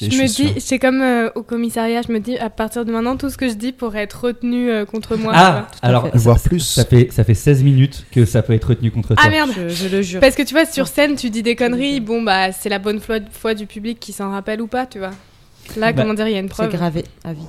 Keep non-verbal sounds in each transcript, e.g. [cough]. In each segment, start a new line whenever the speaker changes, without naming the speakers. Je, je me dis, c'est comme euh, au commissariat, je me dis à partir de maintenant, tout ce que je dis pourrait être retenu euh, contre moi.
Ah, alors,
fait.
voir
Ça-
plus.
Ça fait, ça fait 16 minutes que ça peut être retenu contre toi.
ah merde
Je, je le jure.
Parce que tu vois, sur scène, tu dis des conneries, bon bah c'est la bonne foi, foi du public qui s'en rappelle ou pas, tu vois. Là,
Bah,
comment dire, il y a une
C'est
preuve.
gravé Ah à vie.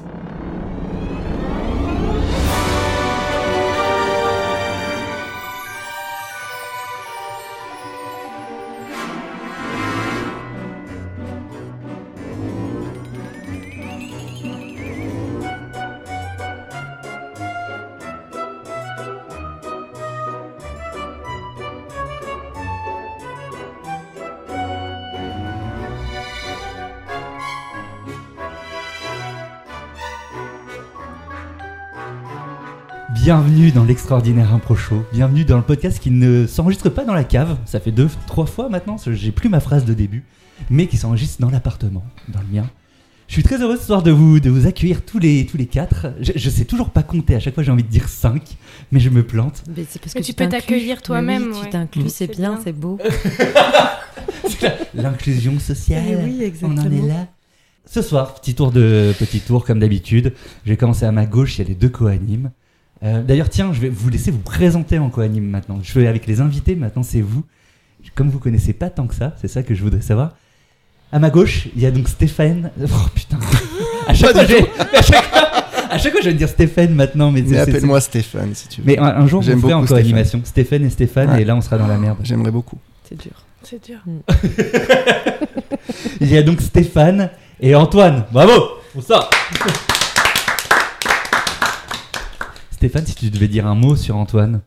Bienvenue dans l'extraordinaire impro show. Bienvenue dans le podcast qui ne s'enregistre pas dans la cave. Ça fait deux, trois fois maintenant. ce- J'ai plus ma phrase de début, mais qui s'enregistre dans l'appartement, dans le mien. Je suis très heureux ce soir de vous, de vous accueillir tous les, tous les quatre. Je, je sais toujours pas compter. À chaque fois, j'ai envie de dire cinq, mais je me plante.
Mais c'est parce
Mais
que
tu peux
t'inclus.
t'accueillir
Mais
toi-même,
Oui,
ouais.
Tu t'inclus,
C'est
c'est bien,
bien.
c'est [laughs] beau.
L'inclusion sociale.
Eh oui,
On
exactement.
en est là. Ce soir, petit tour de petit tour comme d'habitude. J'ai commencé à ma gauche, il y a les deux co-animes. Euh, D'ailleurs, tiens, je vais vous laisser vous présenter en co-anime maintenant. Je fais avec les invités, maintenant c'est vous. Comme vous connaissez pas tant que ça, c'est ça que je voudrais savoir. À ma gauche, il y a donc Stéphane. [laughs] Oh putain. À chaque, fois, j'ai- à chaque fois- à chaque fois, je vais dire Stéphane maintenant, mais, c'est-
Mais
c'est-
appelle-moi Stéphane si tu
c'est-
veux.
Mais un, un jour,
J'aime
on fait en
beaucoup
co-animation. Stéphane et Stéphane,
Ouais.
et là, on sera dans la merde.
Ah, J'aimerais beaucoup.
C'est dur.
C'est dur.
Il y a donc Stéphane et Antoine. Bravo pour ça. Stéphane, si tu devais dire un mot sur Antoine.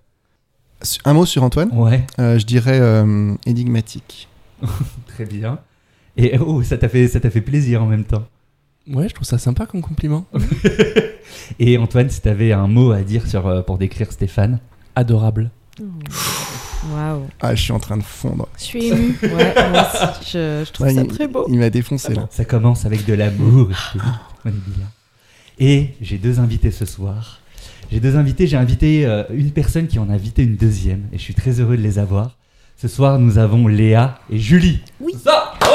Su- Un mot sur Antoine
Ouais,
Euh, Je dirais euh, énigmatique.
très bien. Et oh, ça t'a fait, ça t'a fait plaisir en même temps.
Ouais, je trouve ça sympa comme compliment.
Et Antoine, si t'avais un mot à dire sur, euh, pour décrire Stéphane.
Adorable.
Waouh.
Ah, je suis en train de fondre.
Je suis
[laughs]
émue.
[laughs] Ouais, moi aussi, je, je trouve
Ouais,
ça
il-
très beau.
Il m'a défoncé là.
Ça commence avec de l'amour. et tout. On est bien. hein. Et j'ai deux invités ce soir. J'ai deux invités. J'ai invité euh, une personne qui en a invité une deuxième. Et je suis très heureux de les avoir. Ce soir, nous avons Léa et Julie.
Oui.
Ça oh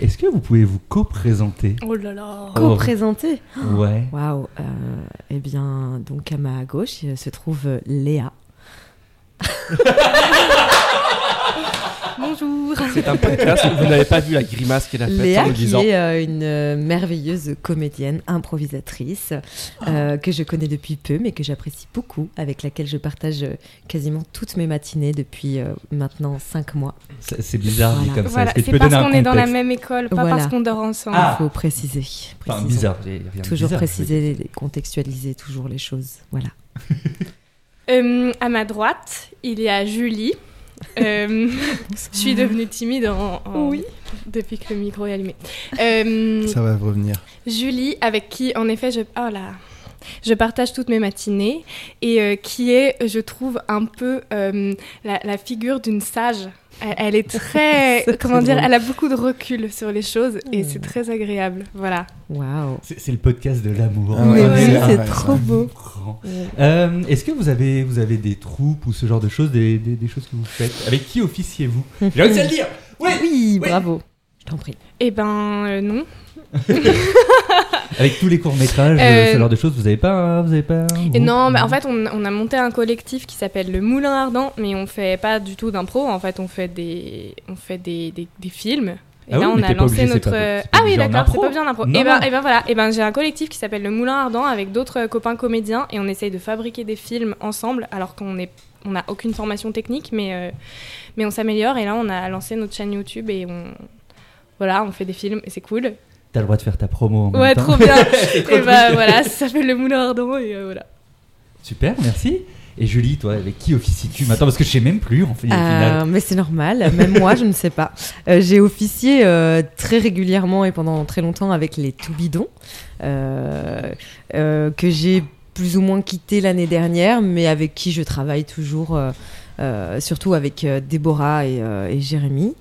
Est-ce que vous pouvez vous co-présenter Oh,
Oh là là.
Co-présenté.
Ouais.
Waouh. euh, Eh bien, donc à ma gauche euh, se trouve euh, Léa.
Bonjour.
C'est un podcast, vous n'avez pas vu la grimace qu'elle a faite en
Léa
le
qui
disant.
est euh, une euh, merveilleuse comédienne, improvisatrice, euh, que je connais depuis peu, mais que j'apprécie beaucoup, avec laquelle je partage euh, quasiment toutes mes matinées depuis euh, maintenant 5 mois.
C'est c'est bizarre dit
Voilà.
comme ça.
Voilà,
Est-ce que tu
c'est
peux
parce
donner un
qu'on est dans la
contexte
même école, pas
Voilà.
parce qu'on dort ensemble.
Ah.
Il faut préciser.
Enfin,
précisons.
bizarre. il y a rien de bizarre,
Toujours
je veux
préciser, les- contextualiser toujours les choses. Voilà.
Euh, à ma droite, il y a Julie.
[laughs]
Euh, je suis devenue timide en, en-
Oui.
depuis que le micro est allumé. Euh,
Ça va revenir.
Julie, avec qui, en effet, je, oh là, je partage toutes mes matinées et euh, qui est, je trouve, un peu euh, la, la figure d'une sage. Elle, elle est très,
[laughs] C'est très
comment dire,
drôle.
elle a beaucoup de recul sur les choses et
Hmm.
c'est très agréable. Voilà.
Waouh.
C'est c'est le podcast de l'amour.
Ah ouais,
Mais oui,
ah
c'est
ouais,
trop
ça.
beau.
Grand. Euh, Est-ce que vous avez, vous avez des troupes ou ce genre de choses, des, des- des choses que vous faites Avec qui officiez-vous J'ai réussi à le dire
Oui,
bah.
bravo. Je t'en prie.
Eh ben euh, non.
Avec tous les courts-métrages,
Euh,
euh, ce genre de choses, vous avez pas, un- vous avez pas un
Et
groupe
non, mais en fait, on, on a monté un collectif qui s'appelle le Moulin Ardent, mais on fait pas du tout d'impro. En fait, on fait des, on fait des, des, des films. Et
Ah
là,
oui,
on
mais
a
t'es pas
lancé
obligé, c'est
notre.
pas- c'est pas
ah oui,
obligé en
d'accord, c'est
impro.
pas bien l'impro.
Non,
Et ben,
non.
et ben voilà, et ben j'ai un collectif qui s'appelle le Moulin Ardent avec d'autres euh, copains comédiens et on essaye de fabriquer des films ensemble, alors qu'on est, on n'a aucune formation technique, mais euh, mais on s'améliore. Et là, on a lancé notre chaîne YouTube et on, voilà, on fait des films et c'est cool.
T'as le droit de faire ta promo en même
Ouais,
temps.
trop bien.
[laughs] C'est trop
et bah
cool.
voilà, ça s'appelle le Moulin Ardent et euh, voilà.
Super, merci. Et Julie, toi, avec qui officies-tu maintenant Parce que je sais même plus, en fait, au final.
Euh, mais c'est normal, même moi je ne sais pas. Euh, J'ai officié euh, très régulièrement et pendant très longtemps avec les Toubidons, euh, euh, que j'ai plus ou moins quitté l'année dernière, mais avec qui je travaille toujours, euh, euh, surtout avec euh, Déborah et, euh, et Jérémy.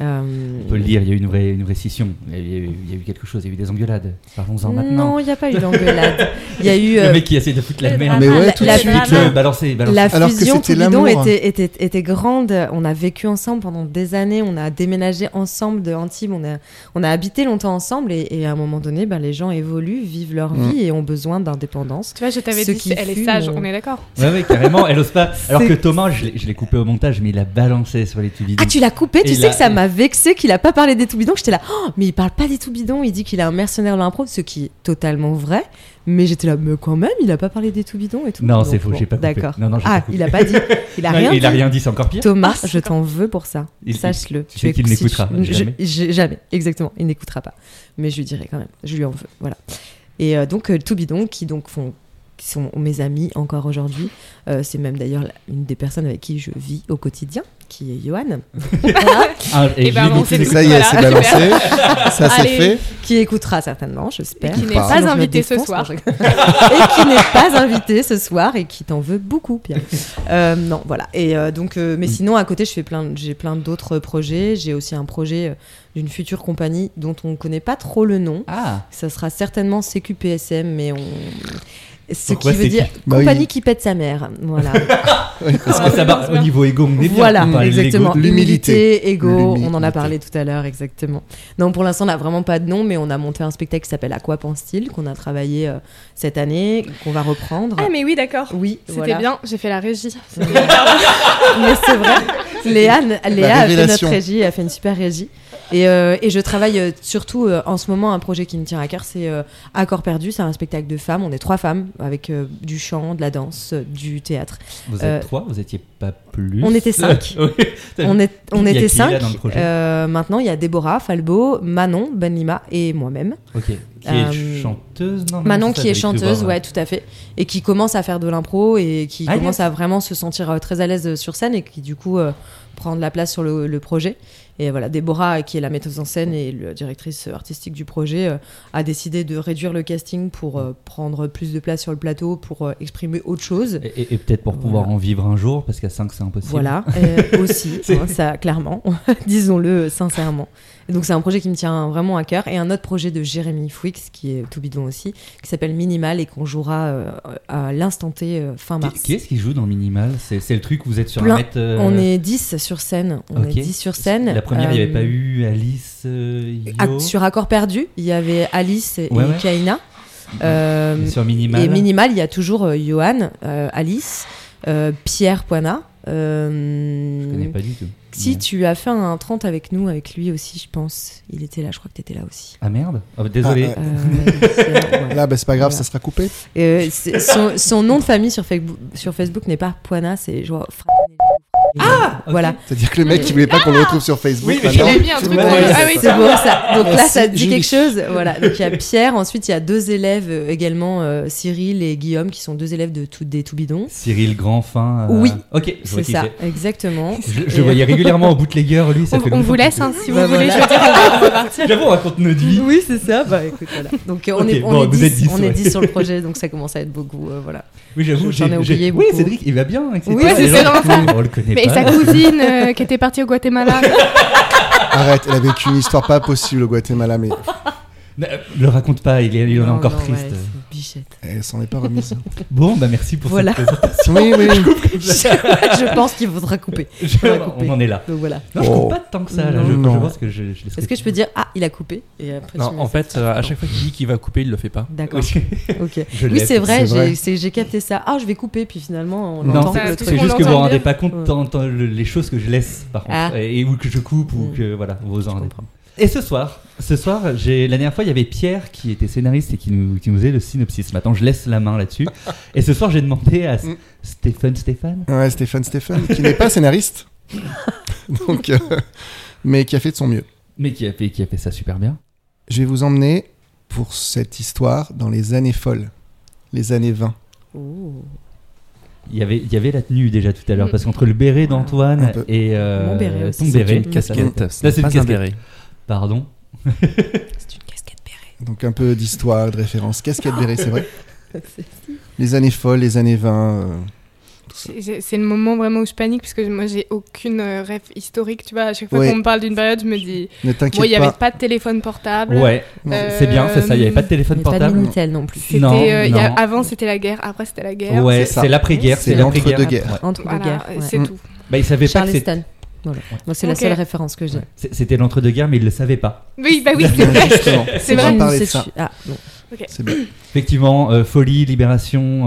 Euh,
On peut le dire, il y a eu une vraie, une vraie scission. Il y a eu, il y a eu quelque chose, il y a eu des engueulades. Parlons-en maintenant.
Non, il n'y a pas eu d'engueulade.
[laughs]
Il y a eu euh,
Le mec qui essaie de foutre la
le
merde.
Mais ouais,
la-
tout de
la-
suite,
la-
euh,
Euh, balancer, balancer.
La
Alors que
fusion
c'était
Toubidon
l'amour.
était, était, était grande. On a vécu ensemble pendant des années. On a déménagé ensemble de Antibes. On a, on a habité longtemps ensemble. Et, et à un moment donné, ben, les gens évoluent, vivent leur
Mm.
vie et ont besoin d'indépendance.
Tu vois, je t'avais
Ceux
dit,
qui
elle est
fument,
sage,
euh,
on est d'accord.
Ouais, ouais, carrément, elle ose
[laughs]
pas. Alors
C'est-
que Thomas, je l'ai- je l'ai coupé au montage, mais il a balancé sur les tubes
Ah, tu l'as coupé Tu
Et
sais
là-
que ça m'a vexé qu'il a pas parlé des Toubidons. J'étais là, Oh, mais il parle pas des Toubidons. Il dit qu'il est un mercenaire de l'impro, ce qui est totalement vrai. Mais j'étais là, mais quand même, il a pas parlé des Toubidons et tout.
Non,
Donc,
c'est faux,
bon,
j'ai pas coupé.
D'accord.
Non, non, j'ai
Ah,
pas coupé.
il a pas dit. Il a
[laughs] Non,
rien
il a
dit.
rien dit, c'est encore pire.
Thomas,
Ah,
je t'en veux pour ça.
Il-
Sache-le.
tu sais qu'il
écoutes- si
n'écoutera
tu- je-
jamais.
j'ai- jamais, exactement. Il n'écoutera pas. Mais je lui dirai quand même. Je lui en veux. Voilà. Et euh, donc, euh, Toubidon, qui donc font qui sont mes amis encore aujourd'hui. Euh, c'est même d'ailleurs la- une des personnes avec qui je vis au quotidien, qui est Johan,
Ah, et
Eh ben,
Julie,
on
donc,
s'est
il
tous-
Ça y est,
Voilà,
c'est balancé. Ça, c'est
Allez.
fait.
qui écoutera certainement,
Et
j'espère.
qui
Ou
n'est
pas.
pas
Sinon, je me
invitée ce
défonce,
soir.
non, je- et qui n'est pas invité ce soir et qui t'en veut beaucoup, Pierre. Euh, non, voilà. Et euh, donc, euh, mais sinon, à côté, je fais plein, de- j'ai plein d'autres projets. J'ai aussi un projet euh, d'une future compagnie dont on ne connaît pas trop le nom.
Ah,
Ça sera certainement CQPSM, mais on. Ce
Pourquoi
qui veut
CQ?
dire
Bah oui.
compagnie qui pète sa mère. Voilà.
Oui, parce
Ah,
parce
que-
que ça va au niveau égo, [laughs] on est bien.
voilà,
On parle de l'ego.
exactement.
l'humilité.
Humilité, égo, on en
L'humilité.
a parlé tout à l'heure, exactement. Non, pour l'instant, on n'a vraiment pas de nom, mais on a monté un spectacle qui s'appelle À quoi pense-t-il, qu'on a travaillé euh, cette année, qu'on va reprendre.
Ah, mais oui, d'accord.
oui,
C'était
voilà.
bien, j'ai fait la régie.
[laughs] mais c'est vrai. Léa, Léa a fait notre
révélation.
régie, a fait une super régie. Et, euh, et je travaille euh, surtout euh, en ce moment un projet qui me tient à cœur, c'est euh, Accord perdu, c'est un spectacle de femmes. On est trois femmes avec euh, du chant, de la danse, euh, du théâtre.
Vous
Euh,
êtes trois, vous étiez pas plus.
on était cinq.
[laughs] Oui.
On, est, on
Il y a
était
qui, là,
cinq.
dans le projet
Euh, maintenant, il y a Déborah, Falbo, Manon, Benlima et moi-même.
Ok. Qui est
Euh,
chanteuse, non non,
Manon
c'est ça,
qui est
j'avais cru
chanteuse,
voir.
ouais, tout à fait, et qui commence à faire de l'impro et qui
Ah,
commence
yes.
à vraiment se sentir euh, très à l'aise euh, sur scène et qui du coup euh, prend de la place sur le, le projet. Et voilà, Déborah, qui est la metteuse en scène et la directrice artistique du projet, euh, a décidé de réduire le casting pour euh, prendre plus de place sur le plateau, pour euh, exprimer autre chose.
Et, et- et peut-être pour pouvoir en vivre un jour, parce qu'à 5 c'est impossible.
Voilà, euh,
[laughs]
aussi, hein, ça clairement, [laughs] disons-le euh, sincèrement. Et donc c'est un projet qui me tient vraiment à cœur et un autre projet de Jérémy Fouix qui est tout bidon aussi, qui s'appelle Minimal et qu'on jouera euh, à l'instant T euh, fin
Qui,
mars.
qui est-ce qui joue dans Minimal C'est c'est le truc où vous êtes sur
Plein.
un mètre. euh,
On est 10 sur scène, on
ok.
est 10 sur scène.
La première, il n'y
Euh,
avait pas eu Alice, euh, Yo.
à- sur Accord Perdu, il y avait Alice et
Ouais, ouais.
Kaina. Euh,
Mais sur Minimal.
Et minimal, il y a toujours euh, Johan, euh, Alice, euh, Pierre Poina. euh,
Je connais pas du tout.
Si
Mais-
tu as fait un 30 avec nous, avec lui aussi, je pense. Il était là, je crois que tu étais là aussi.
Ah merde Oh, Désolé.
Ah,
Euh, c'est- euh, ouais.
Là, bah, c'est pas grave,
Voilà.
ça sera coupé.
Euh, c'est- son, son nom de famille sur Facebook, sur Facebook n'est pas Poina, c'est genre. Ah Voilà.
C'est-à-dire que le mec, il voulait pas qu'on le retrouve sur Facebook.
Oui, mais
maintenant.
il a mis un truc
Ouais,
dans le-
ouais,
Ah oui,
c'est
C'est beau ça. Donc là,
Merci,
ça te dit
Julie.
quelque chose. Voilà. Donc il y a Pierre, ensuite il y a deux élèves euh, également, euh, Cyril et Guillaume, qui sont deux élèves de tout, des Toubidons.
Cyril Grandfin. euh,
Oui.
Ok, je vois
C'est
qui
ça, exactement.
Je, je le voyais régulièrement au bootlegger, lui. Ça
On,
fait
on
longtemps
vous
que-
laisse, hein, si vous
Bah
voulez,
voilà.
je veux dire, on va partir.
J'avoue, on raconte notre vie.
Oui, c'est ça. Bah écoute, voilà. Donc euh, on
Ok,
est, on
bon,
est
vous
10,
êtes 10,
on
ouais.
est 10 sur le projet, donc ça commence à être beaucoup. euh, voilà.
Oui, j'avoue,
J'en
j'ai-
ai
j'ai-
oublié
Oui,
beaucoup.
Cédric, il va bien. etc.
Oui, c'est
Les gens-
vraiment ça.
On le connaît
Mais et
pas. [laughs]
sa cousine euh, qui était partie au Guatemala.
Arrête, elle avait une histoire pas possible au Guatemala, mais
Ne- euh, Le raconte pas, il est, il en est
Non,
encore
non, ouais,
triste.
c'est
[laughs]
bichette. [laughs]
elle s'en est pas remise.
Bon, bah merci pour
Voilà. [laughs]
cette présentation.
Oui, oui.
je pense qu'il faudra couper. Faudra couper.
on en est là.
Donc voilà.
Non, je
Oh.
coupe pas tant que ça. Là. Je, je
Non.
pense que je, je laisserai-
Est-ce que je peux dire ah il a coupé et après tu
Non,
me-
en fait, euh, à chaque fois qu'il dit qu'il va couper, il le fait pas.
D'accord.
Oui,
[laughs] Ok.
je
Oui
lève.
c'est vrai.
C'est vrai.
j'ai- c'est- J'ai capté ça. Ah je vais couper puis finalement on
Non,
entend
Ça,
c'est
le
tout
truc.
ce
c'est juste
qu'on
que vous vous
entend
rendez
dire.
pas compte
Ouais.
tant- tant le- les choses que je laisse, par contre,
Ah.
et, et ou que je coupe, ou
Mm.
que voilà, vous en
Je
rendez
comprends.
Et ce soir, ce soir, j'ai la dernière fois, il y avait Pierre qui était scénariste et qui nous, qui nous faisait le synopsis. Maintenant, je laisse la main là-dessus.
[laughs]
et ce soir, j'ai demandé à S-
Mm.
Stéphane, Stéphane,
Ouais, Stéphane Stéphane, qui n'est pas scénariste,
[laughs]
donc, euh, mais qui a fait de son mieux.
mais qui a fait, qui a fait ça super bien.
Je vais vous emmener pour cette histoire dans les années folles, les années 20.
Oh.
Il y avait, il y avait la tenue déjà tout à l'heure,
Mm.
parce qu'entre le
Un
béret d'Antoine
peu.
et euh,
Mon béret aussi,
ton
c'est
béret,
une
que ça-
casquette.
Là,
Là, c'est
c'est
une
pas un
casquette.
béret.
Pardon.
C'est une casquette pérée.
Donc un peu d'histoire, de référence, casquette béret, c'est vrai. Les années folles, les années 20. euh, tout ça.
C'est- C'est c'est le moment vraiment où je panique parce que moi j'ai aucune euh, rêve historique, tu vois. À chaque fois
Ouais.
qu'on me parle d'une période, je me dis,
Ne
moi il n'y
t'inquiète
avait
pas.
pas de téléphone portable.
Ouais,
Euh,
c'est bien, c'est ça. Il n'y avait pas de téléphone
Mais pas de
portable.
Minitel non plus.
C'était,
Non,
euh, il y a-
non.
avant c'était la guerre, après c'était la guerre.
Ouais,
C'est ça.
c'est l'après-guerre,
C'est
c'est l'après-guerre.
l'entre-deux-guerres.
Ouais.
Entre
Voilà,
deux guerres. ouais.
c'est
Mm.
tout.
Bah, ils savaient pas que c'était-
Charleston. Voilà. Moi, c'est la
Ok.
seule référence que j'ai.
c'est- c'était l'entre-deux-guerres, mais ils le savaient pas.
Oui, bah oui,
[laughs]
c'est
[laughs]
vrai.
Justement,
[laughs] C'est
on va
vrai.
parler de
C'est-
ça.
Ah, bon.
C'est bien.
Effectivement, euh, folie, libération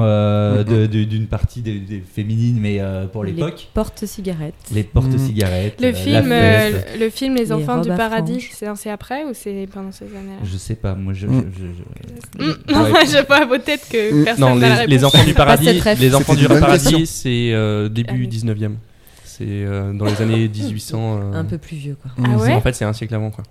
Mhm.
euh, de- de- d'une partie des, des féminines, mais euh, pour l'époque,
Porte-cigarettes.
les,
Mm.
portes-cigarettes, euh,
Le
la
film,
fête.
euh, le, le film Les
Les
Enfants du
robes à
Paradis,
franges.
c'est c'est après ou c'est pendant ces années-là
Je sais pas, moi je. je-
Mm.
je- je-
Mm,
Ouais.
Non, [laughs] je vois à vos têtes que
Mm,
Ah,
personne
Non,
n'a la
les, les
réponse.
[laughs]
enfants du
cette
paradis,
ref.
les enfants
C'était
du
une bonne question.
paradis, c'est euh, début
Ah oui.
19e. C'est euh, dans
[laughs]
les années 1800. euh,
Un peu Oh, plus vieux, quoi.
Ah ouais
En fait, c'est un siècle avant quoi.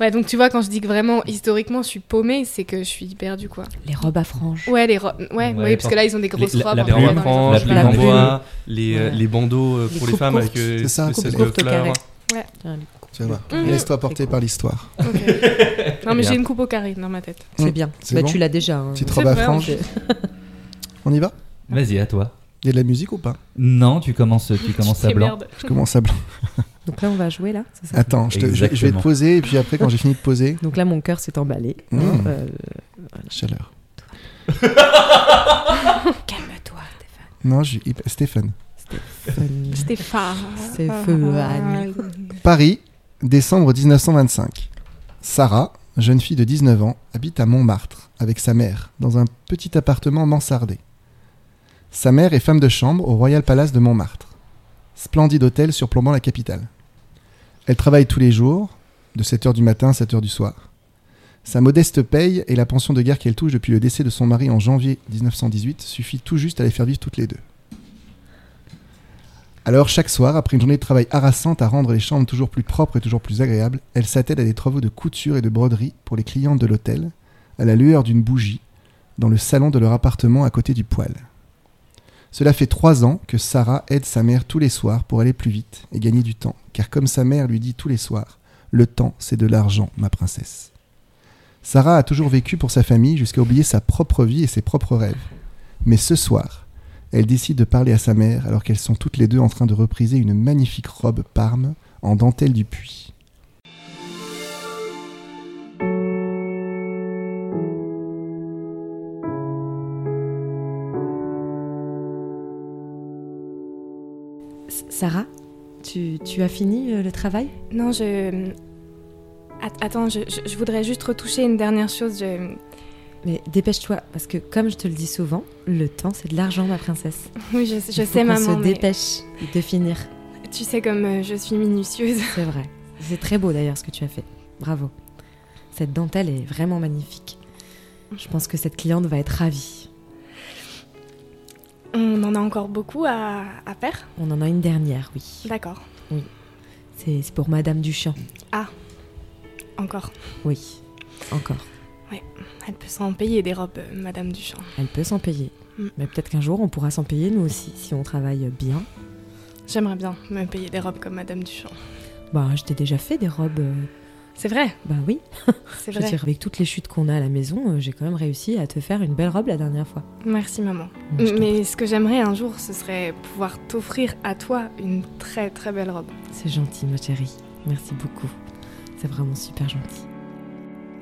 Ouais, donc tu vois, quand je dis que vraiment historiquement je suis paumée, c'est que je suis perdue quoi.
Les robes à franges.
Ouais, les ro- ouais, ouais,
Ouais,
parce
parce-
que là ils ont des grosses
la-
robes. hein.
la
en
Les
fait, dans
plume,
robes
les
à franges,
la
les
plume.
gambois, les, euh,
Ouais.
les bandeaux euh,
Les
pour les
coupes
femmes avec
courtes.
euh,
C'est ça,
de-
coupes
de
courtes au
fleurs.
carré.
Tu vas voir.
Mhm.
Laisse-toi porter par l'histoire.
enfants. Ok. Non, mais j'ai une coupe au carré dans ma tête.
Mm.
C'est bien.
C'est
Bah,
bon.
Tu l'as déjà. hein.
Petite
C'est
robe à
vrai,
franges. On y va
Vas-y, à toi.
Il y a de la musique ou pas
Non, tu commences,
[laughs]
tu commences à
C'est
blanc.
merde.
Je commence à blanc.
Donc là, on va jouer, là. c'est ça
Attends, je, te- je vais- je vais
Exactement.
te poser et puis après, quand j'ai fini de poser,
Donc là, mon cœur s'est emballé. hein,
Mm.
euh,
chaleur.
Calme-toi, Stéphane.
Non, je suis hyper- Stéphane.
Fanny.
Stéphane. Ah,
Stéphane.
Paris, décembre 1925. Sarah, jeune fille de 19 ans, habite à Montmartre avec sa mère dans un petit appartement mansardé. Sa mère est femme de chambre au Royal Palace de Montmartre, splendide hôtel surplombant la capitale. Elle travaille tous les jours, de 7h du matin à 7h du soir. Sa modeste paye et la pension de guerre qu'elle touche depuis le décès de son mari en janvier 1918 suffit tout juste à les faire vivre toutes les deux. Alors chaque soir, après une journée de travail harassante à rendre les chambres toujours plus propres et toujours plus agréables, elle s'attelle à des travaux de couture et de broderie pour les clientes de l'hôtel, à la lueur d'une bougie, dans le salon de leur appartement à côté du poêle. Cela fait trois ans que Sarah aide sa mère tous les soirs pour aller plus vite et gagner du temps, car comme sa mère lui dit tous les soirs, le temps c'est de l'argent, ma princesse. Sarah a toujours vécu pour sa famille jusqu'à oublier sa propre vie et ses propres rêves. Mais ce soir, elle décide de parler à sa mère alors qu'elles sont toutes les deux en train de repriser une magnifique robe Parme en dentelle du puits.
S- Sarah, tu, tu as fini euh, le travail
Non, je. Att- Attends, je, je- je voudrais juste retoucher une dernière chose. Je... [laughs]
Mais dépêche-toi, parce que comme je te le dis souvent, le temps c'est de l'argent, ma princesse.
Oui, je, je
Il faut
sais,
qu'on
maman.
se
mais
dépêche de finir,
Tu sais comme euh, je suis minutieuse.
c'est vrai. C'est très beau d'ailleurs ce que tu as fait. Bravo. Cette dentelle est vraiment magnifique. Je pense que cette cliente va être ravie.
On en a encore beaucoup à, à faire.
On en a une dernière, oui.
D'accord.
C'est c'est pour Madame Duchamp.
Encore.
Oui, encore.
Elle peut s'en payer des robes, euh, Madame Duchamp.
Elle peut s'en payer.
Mm.
Mais peut-être qu'un jour on pourra s'en payer nous aussi, si on travaille bien.
J'aimerais bien me payer des robes comme Madame Duchamp.
Bah, je t'ai déjà fait des robes. euh,
C'est vrai,
Bah oui.
c'est
Je veux
vrai.
dire, avec toutes les chutes qu'on a à la maison, euh, j'ai quand même réussi à te faire une belle robe la dernière fois.
Merci, maman.
Je t'en
Mm, Mais ce que j'aimerais un jour, ce serait pouvoir t'offrir à toi une très très belle robe.
prie. C'est gentil, ma chérie. Merci beaucoup. C'est vraiment super gentil.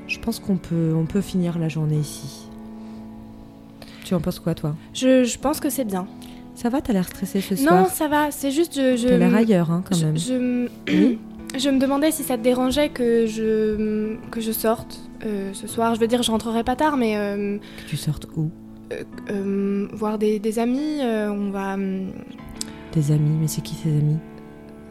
Je pense qu'on peut, on peut finir la journée ici. Tu en penses quoi, toi
Je, je pense que c'est bien.
Ça va, t'as l'air stressée ce
non,
soir
ça va, c'est juste je. je
T'as l'air ailleurs, hein, quand
je,
même.
je m- [clears throat] je me demandais si ça te dérangeait que je, que je sorte euh, ce soir. Je veux dire, je rentrerai pas tard, mais euh,
Que tu sortes où
euh, voir des, des amis, euh, on va. euh,
Tes amis, mais c'est qui ces amis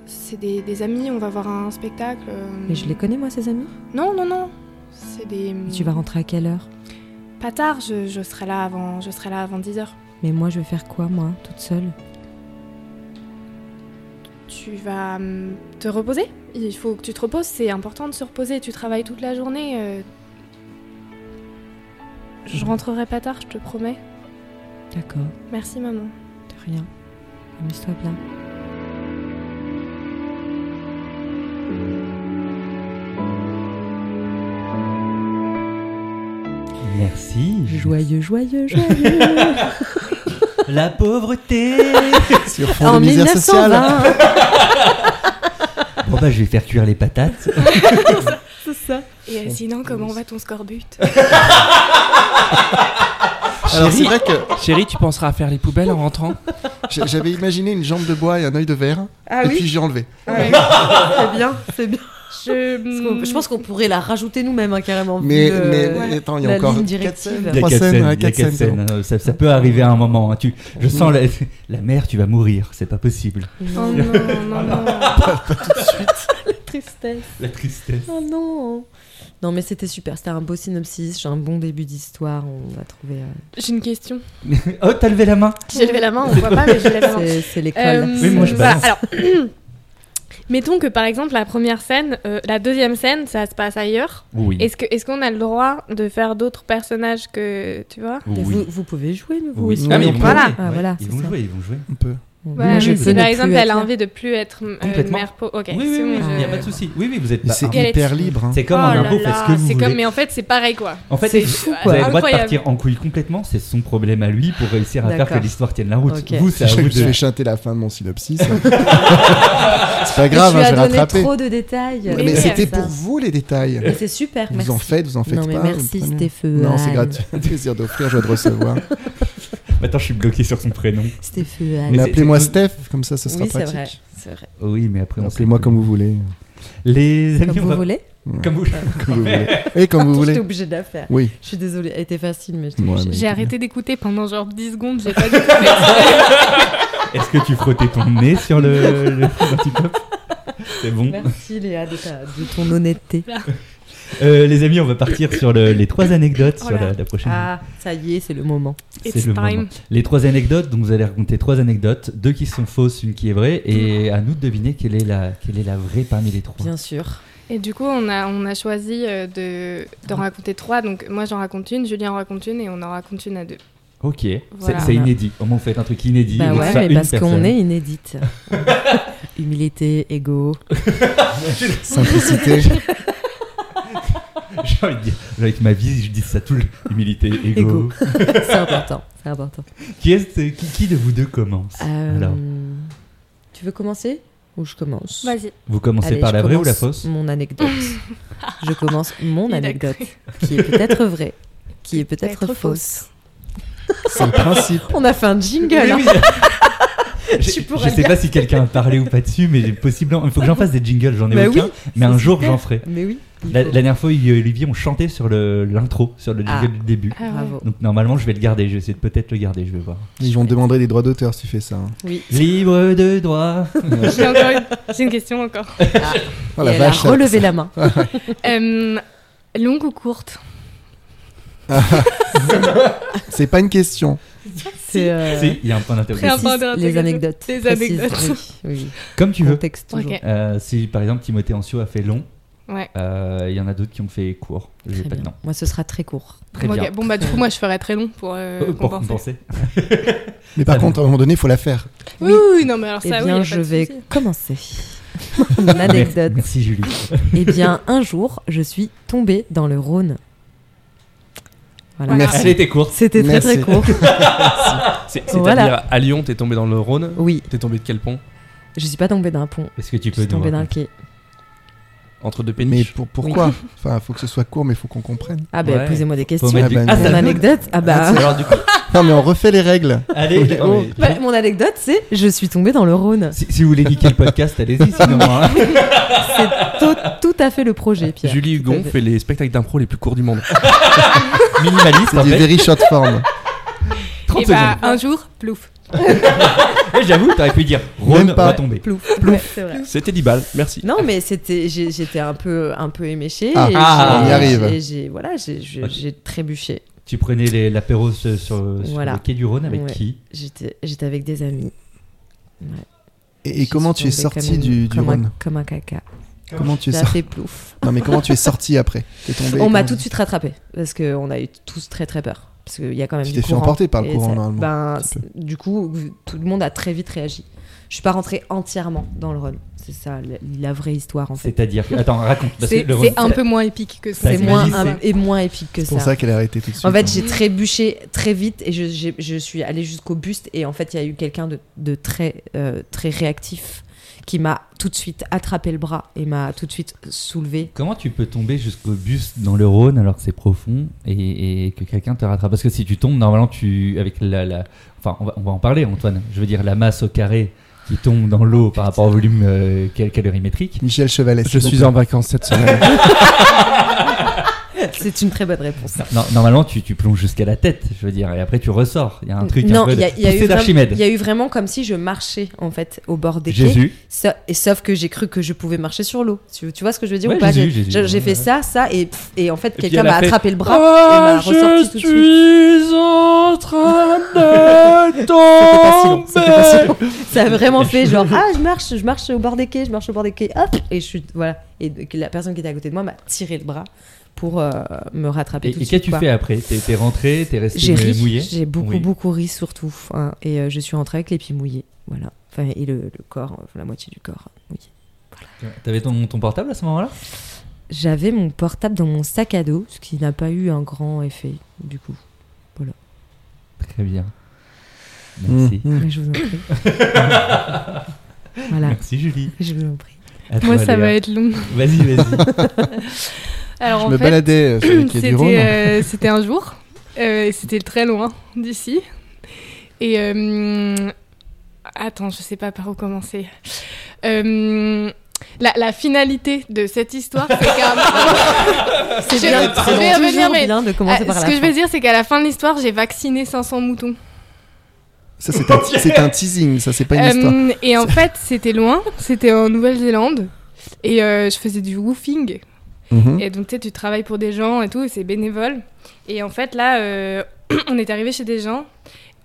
C'est des, des amis, on va voir un spectacle. euh.
Mais je les connais, moi, ces amis
Non, non, non. C'est des. hum,
Et Tu vas rentrer à quelle heure
Pas tard, je, je serai là avant, je serai là avant 10h.
Mais moi, je vais faire quoi, moi, toute seule
Tu vas hum, te reposer Il faut que tu te reposes, c'est important de se reposer. Tu travailles toute la journée. euh. Je rentrerai pas tard, je te promets.
D'accord,
Merci maman.
de rien. Amuse-toi bien.
Merci.
[laughs] Joyeux, joyeux, joyeux
La pauvreté
Sur fond
En
de misère
1920.
sociale.
Bon bah je vais faire cuire les patates.
C'est ça. Et euh, sinon, comment va ton score but
Ah,
Alors c'est
Chérie.
vrai que
Chérie, tu penseras à faire les poubelles en rentrant
j'a- j'avais imaginé une jambe de bois et un œil de verre,
[laughs] Ah
et puis j'ai enlevé.
c'est bien, c'est bien. Parce qu'on-
je, mm.
Je pense qu'on pourrait la rajouter nous-mêmes hein, carrément. vu
Mais,
le-
mais attends, il y a
la
encore
ligne
quatre
directive.
scènes.
Il y a
Trois
quatre
scènes,
scènes,
ouais,
il y a
quatre
quatre
scènes,
scènes, hein. ça, ça peut arriver à un moment. hein. Tu, je sens la, [laughs] la mère, tu vas mourir, c'est pas possible.
Oh
Non.
non, non, non.
[laughs] Tristesse.
La tristesse.
Oh non. Non mais c'était super, c'était un beau synopsis, j'ai un bon début d'histoire, on a trouvé. euh,
J'ai une question.
[laughs] oh, t'as levé la main
J'ai levé la main, on voit pas, mais j'ai levé la main.
c'est- C'est l'école.
Euh,
Oui, moi, je
voilà,
balance.
alors, [coughs] mettons que par exemple la première scène, euh, la deuxième scène, ça se passe ailleurs.
Oui.
Est-ce que est-ce qu'on a le droit de faire d'autres personnages que tu vois
Mais
Oui.
Vous, vous pouvez jouer, mais vous
Oui.
aussi.
Ah, mais ils
on
vont
peut.
Voilà.
jouer.
Ah, voilà,
Ils
c'est
vont
ça.
jouer, ils vont jouer.
On peut.
Voilà,
Moi,
mais
je
Bah, si
peux
par
ne plus
exemple hein,
être
elle a
là.
envie de plus être euh,
Complètement.
mère pauvre. Ok,
Oui, oui,
c'est bon,
oui, il
je-
n'y a pas de souci. Oui, oui, vous êtes
Et
pas.
c'est
Et elle est-
hyper libre. hein.
Bah, C'est comme en
Oh là
impôt, faites
là,
ce que vous
c'est
voulez.
comme, mais en fait c'est pareil quoi.
En fait,
C'est
il-
fou,
vous
quoi.
avez le droit de
Incroyable.
partir en couille complètement, c'est son problème à lui pour réussir à faire que
D'accord.
l'histoire tienne la route.
Ok.
Vous, c'est à
je
vous
me suis
de.
fait chanter la fin de mon
[laughs]
synopsis. c'est pas
Mais
grave,
tu
hein,
as
j'ai
donné
rattrapé.
trop de détails.
Mais,
Mais
c'était
c'est
pour vous les détails.
Mais c'est super,
vous
merci.
en faites, vous en faites
non mais
pas.
merci
prenez.
Stéphane.
Non, c'est gratuit. [laughs] Plaisir d'offrir, joie de recevoir.
Maintenant, je suis bloqué sur son prénom.
Stéphane.
Mais
c'est-
appelez-moi
c'est-
Steph, comme ça, ce sera
Oui, c'est
pratique.
vrai. C'est vrai.
Oui, mais après, on sait.
Appelez-moi comme vous voulez. [laughs]
Les amis,
Comme
on
vous
va-
voulez.
Comme vous.
Comme vous voulez. Et comme vous
Attends, J'étais
voulez.
obligée de la faire.
Oui.
Je suis désolée, elle était facile, mais j'étais
Ouais,
obligée.
mais-
J'ai arrêté d'écouter pendant genre 10 secondes,
[laughs]
j'ai pas d'écouter.
Est-ce que tu frottais ton nez sur le, le petit
[laughs]
pop C'est bon.
Merci Léa de, ta- de ton honnêteté.
[laughs] Euh, les amis, on va partir sur le- les trois anecdotes
Oh
sur la,
là.
la prochaine.
Ah, ça y est, c'est le moment.
C'est le moment. Les trois anecdotes, donc vous allez raconter trois anecdotes, deux qui sont fausses, une qui est vraie, et à nous de deviner quelle est la, quelle est la vraie parmi les trois.
Bien sûr.
Et du coup, on a, on a choisi euh, de, d'en raconter trois. Donc, moi, j'en raconte une, Julien en raconte une et on en raconte une à deux.
Ok, C'est-
Voilà.
c'est inédit. Au moins, vous faites un truc inédit.
bah
donc
ouais,
ça,
mais
une
parce qu'on
personne.
est inédite. Humilité, égo.
Simplicité.
[laughs] J'ai envie de dire, avec ma vie, je dis ça tout le humilité, ego.
Ego. C'est important. C'est important.
qui, est, qui, qui de vous deux commence
Euh,
Alors,
Tu veux commencer Ou je commence
Vas-y.
vous commencez
Allez,
par
je
la vraie ou la
commence
fausse
Mon [laughs] anecdote. je commence mon
Il a
anecdote, qui est peut-être vraie, qui est peut-être
Peut-être
fausse.
C'est le principe.
On a fait un jingle.
Oui,
hein.
oui. [laughs] je
suis pour
je sais
Olga.
pas si quelqu'un a parlé ou pas dessus, mais possiblement, il faut que j'en fasse des jingles, j'en ai
Bah oui,
aucun, mais un
c'est
jour
super.
j'en ferai.
Mais oui. il
La,
faut.
la dernière fois, Hugo et Olivier ont chanté sur le- l'intro, sur le jingle du
Ah.
début.
Ah ouais.
Bravo.
Donc normalement, je vais le garder, je vais essayer de peut-être le garder, je vais
[laughs]
voir.
Ils vont te demander des droits d'auteur si tu fais ça. hein.
Oui.
Libre de droit.
J'ai, encore une... j'ai une question encore.
Oh
Et
la
elle a
vache. ça-
relevé la main.
Euh, longue ou courte
C'est pas une question.
C'est euh,
[laughs] Si, il y a un point
Très
d'interrogation.
important.
précise, les anecdotes.
Les
précises,
anecdotes.
Oui,
Comme tu
oui.
veux.
Contexte
Ok.
toujours.
Euh, si par exemple Timothée Ancio a fait long,
Ouais.
euh, il y en a d'autres qui ont fait court. J'ai
Très
pas de
bien.
nom.
Moi, ce sera très court.
Très
Ok,
bien.
Bon, bah, du coup, moi, je ferais très long pour euh,
Euh, pour
compenser.
compenser.
Mais par
Ça
contre, à un moment donné, il faut la faire.
Oui, oui, non, mais alors
Eh
Ah, ça, oui, y a
bien,
pas
je
de
vais
souci. [laughs]
commencer. Mon anecdote.
[laughs] Merci Julie.
Eh bien, un jour, je suis tombée dans le Rhône. Voilà.
Merci.
Elle était courte.
C'était très
Merci.
très court.
C'est- C'est-à-dire
Voilà.
à Lyon, t'es tombé dans le Rhône
Oui,
T'es tombé de quel pont
je suis pas tombée d'un pont.
Est-ce que tu
Je
peux
suis
nous
tombée d'un
raconter
quai.
Entre deux
Mais
péniches
pour- pourquoi [laughs] Enfin, faut que ce soit court, mais faut qu'on comprenne.
Ah bah
Ouais.
posez-moi des questions.
Faut mettre du-
Ah bah,
Ah,
non.
ça
Mon
Mon
donne-
anecdote, ah bah, [laughs]
Alors, du coup,
Non, mais on refait les règles.
[laughs]
Allez.
Oh.
mais-
Bah, mon anecdote c'est je suis tombée dans le Rhône.
Si, si vous voulez niquer le podcast, allez-y
[laughs]
sinon. hein.
C'est tout, tout à fait le projet, Pierre.
Julie
Tout à
Hugon
fait.
fait les spectacles d'impro les plus courts
[laughs]
du monde.
Minimaliste
C'est
en
du
fait.
very short form.
30
Et bah,
secondes.
un jour, plouf.
Eh, J'avoue, t'aurais pu dire Rhône
Même pas.
retombé.
Plouf. Ouais, c'est vrai.
C'était 10 balles, merci.
Non mais c'était j'ai- j'étais un peu un peu éméchée.
Ah,
et
ah,
j'ai-
on y arrive.
j'ai- J'ai voilà j'ai j'ai-
Ok.
j'ai trébuché.
Tu prenais les- l'apéro sur, sur
Voilà.
le quai du Rhône avec
Ouais.
qui
J'étais j'étais avec des amis.
Et, et
Je
comment
suis
tu es
tombée
sorti
comme
du,
une-
du
comme un,
Rhône
comme un caca.
Comment tu es
Ça
sorti
fait plouf.
Non, mais comment tu es sorti après T'es tombé
On m'a
comment-
tout de suite rattrapé parce qu'on a eu tous très très peur. Parce qu'il y a quand même
Tu
du
t'es fait
courant.
emporter par le
Et
courant,
ça-
normalement,
ben,
un petit
c'est- du coup, tout le monde a très vite réagi. je suis pas rentrée entièrement dans le Rhône. C'est ça la, la vraie histoire en fait.
C'est-à-dire que. Attends, raconte. parce que
C'est
le-
c'est un peu moins épique que ça.
C'est
t'imagines,
moins
c'est-
un- et moins épique que
C'est pour
ça.
ça, qu'elle a arrêté tout de suite.
En fait,
hein.
j'ai trébuché très vite et je, j'ai- je suis allée jusqu'au buste. Et en fait, il y a eu quelqu'un de, de très, euh, très réactif qui m'a tout de suite attrapé le bras et m'a tout de suite
[laughs]
soulevé.
Comment tu peux tomber jusqu'au buste dans le Rhône alors que c'est profond et, et que quelqu'un te rattrape Parce que si tu tombes, normalement, tu. Avec la. la- enfin, on va, on va en parler, Antoine. Je veux dire, la masse au carré qui tombe dans l'eau par rapport au volume euh, cal- calorimétrique.
Michel Chevalet.
Je suis en vacances cette semaine.
C'est une très bonne réponse.
Non, normalement, tu, tu plonges jusqu'à la tête, je veux dire, et après tu ressors. Il y a un truc un
non,
peu
il y, a-
de-
il y a eu
poussée
vraiment-
d'Archimède.
il y a eu vraiment comme si je marchais en fait au bord des quais.
Jésus.
Ça- et sauf que j'ai cru que je pouvais marcher sur l'eau. Tu, tu vois ce que je veux dire
Ouais,
ou pas
Jésus,
J'ai
Jésus,
j'ai-
ouais,
j'ai fait
ouais.
ça, ça, et, pff, et en fait,
puis
quelqu'un
elle a
m'a
fait-
attrapé le bras
Oh,
Ah,
et m'a ressorti tout de suite.
en train de
C'était pas si long, [laughs] c'était pas si long. Oh, Ça a vraiment fait genre ah je marche, je marche au bord des quais, je marche au bord des quais, hop et je suis voilà et que la personne qui était à côté de moi m'a tiré le bras pour euh, me rattraper
Et,
tout
et
de suite.
qu'as-tu
quoi.
fait après T'es t'es rentré, t'es resté
J'ai
mou-
ri,
mouillé
j'ai beaucoup
Oui.
beaucoup ri surtout hein, et euh, je suis rentrée avec les pieds mouillés, voilà. Enfin et le, le corps, euh, la moitié du corps mouillé.
T'avais ton, ton portable à ce moment-là
J'avais mon portable dans mon sac à dos, ce qui n'a pas eu un grand effet du coup.
Très bien. Merci.
Mmh, mmh.
Mais je vous en prie.
[laughs]
voilà,
Merci Julie.
je vous en prie.
À
Moi,
toi,
ça va
Léa.
être long.
Vas-y,
[laughs]
vas-y.
Alors,
Je
en
me
fait,
baladais euh, sur les quais
C'était
du Rhône.
euh, c'était un jour, euh, et c'était très loin d'ici. Et euh, attends, je sais pas par où commencer. Euh, la, la finalité de cette histoire, c'est qu'à
[laughs] C'est
Je-
bien,
je vais
c'est
revenir,
toujours
mais-
bien de
Ah,
commencer par
ce
la
que
fin.
je vais dire, c'est qu'à la fin de l'histoire, j'ai vacciné 500 moutons.
Ça, c'est un, c'est un teasing, ça, c'est pas une histoire.
Euh, et en fait, c'était loin, c'était en Nouvelle-Zélande. Et euh, je faisais du woofing.
Mhm.
Et donc, tu sais, tu travailles pour des gens et tout, et c'est bénévole. Et en fait, là, euh, [clears throat] on est arrivé chez des gens.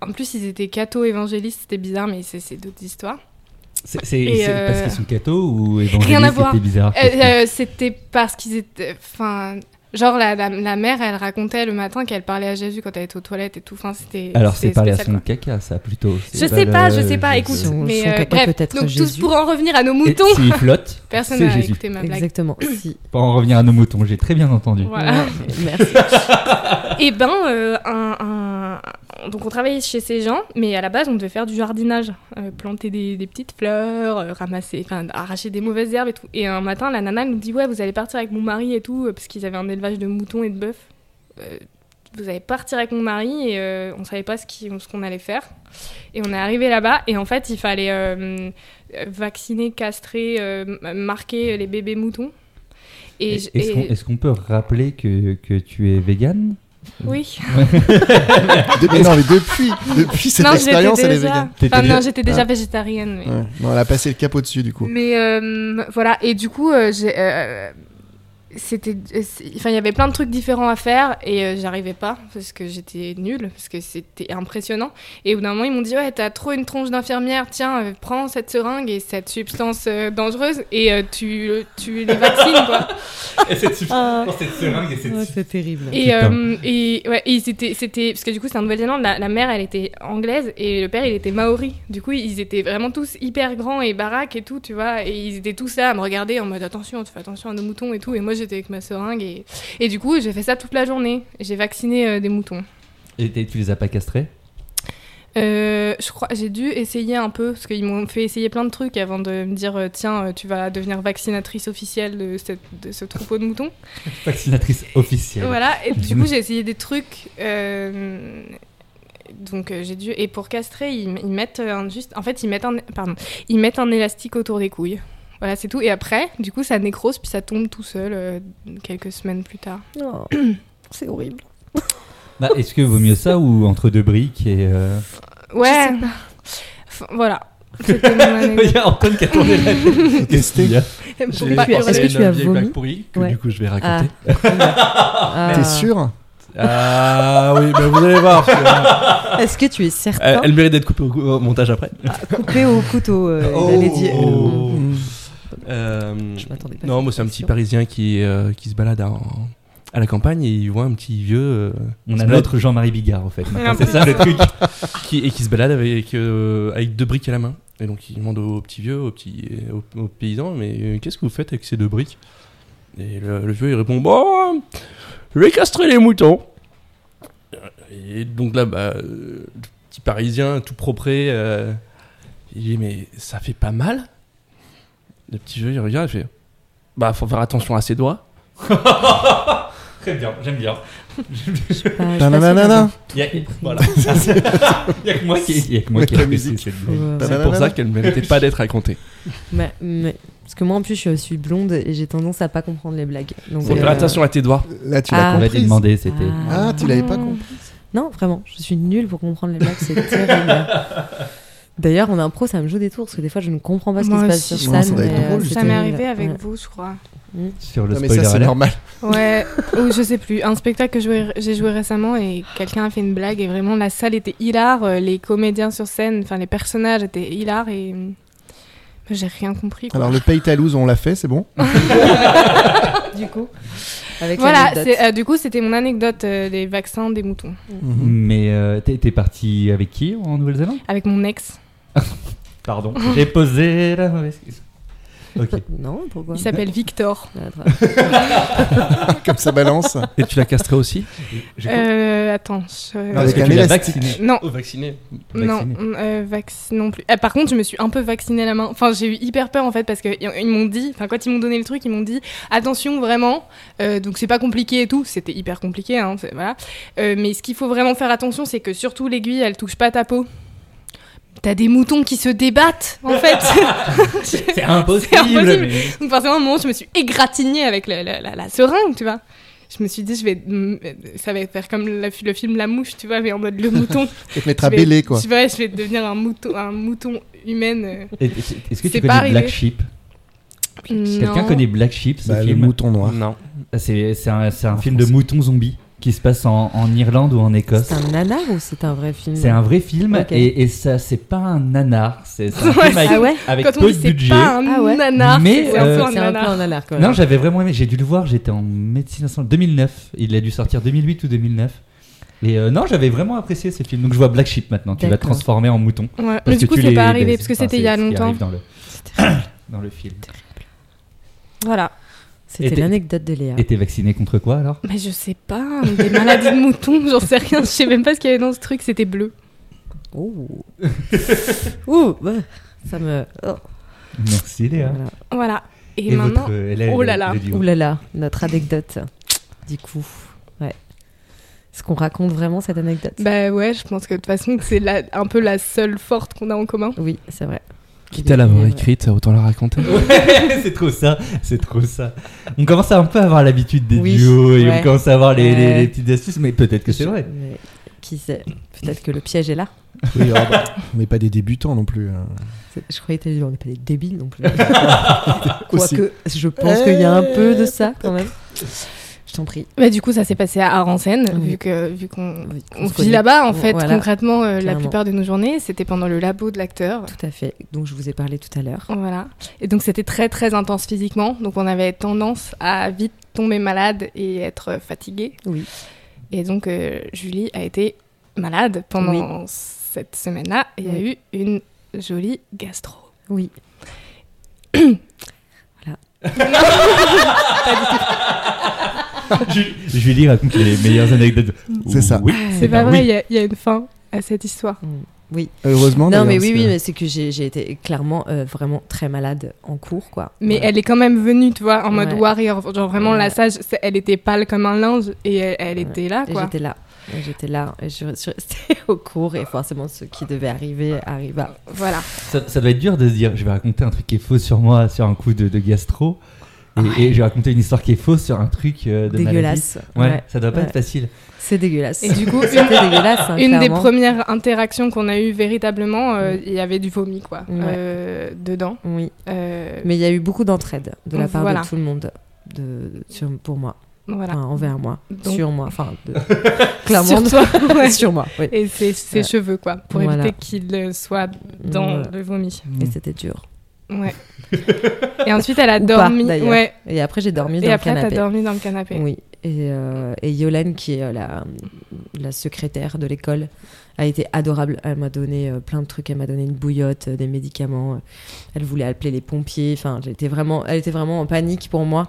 En plus, ils étaient cathos évangélistes, c'était bizarre, mais c'est c'est d'autres histoires.
C'est c'est-
Et
c'est
euh,
parce qu'ils sont cathos ou
rien à
évangélistes
voir.
C'était bizarre.
Euh, euh, c'était parce qu'ils étaient. Enfin, genre, la, la, la mère, elle racontait le matin qu'elle parlait à Jésus quand elle était aux toilettes et tout. Enfin, c'était.
Alors c'est
c'était
parler à
spécial,
son
quoi.
caca, ça plutôt.
Je sais
le-
pas, je sais pas,
le-
écoute.
Son-
mais
son
euh,
caca
bref,
peut-être
donc tous
Jésus.
pour en revenir à nos
Et
moutons.
S'il
[laughs]
flotte,
Personne
c'est
n'a
Jésus.
écouté ma blague. [coughs]
Exactement. Si.
Pour en revenir à nos moutons, j'ai très bien entendu.
Voilà.
Ouais, merci.
Et ben, euh, un, un- donc on travaillait chez ces gens, mais à la base on devait faire du jardinage, Euh, planter des, des petites fleurs, euh, ramasser, enfin arracher des mauvaises herbes et tout. Et un matin, la nana nous dit ouais, vous allez partir avec mon mari et tout, euh, parce qu'ils avaient un élevage de moutons et de bœufs. Euh, vous allez partir avec mon mari et euh, on savait pas ce qui- ce qu'on allait faire. Et on est arrivé là-bas et en fait il fallait euh, euh, vacciner, castrer, euh, m- marquer les bébés moutons. Et,
Et-
j-
Est-ce qu'on est-ce qu'on peut rappeler que, que tu es végane
oui.
De- mais non, mais depuis, depuis cette
non,
expérience,
j'étais
elle est
déjà...
vegan.
T'étais
Enfin, non,
déjà-
j'étais déjà
Ah.
végétarienne. Mais,
Ouais. Non, elle a passé le cap au-dessus,
[laughs]
du coup.
mais, euh, voilà. Et du coup, euh, j'ai, euh, c'était, euh, c'est- enfin, il y avait plein de trucs différents à faire et euh, j'arrivais pas parce que j'étais nulle, parce que c'était impressionnant. Et au bout d'un moment, ils m'ont dit ouais, t'as trop une tronche d'infirmière. Tiens, euh, prends cette seringue et cette substance euh, dangereuse et euh, tu, tu les vaccines quoi.
Ah,
cette seringue et cette
ouais, c'est terrible.
Et,
Putain.
euh, et, ouais, et c'était, c'était. Parce que du coup, c'est en Nouvelle-Zélande, la, la mère, elle était anglaise et le père, il était maori. Du coup, ils étaient vraiment tous hyper grands et baraques et tout, tu vois. Et ils étaient tous là à me regarder en mode attention, tu fais attention à nos moutons et tout. Et moi, j'étais avec ma seringue. Et, et du coup, j'ai fait ça toute la journée. J'ai vacciné euh, des moutons.
Et t'es- tu les as pas castrés
Euh, je crois, j'ai dû essayer un peu, parce qu'ils m'ont fait essayer plein de trucs avant de me dire euh, tiens, euh, tu vas devenir vaccinatrice officielle de, cette- de ce troupeau de moutons.
Vaccinatrice officielle.
Voilà, et du coup j'ai essayé des trucs. euh, Donc euh, j'ai dû et pour castrer ils, ils mettent un juste en fait ils mettent un pardon ils mettent un élastique autour des couilles voilà c'est tout et après du coup ça nécrose puis ça tombe tout seul euh, quelques semaines plus tard [coughs]
Oh, c'est horrible.
Bah, Est-ce que vaut mieux ça ou entre deux briques et. euh,
ouais Enfin, voilà c'était
[laughs]
mon anecdote
Il y a Antoine qui a tourné la tête. Qu'est-ce qu'il y a
Pour
J'ai
pas
j'ai
hurler.
Est-ce que tu
une
as
vieille
vomi
blague pourrie que
Ouais.
du coup je vais raconter.
Ah.
[laughs] Ah.
T'es sûr
Ah, oui, bah, vous allez voir. parce que, euh,
Est-ce que tu es
elle,
certain
elle mérite d'être coupée au, cou- au montage après.
coupé au couteau euh, il allait dire.
Oh.
Mm.
Euh,
Je m'attendais pas. à
non,
cette
moi c'est un petit
question.
Parisien qui, euh, qui se balade en- à la campagne et il voit un petit vieux euh,
On
se
a
balade-
notre Jean-Marie Bigard en fait. maintenant,
[laughs]
Non,
C'est ça le truc.
qui, et qui se balade avec, euh, avec deux briques à la main. Et donc il demande au, au petit vieux, au petit, au, au paysan, mais euh, qu'est-ce que vous faites avec ces deux briques Et le, le vieux il répond, bon, je vais castrer les moutons. Et donc là, bah, euh, le petit parisien tout propré, euh, il dit, mais ça fait pas mal Le petit vieux il revient, il fait, bah faut faire attention à ses doigts.
Très bien, j'aime bien.
Pas- je suis pas sûre
Tananana.
d'avoir
Il y a,
compris.
voilà. Ah, [laughs] Il y a que moi qui, il y a que moi qui
Avec la
apprécie
musique.
cette blague.
Ouais, ouais.
C'est pour ça qu'elle ne méritait pas d'être racontée.
Mais- mais- parce que moi en plus je suis blonde et j'ai tendance à pas comprendre les blagues. Donc,
Faut
euh,
faire attention à tes doigts.
Là, tu
Ah.
l'as
On va te
comprise.
demander, c'était.
Ah, tu l'avais pas compris.
Non, vraiment, je suis nulle pour comprendre les blagues, c'est
[laughs]
terrible. D'ailleurs, en impro, ça me joue des tours parce que des fois, je ne comprends pas ce qui
Moi
se passe
aussi.
sur
Ouais,
scène.
ça doit être
mais, euh,
drôle,
c'est
Ça m'est
terrible.
arrivé avec
Ouais.
vous, je crois.
Sur le
Non, mais
spoiler
ça, c'est
alert.
normal.
Ouais, ou je sais plus. Un spectacle que joué- j'ai joué récemment et quelqu'un a fait une blague et vraiment la salle était hilare. euh, Les comédiens sur scène, enfin les personnages étaient hilares et. euh, J'ai rien compris. quoi.
Alors, le paye ta loose, on l'a fait, c'est bon.
Du coup, avec
Voilà,
l'anecdote.
c'est- euh, du coup, c'était mon anecdote euh, des vaccins des moutons.
Mhm.
Mais euh, t'es t'es parti avec qui en Nouvelle-Zélande
Avec mon ex.
Pardon, j'ai posé la mauvaise question. Ok.
Non, pourquoi
Il s'appelle Victor.
Ah, très bien.
[laughs] Comme ça balance.
Et tu l'as castré aussi
Euh, attends. je-
Non, Avec
Parce que
un
tu l'as
élastique.
vacciné.
Non,
Vacciné.
non,
Vacciné.
euh, vac- non plus. Ah, par contre, je me suis un peu vaccinée la main. Enfin, j'ai eu hyper peur en fait parce qu'ils ils, m'ont dit, enfin, quand ils m'ont donné le truc, ils m'ont dit attention vraiment. euh, donc, c'est pas compliqué et tout. C'était hyper compliqué, hein, c'est- voilà. Euh, mais ce qu'il faut vraiment faire attention, c'est que surtout l'aiguille, elle touche pas ta peau. T'as des moutons qui se débattent en fait. [laughs]
C'est impossible.
impossible.
mais-
Donc forcément, à un moment, je me suis égratignée avec le- le- la, la seringue, tu vois. Je me suis dit, je vais, mm, ça va faire comme le, le film La Mouche, tu vois, mais en mode le mouton.
Et te mettre
Je
à
vais-
bêler, quoi.
Tu vois, je vais devenir un mouton, un mouton humaine. euh,
Et- et- Est-ce que
C'est pas
tu connais
arrivé.
Black Sheep Quelqu'un
non.
connaît Black Sheep, ce
Bah, le
film
mouton noir.
Non.
C'est c'est un, c'est un
En
film de
français.
moutons zombies qui se passe en, en Irlande ou en Écosse.
C'est un nanar ou c'est un vrai film
C'est un vrai film
Ok.
et, et ça, c'est pas un nanar. C'est c'est
[laughs]
un
Ouais,
film avec,
Ah ouais
avec
Quand on
peu
dit
de
c'est
budget.
pas un
Ah ouais.
nanar,
Mais,
c'est un peu
euh,
un
C'est un peu
nanar.
un nanar quand même.
Non, j'avais vraiment aimé. J'ai dû le voir. J'étais en médecine ensemble. 2009. Il a dû sortir 2008 ou 2009. Et euh, non, j'avais vraiment apprécié ce film. Donc je vois Black Sheep maintenant. Tu vas te
D'accord.
transformer en mouton.
Ouais, Mais
Parce
du
que
coup,
tu
c'est
les-
pas arrivé
les-
parce que
enfin,
c'était
c'est
il y a
ce qui
longtemps.
arrive dans le, [coughs] dans le film.
Voilà.
C'était
Et t'es-
l'anecdote de Léa.
Et t'es vacciné contre quoi alors
Mais je sais pas, hein, des maladies de moutons, j'en sais rien. Je sais même pas ce qu'il y avait dans ce truc, c'était bleu.
Oh. Ouh, bah, ça me. oh,
Merci Léa.
voilà.
Voilà. Et, maintenant,
votre- elle a-
oh là
elle a
là.
dit-
Ouh là là, notre anecdote. Du coup, ouais. Est-ce qu'on raconte vraiment cette anecdote
bah ouais, je pense que de toute façon, c'est la- un peu la seule forte qu'on a en commun.
Oui, c'est vrai.
Quitte à l'avoir écrite, autant la raconter.
Ouais, [laughs] c'est trop ça, c'est trop ça. On commence à un peu avoir l'habitude des
Oui,
duos et
ouais.
on commence à avoir les, les-
Ouais.
les petites astuces, mais peut-être que c'est vrai.
Mais Qui sait Peut-être que le piège est là.
[laughs] Oui, ah bah, on n'est pas des débutants non plus. hein.
C'est- Je croyais que t'allais dire, on n'est pas des débiles
[laughs]
non plus.
Aussi.
Quoique, je pense qu'il y a un peu de ça
[laughs]
quand même. Je t'en prie.
Bah du coup, ça s'est passé à Aransen,
Oui.
vu que vu qu'on
Oui,
on
se
vit
connaît.
là-bas en fait.
Voilà,
Concrètement, euh, la
clairement.
plupart de nos journées, c'était pendant le labo de l'acteur.
Tout à fait. Donc je vous ai parlé tout à l'heure.
Voilà. Et donc c'était très très intense physiquement, donc on avait tendance à vite tomber malade et être fatigué.
Oui.
Et donc euh, Julie a été malade pendant cette semaine-là. et Il y a eu
Oui. Eh
une jolie gastro.
Oui.
Bah,
[laughs] Ju- Julie raconte les meilleures anecdotes.
C'est ça.
Oui,
Ah, C'est pas
oui.
ben
vrai, il y a- il y, a une fin à cette histoire.
Heureusement.
Non,
d'ailleurs,
mais
parce
oui,
que-
euh.
oui, mais c'est que j'ai j'ai été clairement euh, vraiment très malade en cours, quoi.
Mais
Voilà.
elle est quand même venue, tu vois, en mode
Ouais.
warrior. Genre vraiment, la
Ouais.
sage, c'est- elle était pâle comme un linge et elle, elle
Ouais.
était là,
Et
quoi.
J'étais là, Et j'étais là, et je, je suis restée [laughs] au cours, et forcément, ce qui devait arriver arriva.
Voilà.
Ça, ça doit être dur de se dire, je vais raconter un truc qui est faux sur moi, sur un coup de, de gastro,
Ah.
et, et je vais raconter une histoire qui est fausse sur un truc euh, de maladie.
Dégueulasse.
Ouais, ça doit pas
ouais.
être facile.
C'est dégueulasse.
Et du coup,
[laughs] c'était dégueulasse. hein,
Une des
clairement.
premières interactions qu'on a eues véritablement, euh, il y avait du vomi, quoi,
Ouais.
euh, dedans.
Oui,
Euh,
mais il y a eu beaucoup d'entraide de la part
Voilà.
de tout le monde. De, sur, pour moi,
voilà.
Enfin, envers moi,
Donc-
sur moi, enfin,
[laughs]
de- clairement,
Sur toi, ouais.
[laughs] sur moi, oui.
Et ses, ses
Ouais.
cheveux, quoi, pour
Voilà.
éviter qu'il euh, soit dans
Voilà.
le vomi.
euh, Et c'était dur.
Ouais. et ensuite, elle a
[laughs] Ou pas,
dormi.
d'ailleurs.
ouais.
Et après, j'ai dormi
Et
dans
après,
le
t'as
canapé.
dormi dans le canapé.
Oui, et, euh, et Yolène, qui est euh, la, la secrétaire de l'école, a été adorable. Elle m'a donné euh, plein de trucs, elle m'a donné une bouillotte, euh, des médicaments. euh, Elle voulait appeler les pompiers. Enfin, j'étais vraiment, elle était vraiment en panique pour moi.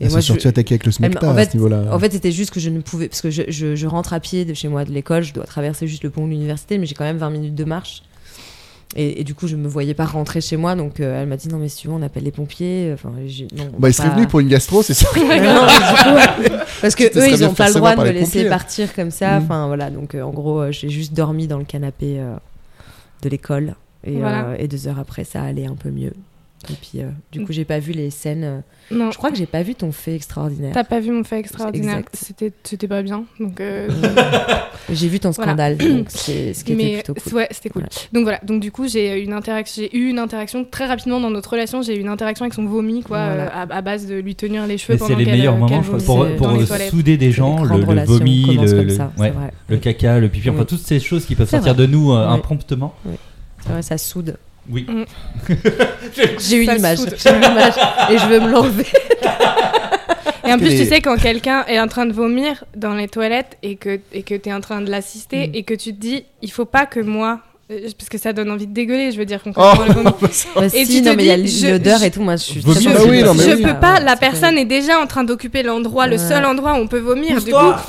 Elles sont
moi, je-
Ah, surtout attaquées avec le
elle m'a-
smecta
en
à
fait,
ce niveau-là.
en fait, c'était juste que je ne pouvais. Parce que je, je- je rentre à pied de chez moi, de l'école, je dois traverser juste le pont de l'université, mais j'ai quand même 20 minutes de marche. Et, et du coup, je me voyais pas rentrer chez moi, donc euh, elle m'a dit non, mais si tu veux, on appelle les pompiers. Enfin, j'ai- non, on
bah,
va
il serait
pas-
venu pour [laughs] une gastro, c'est ça.
[laughs] Ouais, non, mais du coup, [laughs] parce que
Tu te
eux,
serais
ils
bien
ont pas le
forcément
droit de
par
me
les
laisser
pompiers.
partir comme ça.
Mhm.
Enfin, voilà. Donc, euh, en gros, euh, j'ai juste dormi dans le canapé euh, de l'école. Et,
Voilà.
euh, et deux heures après, ça allait un peu mieux. Et puis, euh, du
Mm.
coup, j'ai pas vu les scènes. euh,
Non,
Je crois que j'ai pas vu ton fait extraordinaire.
t'as pas vu mon fait extraordinaire.
exact.
C'était c'était pas bien. Donc,
[laughs]
euh,
J'ai vu ton
Voilà.
scandale,
[coughs]
donc c'est ce qui
mais
était plutôt cool.
ouais, c'était cool.
Ouais.
Donc voilà, donc du coup, j'ai eu une interaction, j'ai eu une interaction très rapidement dans notre relation, j'ai eu une interaction avec son vomi quoi
Voilà.
euh, à, à base de lui tenir les cheveux
Mais c'est
pendant
les
qu'elle
meilleurs
euh,
moments
qu'elle
je crois,
vomissait
pour,
dans
pour
les
euh,
toilettes.
souder des gens,
Les
le,
grandes
le
relations
vomi, le,
commencent comme
le-
ça, c'est
ouais,
vrai.
le caca, le pipi, enfin
Oui.
toutes ces choses qui peuvent
C'est
sortir de nous euh,
Oui.
impromptement.
C'est vrai, ça soude.
Oui. [laughs]
J'ai une
Mm. Ça
image,
soude.
j'ai une image et je veux me l'enlever.
Et en plus,
Et
tu
les-
sais, quand quelqu'un est en train de vomir dans les toilettes et que et que t'es en train de l'assister
Mm.
et que tu te dis, il faut pas que moi, euh, parce que ça donne envie de dégueuler. Je veux dire, concrètement, le
[laughs]
vomi.
Oh,
Bah,
Et
si,
tu
non,
te
mais il y a
dis, je-
l'odeur
je-
et tout. Moi, je suis
Vomis,
très
bah
sensible
oui,
à
non, mais
ça.
je
oui.
peux pas,
Ouais,
la
Ah, c'est
personne est déjà en train d'occuper l'endroit, le
Ouais.
seul endroit où on peut vomir. Du coup,
Pousse-toi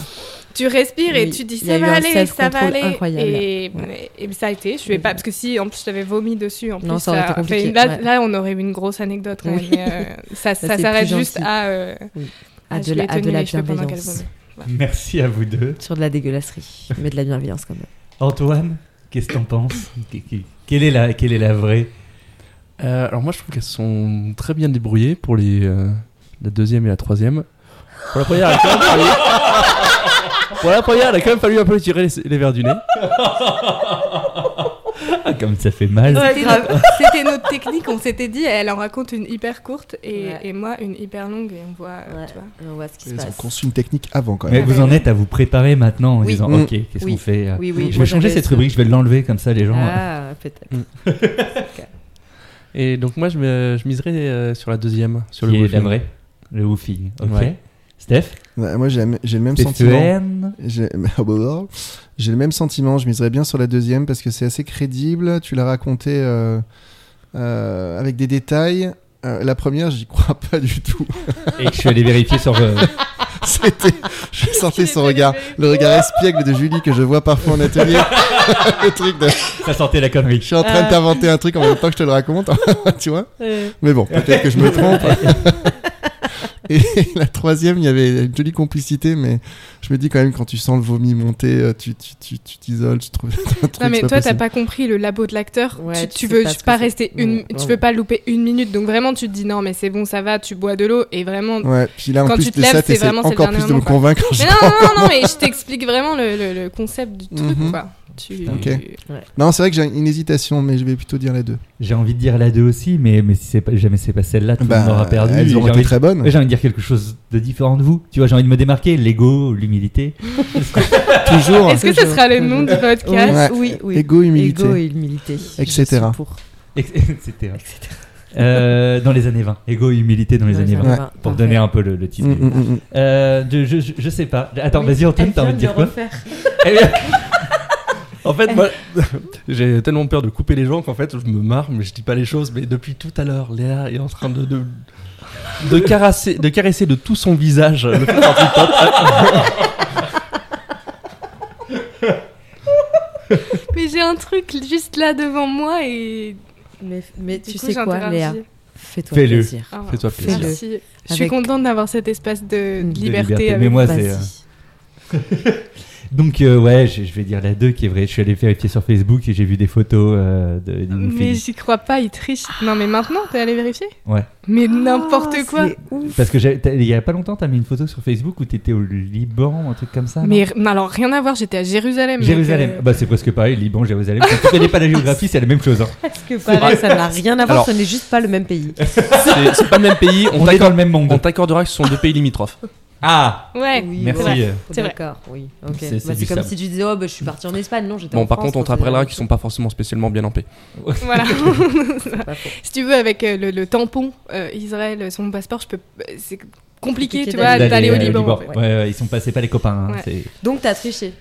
tu respires et
Oui,
tu dis
il y a
ça
eu
va
un
aller, ça va
self-control
aller.
incroyable.
Et, et ça a été. Je vais pas, parce que si en plus je t'avais vomi dessus, en
Non,
plus,
ça aurait été
fait
compliqué,
une- là,
ouais.
là, on aurait eu une grosse anecdote. quand même,
Oui.
mais, euh, ça
[laughs] Ça,
ça
c'est
s'arrête
plus
juste
gentil.
à. euh,
À
je
de la,
l'ai
à de
tenu
la
les cheveux pendant qu'elle
bienveillance.
vomit.
Merci à vous deux.
Sur de la [laughs] dégueulasserie, mais de la bienveillance quand même.
Antoine, qu'est-ce que t'en penses Qu- qu- quelle est, la, quelle est la vraie
Euh, alors moi je trouve qu'elles sont très bien débrouillées pour les euh, la deuxième et la troisième. Pour la première, il a quand même fallu, [laughs] pour la première, il a quand même fallu un peu tirer les, les verres du nez.
[laughs] Ah, comme ça fait mal
C'était notre- [laughs] C'était notre technique, on s'était dit, elle en raconte une hyper courte et,
Ouais.
et moi une hyper longue et on voit, euh, tu vois.
On voit ce qui se
Ils ont
passe.
conçu une technique avant quand
Mais
même.
vous en êtes à vous préparer maintenant en
Oui.
disant
Mm.
Ok, qu'est-ce
Oui.
qu'on fait euh,
Oui, oui,
Je vais
moi,
changer
j'avais
cette
ce-
rubrique, je vais l'enlever comme ça les gens. euh,
Ah, peut-être.
Et donc moi je, me- je miserais euh, sur la deuxième, sur le
qui est
woofing.
la vraie Le woofing. Ok.
Ouais.
Steph
Ouais, moi, j'ai la m- j'ai le même sentiment.
TFN
J'ai [laughs] bah, j'ai le même sentiment, je miserais bien sur la deuxième parce que c'est assez crédible, tu l'as raconté euh, euh, avec des détails. Euh, la première, j'y crois pas du tout. [laughs]
Et que je suis allé vérifier sur. euh,
C'était, je sentais
Il
son
était
regard,
levé.
le regard espiègle de Julie que je vois parfois en atelier. [laughs] le truc de,
ça sentait la
je
connerie.
suis en train de t'inventer un truc en même temps que je te le raconte, [laughs] tu vois.
Euh,
Mais bon, peut-être que je me trompe. [laughs] Et la troisième, il y avait une jolie complicité, mais je me dis quand même, quand tu sens le vomi monter, euh, tu tu- tu- tu t'isoles, tu, trouves [laughs] un truc.
Non mais
c'est pas
toi t'as
possible.
pas compris le labo de l'acteur.
Ouais,
tu,
tu
tu
sais
veux
pas
pas,
ce que c'est.
rester une,
Ouais,
tu
ouais.
veux pas louper une minute. Donc vraiment tu te dis non mais c'est bon ça va, tu bois de l'eau
[laughs]
et vraiment.
Ouais, puis là, en
Quand
plus
tu te
de
lèves,
ça,
c'est
t'essaies
vraiment, c'est le
encore
dernier
plus de me
moment, quoi.
convaincre. je
Mais non
crois.
non non, non, mais je t'explique vraiment le, le- le concept du truc
Mhm.
quoi. Tu...
Ok. Non, c'est vrai que j'ai une hésitation, mais je vais plutôt dire les deux.
J'ai envie de dire la 2 aussi, mais, mais si c'est pas, jamais c'est pas celle-là, tout le
Bah,
monde aura perdu. et
Elles
J'ai
auraient été
envie,
très bonnes.
j'ai envie de dire quelque chose de différent de vous. Tu vois, j'ai envie de me démarquer. L'ego, l'humilité.
[laughs]
[laughs]
Toujours. hein.
Est-ce que ce
Toujours,
sera le nom du
toujours.
podcast
[laughs] Ouais.
Oui, oui.
Égo, humilité.
Ego et humilité.
Etc.
Je suis pour.
etc. Euh, dans les années 20. Ego et humilité dans les années 20.
années
Pour donner un peu le, le titre.
Mm, mm, mm, mm.
Euh, de- je, je, je sais pas. Attends, vas-y, Antoine, t'as envie de dire quoi Eh bien,
En fait, moi, [laughs] j'ai tellement peur de couper les gens qu'en fait, je me marre, mais je dis pas les choses. Mais depuis tout à l'heure, Léa est en train de de, de caresser, de caresser de tout son visage. le fait d'en dire pas.
Mais j'ai un truc juste là devant moi et
Mais, mais tu
du coup,
sais quoi,
j'interagis.
Léa Fais-toi
Fais-le.
plaisir.
Ah,
Fais-toi plaisir.
Fais-le.
Merci. Je suis
Avec-
contente d'avoir cet espace de, de
De
liberté,
liberté,
avec
mais moi,
vous.
c'est,
Vas-y.
euh, donc, euh, ouais, je, je vais dire la 2 qui est vraie. Je suis allé vérifier sur Facebook et j'ai vu des photos euh, de, d'une
Mais
fille.
j'y crois pas, il triche. Non, mais maintenant, t'es allé vérifier
Ouais.
Mais n'importe
Ah,
quoi.
c'est ouf.
Parce que j'ai- t'as- il y a pas longtemps, t'as mis une photo sur Facebook où t'étais au Liban, un truc comme ça. non
Mais r- non, alors, rien à voir, j'étais à Jérusalem. donc,
Jérusalem.
euh,
Bah, c'est presque pareil, Liban, Jérusalem. Quand tu connais pas la géographie, c'est la même chose. hein.
Parce que pareil, ça n'a rien à voir,
Alors-
ce n'est juste pas le même pays.
C'est- C'est pas le même pays. On,
On est
t'accorde-
dans le même
on
monde.
t'accordera que ce sont deux pays limitrophes.
Ah
Ouais,
[laughs] Oui,
Merci.
c'est vrai.
euh,
C'est vrai.
D'accord, oui. ok. Bah,
C'est- c'est
C'est
du
comme
sable.
si tu disais, oh, bah, je suis parti en Espagne. Non, j'étais
Bon,
en
par
France
contre, on te
quand
rappellera
j'étais-
qu'ils sont pas forcément spécialement bien en paix.
Voilà. [laughs]
C'est pas faux.
si tu veux, avec euh, le, le tampon euh, Israël, son passeport, je peux. euh, C'est compliqué,
Compliqué
tu vois,
d'aller-
d'aller Ah, au
euh,
Liban. en fait.
Ouais, ouais, ils sont passés pas les copains. hein,
Ouais.
c'est-
Donc, t'as triché.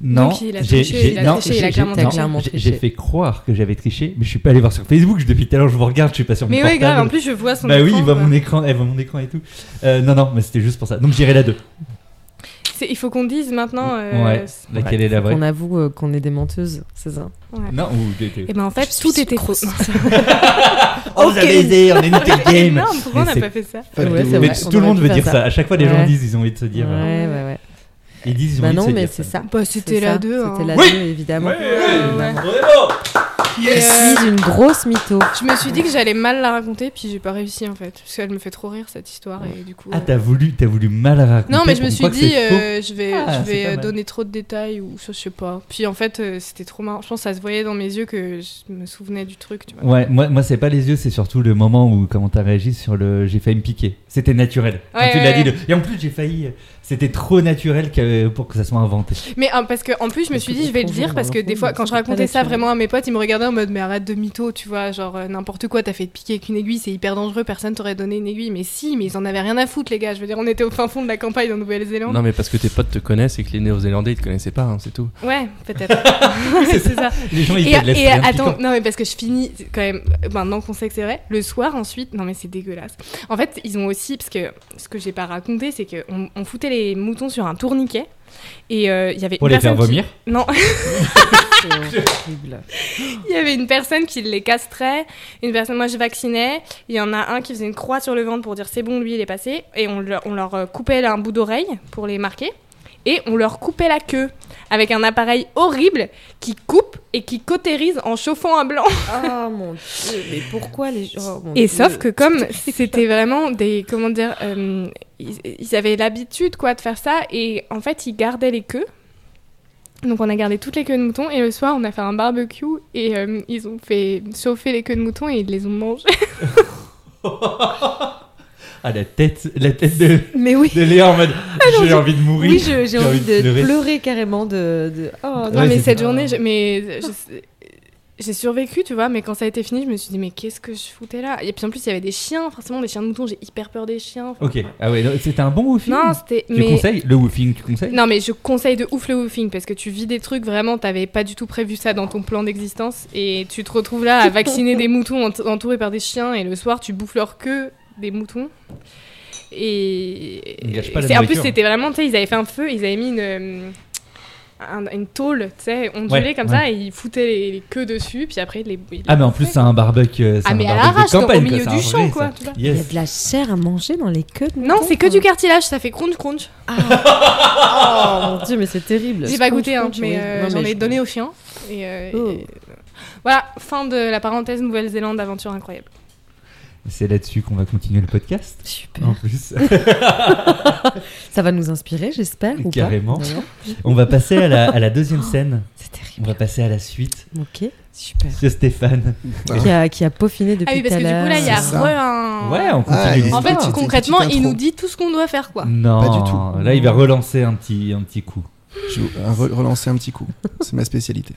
Non,
Donc, il a
j'ai-
triché,
j'ai-
il a
non,
triché, il a
j'ai-
clairement
non,
triché.
Clairement
j'ai-
triché.
J'ai fait croire que j'avais triché, mais je suis pas allé voir sur Facebook. je- Depuis tout à l'heure, je vous regarde, je suis pas sur mon
Mais ouais,
portable.
grave, en plus, je vois son
Bah oui,
écran, euh,
il voit
quoi.
mon écran, elle voit mon écran et tout. Euh, non, non, mais c'était juste pour ça. Donc j'irai la 2.
C'est- Il faut qu'on dise maintenant. euh,
ouais,
c'est-
laquelle est la vraie
On avoue euh, qu'on est des menteuses, c'est ça.
ouais.
Non, ou des- des-
Et ben en fait, tout était faux. Non, [laughs] c'est
Oh, vous avez aidé, on est une
[laughs] vrai.
game
énorme, pourquoi on
Mais
n'a
c'est-
pas fait ça
Fabio.
Ouais, c'est
Mais
vrai.
tout
on
le
aurait
monde
pu
veut
faire
dire
ça.
ça. À chaque fois, les gens
Ouais.
disent, ils ont envie de se dire. euh,
Ouais, ouais, ouais.
Ils disent, ils ont
Bah
envie de
non,
se
mais
dire.
c'est
ça.
ça.
Bah,
C'est
c'était la
ça,
2.
C'était la hein. 2, évidemment. Évidemment. Je
Yes.
suis une grosse
[laughs]
mytho.
Je me suis dit que j'allais mal la raconter, puis j'ai pas réussi en fait. Parce qu'elle me fait trop rire cette histoire. Et du coup,
Ah,
euh,
t'as voulu, t'as voulu mal raconter.
Non, mais je
pour
me
qu'on
suis
croie que
dit,
c'est faux.
euh, je vais,
Ah,
je
c'est
vais
pas
euh,
mal.
donner trop de détails ou ça, je sais pas. Puis en fait, euh, c'était trop marrant. Je pense que ça se voyait dans mes yeux que je me souvenais du truc, tu vois.
Ouais, moi, moi c'est pas les yeux, c'est surtout le moment où comment t'as réagi sur le j'ai failli me piquer. C'était naturel. Quand
Ouais,
tu
ouais,
l'as dit,
ouais.
le- et en plus j'ai failli. C'était trop naturel que- pour que ça soit inventé. [laughs]
Mais hein, parce que en plus, je me
Parce
suis
que
dit, je vais le
pour
dire
vous,
parce que
alors,
des fois,
c'est
quand je
pas
racontais ça
naturel.
vraiment à mes potes, ils me regardaient en mode, mais arrête de mytho, tu vois, genre euh, n'importe quoi, t'as fait te piquer avec une aiguille, c'est hyper dangereux, personne t'aurait donné une aiguille. Mais si, mais ils en avaient rien à foutre, les gars. Je veux dire, on était au fin fond de la campagne en Nouvelle-Zélande.
Non, mais parce que tes potes te connaissent et que les Néo-Zélandais ils te connaissaient pas, hein, c'est tout.
Ouais,
[laughs]
peut-être. [laughs] c'est ça.
Les gens ils
Et,
te laissent
et
rien de
attends,
piquant.
non mais parce que je finis quand même, maintenant qu'on sait que c'est vrai, le soir ensuite, non mais c'est dégueulasse. En fait, ils ont aussi, parce que ce que j'ai pas raconté, c'est qu'on on foutait les moutons sur un tourniquet et euh, il y avait
Pour
une
les faire
personne qui- [laughs]
vomir.
Non,
C'est horrible.
[laughs] il y avait une personne qui les castrait, une personne, moi je vaccinais, il y en a un qui faisait une croix sur le ventre pour dire c'est bon, lui il est passé, et on leur, on leur euh, coupait là, un bout d'oreille pour les marquer, et on leur coupait la queue avec un appareil horrible qui coupe et qui cautérise en chauffant à blanc.
Oh mon dieu, mais pourquoi les gens. oh, mon
Et
Dieu.
sauf que comme c'était vraiment des comment dire, euh, ils, ils avaient l'habitude quoi de faire ça et en fait ils gardaient les queues. Donc on a gardé toutes les queues de moutons et le soir on a fait un barbecue et euh, ils ont fait chauffer les queues de moutons et ils les ont mangées.
Ah la tête, la tête de,
Mais oui.
de Léa en mode
Ah,
j'ai
j'ai-
envie de mourir.
Oui, je- j'ai envie de
pleurer.
pleurer carrément de. de- Oh
non
Ouais,
mais
c'est
cette
ça.
journée, je- mais euh, je- j'ai survécu tu vois, mais quand ça a été fini je me suis dit mais qu'est-ce que je foutais là Et puis en plus il y avait des chiens, forcément des chiens de moutons, j'ai hyper peur des chiens. enfin,
Ok. Ah ouais, non, c'était un bon woofing.
Non c'était
tu
mais
conseilles le woofing, tu conseilles
Non, mais je conseille de ouf le woofing parce que tu vis des trucs vraiment, t'avais pas du tout prévu ça dans ton plan d'existence et tu te retrouves là à vacciner des moutons ent- entourés par des chiens et le soir tu bouffes leur queue des moutons. Et.
Ils gâchent pas la
c'est- en plus,
nourriture.
c'était vraiment, tu sais, ils avaient fait un feu, ils avaient mis une. euh, un- une tôle, tu sais, ondulée
Ouais,
comme ça, et ils foutaient les, les queues dessus, puis après, ils les. ils les
Ah mais en plus
bouffaient.
c'est un barbecue, euh, c'est
Ah,
un
mais à
barbecue de
l'arrache, donc, au
campagne, quoi,
milieu
c'est
du
un
champ,
vrai,
quoi,
ça.
tu vois.
Il y a
Yes.
de la chair à manger dans les queues de
Non,
mouton,
c'est que du
hein.
quoi.
cartilage, ça fait crunch crunch.
Ah, Oh mon dieu, mais c'est terrible.
J'ai pas
Je pense
goûté, hein,
que-
mais
oui.
euh,
Non,
j'en
mais
ai
je-
donné au chien. Et, euh,
Oh.
et- Voilà, fin de la parenthèse Nouvelle-Zélande, aventure incroyable.
C'est là-dessus qu'on va continuer le podcast.
Super.
En plus,
Ça va nous inspirer, j'espère, ou
Carrément.
pas Carrément.
on va passer à la, à la deuxième scène.
C'est
On
terrible.
va passer à la suite
Ok, super.
de Stéphane.
Qui a, qui a peaufiné depuis
Ah oui, parce
tout
que
à
du coup,
l'heure.
là, il y a
C'est ça.
re un.
Ouais, on continue.
Ah, et-
En
l'histoire.
fait,
Ah,
concrètement,
c'était une petite
il nous
intro.
dit tout ce qu'on doit faire, quoi.
Non,
Pas du tout.
Là, il va relancer un petit, un petit coup.
Je vais un re- relancer un petit coup. C'est ma spécialité.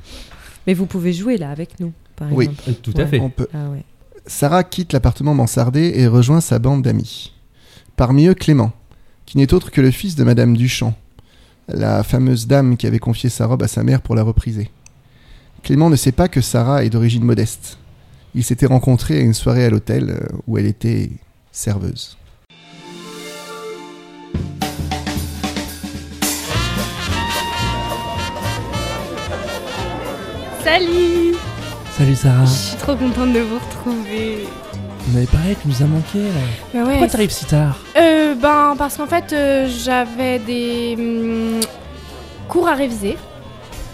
Mais vous pouvez jouer là avec nous, par
Oui.
exemple.
Euh, Tout à
Ouais.
fait.
On peut.
Ah ouais.
Sarah quitte l'appartement mansardé et rejoint sa bande d'amis. Parmi eux, Clément, qui n'est autre que le fils de Madame Duchamp, la fameuse dame qui avait confié sa robe à sa mère pour la repriser. Clément ne sait pas que Sarah est d'origine modeste. Ils s'étaient rencontrés à une soirée à l'hôtel euh, où elle était serveuse.
Salut
Salut Sarah.
Je suis trop contente de vous retrouver.
Vous m'avez parlé, tu nous as manqué là.
Bah
Pourquoi
ouais.
t'arrives si tard
Euh, ben, parce qu'en fait, euh, j'avais des hum, cours à réviser.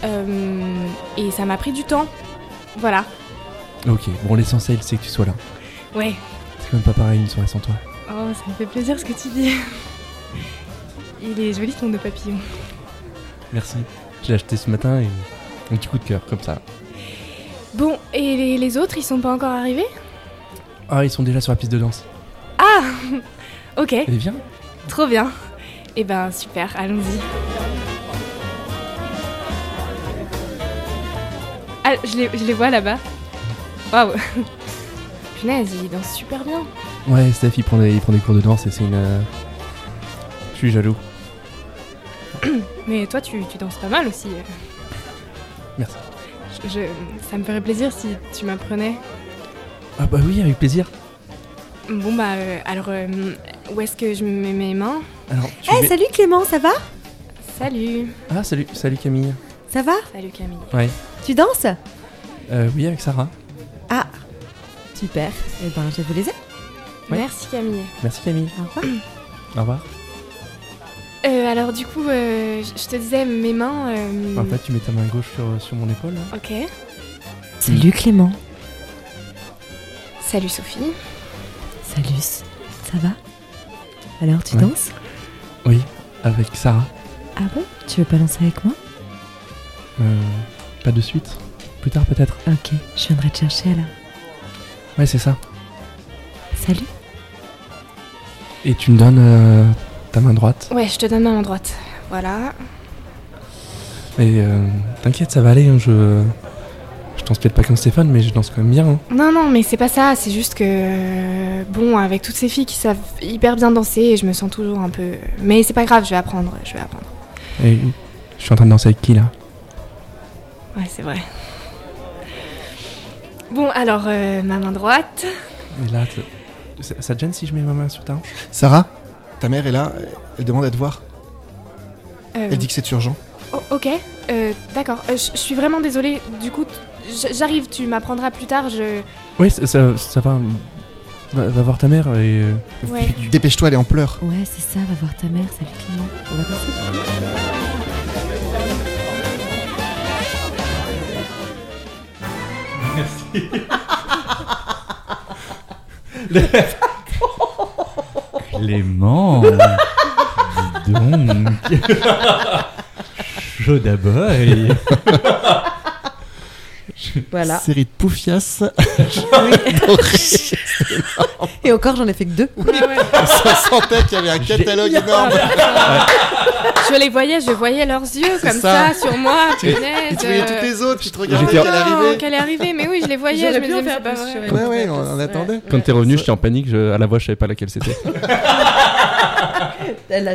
Euh, et ça m'a pris du temps. Voilà.
Ok, bon, l'essentiel c'est que tu sois là.
Ouais.
C'est quand même pas pareil une soirée sans toi.
Oh, ça me fait plaisir ce que tu dis. Il est joli ton de papillon.
Merci. Je l'ai acheté ce matin et un petit coup de cœur, comme ça.
Bon, et les, les autres, ils sont pas encore arrivés
Ah, ils sont déjà sur la piste de danse.
Ok,
Eh,
Allez, viens.
trop bien. Eh ben, super, allons-y. Ah, je les, je les vois là-bas. Waouh Punaise, ils dansent super bien.
Ouais, Steph, il prend des, il prend des cours de danse et c'est une. euh, Je suis jaloux.
Mais toi, tu, tu danses pas mal aussi.
Merci.
Je- je- ça me ferait plaisir si tu m'apprenais.
Ah bah oui, avec plaisir.
Bon, bah, euh, alors, euh, où est-ce que je mets mes mains
Alors, tu
Eh,
mets-
salut Clément, ça va
Salut
Ah, salut, salut Camille.
Ça va
Salut Camille.
Tu danses
Euh, oui, avec Sarah.
Ah, super. Eh ben, je vous les ai.
Ouais.
Merci Camille.
Merci Camille.
Au revoir.
Au revoir.
Euh, alors, du coup, euh, je je te disais mes mains.
Mm.
euh,
En fait, tu mets ta main gauche sur, sur mon épaule. là.
Ok.
[clears throat] Salut Clément.
Salut Sophie.
Salut. Ça va Alors, tu
Ouais.
danses
Oui, avec Sarah.
Ah bon Tu veux pas danser avec moi
Euh, pas de suite. Plus tard peut-être.
Ok, je viendrai te chercher alors.
Ouais, c'est ça.
Salut.
Et tu me donnes euh, ta main droite.
Ouais, je te donne ma main droite. Voilà.
Et euh, t'inquiète, ça va aller. hein, je je danse peut-être pas comme Stéphane, mais je danse quand même bien. hein.
Non, non, mais c'est pas ça, c'est juste que. euh, Bon, avec toutes ces filles qui savent hyper bien danser, je me sens toujours un peu. Mais c'est pas grave, je vais apprendre, je vais apprendre.
Et je suis en train de danser avec qui là
Ouais, c'est vrai. Bon, alors, euh, ma main droite.
Et là, te- ça, ça te gêne si je mets ma main sur ta hanche
Sarah, ta mère est là, elle demande à te voir.
Euh,
Elle dit que c'est urgent.
oh, ok, euh, d'accord. Euh, je je suis vraiment désolée, du coup, j- j'arrive, tu m'apprendras plus tard, je.
Oui, ça, ça, ça va. Va, va voir ta mère et. euh,
Ouais.
Dépêche-toi, elle est en pleurs.
Ouais, c'est ça, va voir ta mère. Salut Clément. On va danser
[laughs] Merci. Clément Dis donc Chaud d'abord et...
Voilà.
Série de [laughs] poufias.
Et encore, j'en ai fait que deux.
Ça sentait qu'il y avait un
J'ai-
catalogue énorme.
Je les voyais, je voyais leurs yeux
C'est
comme
ça.
ça, sur moi,
Et-
punaise.
Et tu voyais
euh,
toutes les autres qui te regardaient
J'étais
qu'elle
en-
Non,
arrivait.
qu'elle est arrivée, mais oui, je les voyais, je me disais, mais c'est pas vrai.
Ouais, ouais, on, on attendait.
Quand t'es revenu, j'étais en panique, je- à la voix, je savais pas laquelle c'était.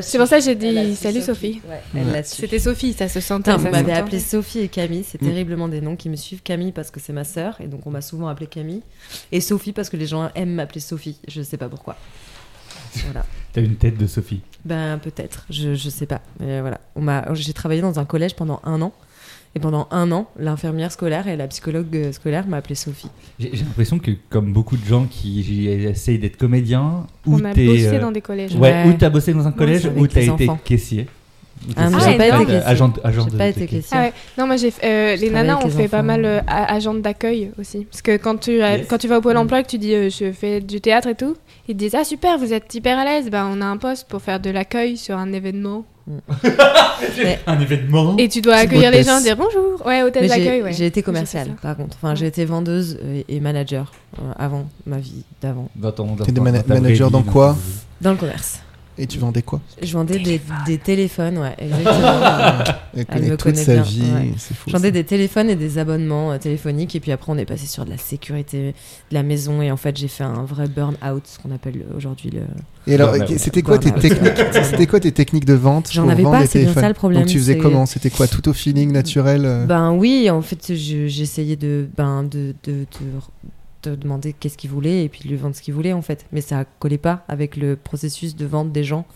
C'est pour ça que j'ai dit salut Sophie.
Ouais.
C'était Sophie, ça se sentait.
Putain,
ça
vous
se
m'avez
sentait.
appelé Sophie et Camille, c'est
Mm.
terriblement des noms qui me suivent. Camille parce que c'est ma sœur et donc on m'a souvent appelé Camille. Et Sophie parce que les gens aiment m'appeler Sophie, je sais pas pourquoi. Voilà.
T'as une tête de Sophie.
Ben peut-être, je, je sais pas. Mais voilà, on m'a, j'ai travaillé dans un collège pendant un an. Et pendant un an, l'infirmière scolaire et la psychologue euh, scolaire m'a appelée Sophie.
J'ai j'ai l'impression que, comme beaucoup de gens qui essayent d'être comédiens, ou
On a bossé dans
t'es...
des collèges.
euh, Ouais,
Ouais.
ou t'as bossé dans un collège,
avec
ou t'as
les
été
enfants.
caissier.
Ah, mais
j'ai pas été
caissier.
caissière.
Agent, agent
J'ai
de-
pas
de
été
caissier.
caissière.
Ah ouais. Non, moi j'ai euh, les
travaille
nanas
avec
ont
les
fait pas
enfants.
mal euh, a- agentes d'accueil aussi parce que quand tu euh,
Yes.
quand tu vas au pôle
Mm.
emploi et que tu dis euh, je fais du théâtre et tout, ils te disent ah super, vous êtes hyper à l'aise, bah on a un poste pour faire de l'accueil sur un événement
Un événement.
et tu dois accueillir les gens,
hôtesse.
dire bonjour. Ouais, hôtel
Mais
d'accueil,
j'ai
ouais.
j'ai été
Je
commerciale,
sais
par contre. Enfin, j'ai été vendeuse euh, et manager euh, avant ma vie d'avant,
Dans ton, dans
T'es
ton-
des mana-
dans ta vraie
managers
vie,
dans quoi
ta vie.
dans le commerce.
Et tu vendais quoi
Je vendais des, des téléphones, ouais, exactement.
Elle
me
connaît toute
connaît
sa
bien,
vie.
ouais.
C'est fou.
Je vendais
ça.
des téléphones et des abonnements euh, téléphoniques et puis après on est passé sur de la sécurité de la maison et en fait j'ai fait un vrai burn-out, ce qu'on appelle aujourd'hui le...
Et alors,
Burnout.
c'était quoi tes
Burnout.
techniques C'était quoi tes techniques de vente
J'en
pour
avais
vendre
pas,
les
c'est bien
téléphones
ça, le problème,
Donc tu faisais
c'est-
comment C'était quoi Tout au feeling naturel euh
Ben oui, en fait je- j'essayais de, ben, de, de, de- de demander qu'est-ce qu'il voulait et puis de lui vendre ce qu'il voulait en fait, mais ça collait pas avec le processus de vente des gens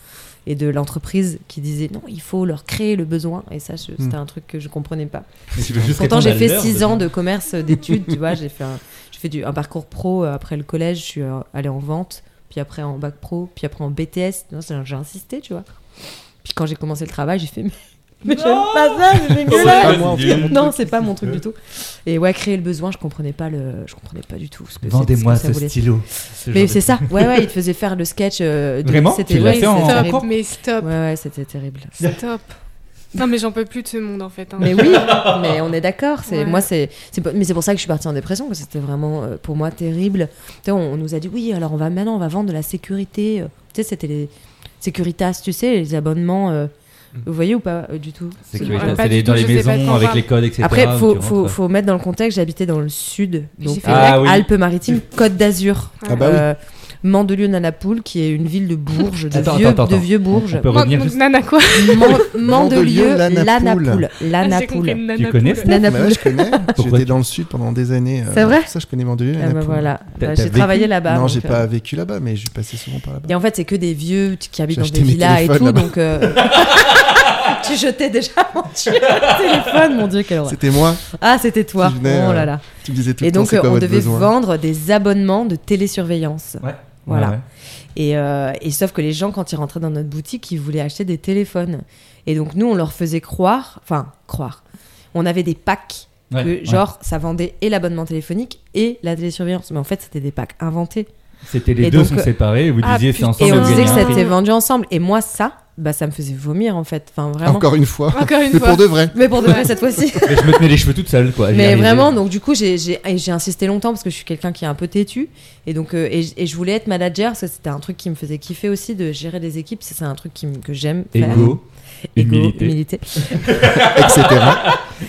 et de l'entreprise qui disait non, il faut leur créer le besoin et ça je- c'était un truc que je comprenais pas.
Tu veux juste
Pourtant, j'ai
répondre à
fait
l'heure
6 ans de commerce, euh, d'études, tu vois. J'ai fait, un, j'ai fait du, un parcours pro euh, après le collège. Je suis euh, allée en vente, puis après en bac pro, puis après en BTS. Non, c'est- J'ai insisté, tu vois. Puis quand j'ai commencé le travail, j'ai fait, mais, [laughs] mais j'aime pas ça, c'est dégueulasse.
pas moi, en fait.
Non, c'est pas mon truc du tout. Et ouais, créer le besoin, je comprenais pas le, je comprenais pas du tout ce que c'est-
Vendez-moi
ce que ça
ce
voulait.
stylo.
Mais c'est ça. Ouais, ouais, il te faisait faire le sketch. euh, de-
Vraiment
c'était,
Tu l'as
ouais,
fait en-
c'était
en
terrible.
cours
pas. Mais stop,
Ouais, ouais, c'était terrible.
stop. Non mais j'en peux plus de ce monde en fait. hein.
[laughs]
Mais oui, mais on est d'accord. C'est
Ouais.
moi, c'est, c'est pas- mais c'est pour ça que je suis partie en dépression. parce que C'était vraiment euh, pour moi terrible. Tu sais, on, on nous a dit oui, alors on va maintenant on va vendre de la sécurité. euh. Tu sais, c'était les Securitas, tu sais, les abonnements. euh,
Mm.
vous voyez ou pas euh, du tout
C'est
Ouais,
que,
pas
c'est
du
les-
tout,
dans
je
les
sais pas de
maisons
quoi on
avec
parle.
les codes, etc.
Après,
où
faut,
tu
faut,
rentres.
faut mettre dans le contexte. J'habitais dans le sud, donc
fait
euh,
Ah oui.
Alpes-Maritimes, Côte d'Azur.
Ah bah oui.
Euh, Mandelieu Nanapoul, qui est une ville de Bourges, de
Attends,
vieux,
attends, attends.
de vieux Bourges.
On peut
Man-
revenir
donc,
juste.
Nana quoi
Man-
Mandelieu,
Mandelieu
Lanapoul.
Lanapoul.
Ah, j'ai compris,
Lanapoul.
Nana
connais,
Poule.
Steph
Bah ouais,
Lanapoul.
je connais.
Pourquoi
J'étais
tu-
dans le sud pendant des années. euh,
C'est vrai
Ça, je connais Mandelieu.
Ah bah
Naples.
voilà,
T'as-
Bah,
t'as
j'ai
vécu
travaillé là-bas.
non,
donc,
j'ai
euh,
pas vécu là-bas, mais je suis passé souvent par là-bas.
Et en fait, c'est que des vieux t- qui habitent
J'ai
dans
acheté
des
mes
villas et
téléphones
tout,
là-bas.
donc euh, [laughs] tu jetais déjà [laughs] mon
[laughs]
Dieu, téléphone, mon Dieu, quelle horreur.
C'était moi.
Ah, c'était toi.
qui venais,
oh
euh,
là là.
Tu me disais tout
Et
le temps,
donc,
c'est
euh,
quoi
on
votre
devait
besoin
vendre des abonnements de télésurveillance.
Ouais.
Voilà.
Ouais, ouais.
Et, euh, et sauf que les gens, quand ils rentraient dans notre boutique, ils voulaient acheter des téléphones. Et donc, nous, on leur faisait croire, enfin, croire. On avait des packs.
Ouais,
que,
ouais.
Genre, ça vendait et l'abonnement téléphonique et la télésurveillance. Mais en fait, c'était des packs inventés.
C'était les
Et
deux
donc,
sont
euh,
séparés et vous
ah,
disiez c'est
putain,
ensemble.
Et on
le
disait que
gagnant.
ça était vendu ensemble. Et moi, ça, bah, ça me faisait vomir, en fait. Enfin, vraiment.
Encore une fois.
Encore une
Mais
fois.
pour de vrai.
Mais pour de vrai, cette
[laughs]
fois-ci.
Et je me tenais les cheveux toute seule quoi. J'y
Mais
arrivais.
vraiment, donc du coup, j'ai- j'ai et j'ai insisté longtemps parce que je suis quelqu'un qui est un peu têtu. Et donc, euh, et, j- et je voulais être manager parce que c'était un truc qui me faisait kiffer aussi de gérer des équipes. C'est c'est un truc qui me- que j'aime. faire.
Ego,
Ego,
humilité.
humilité.
etc.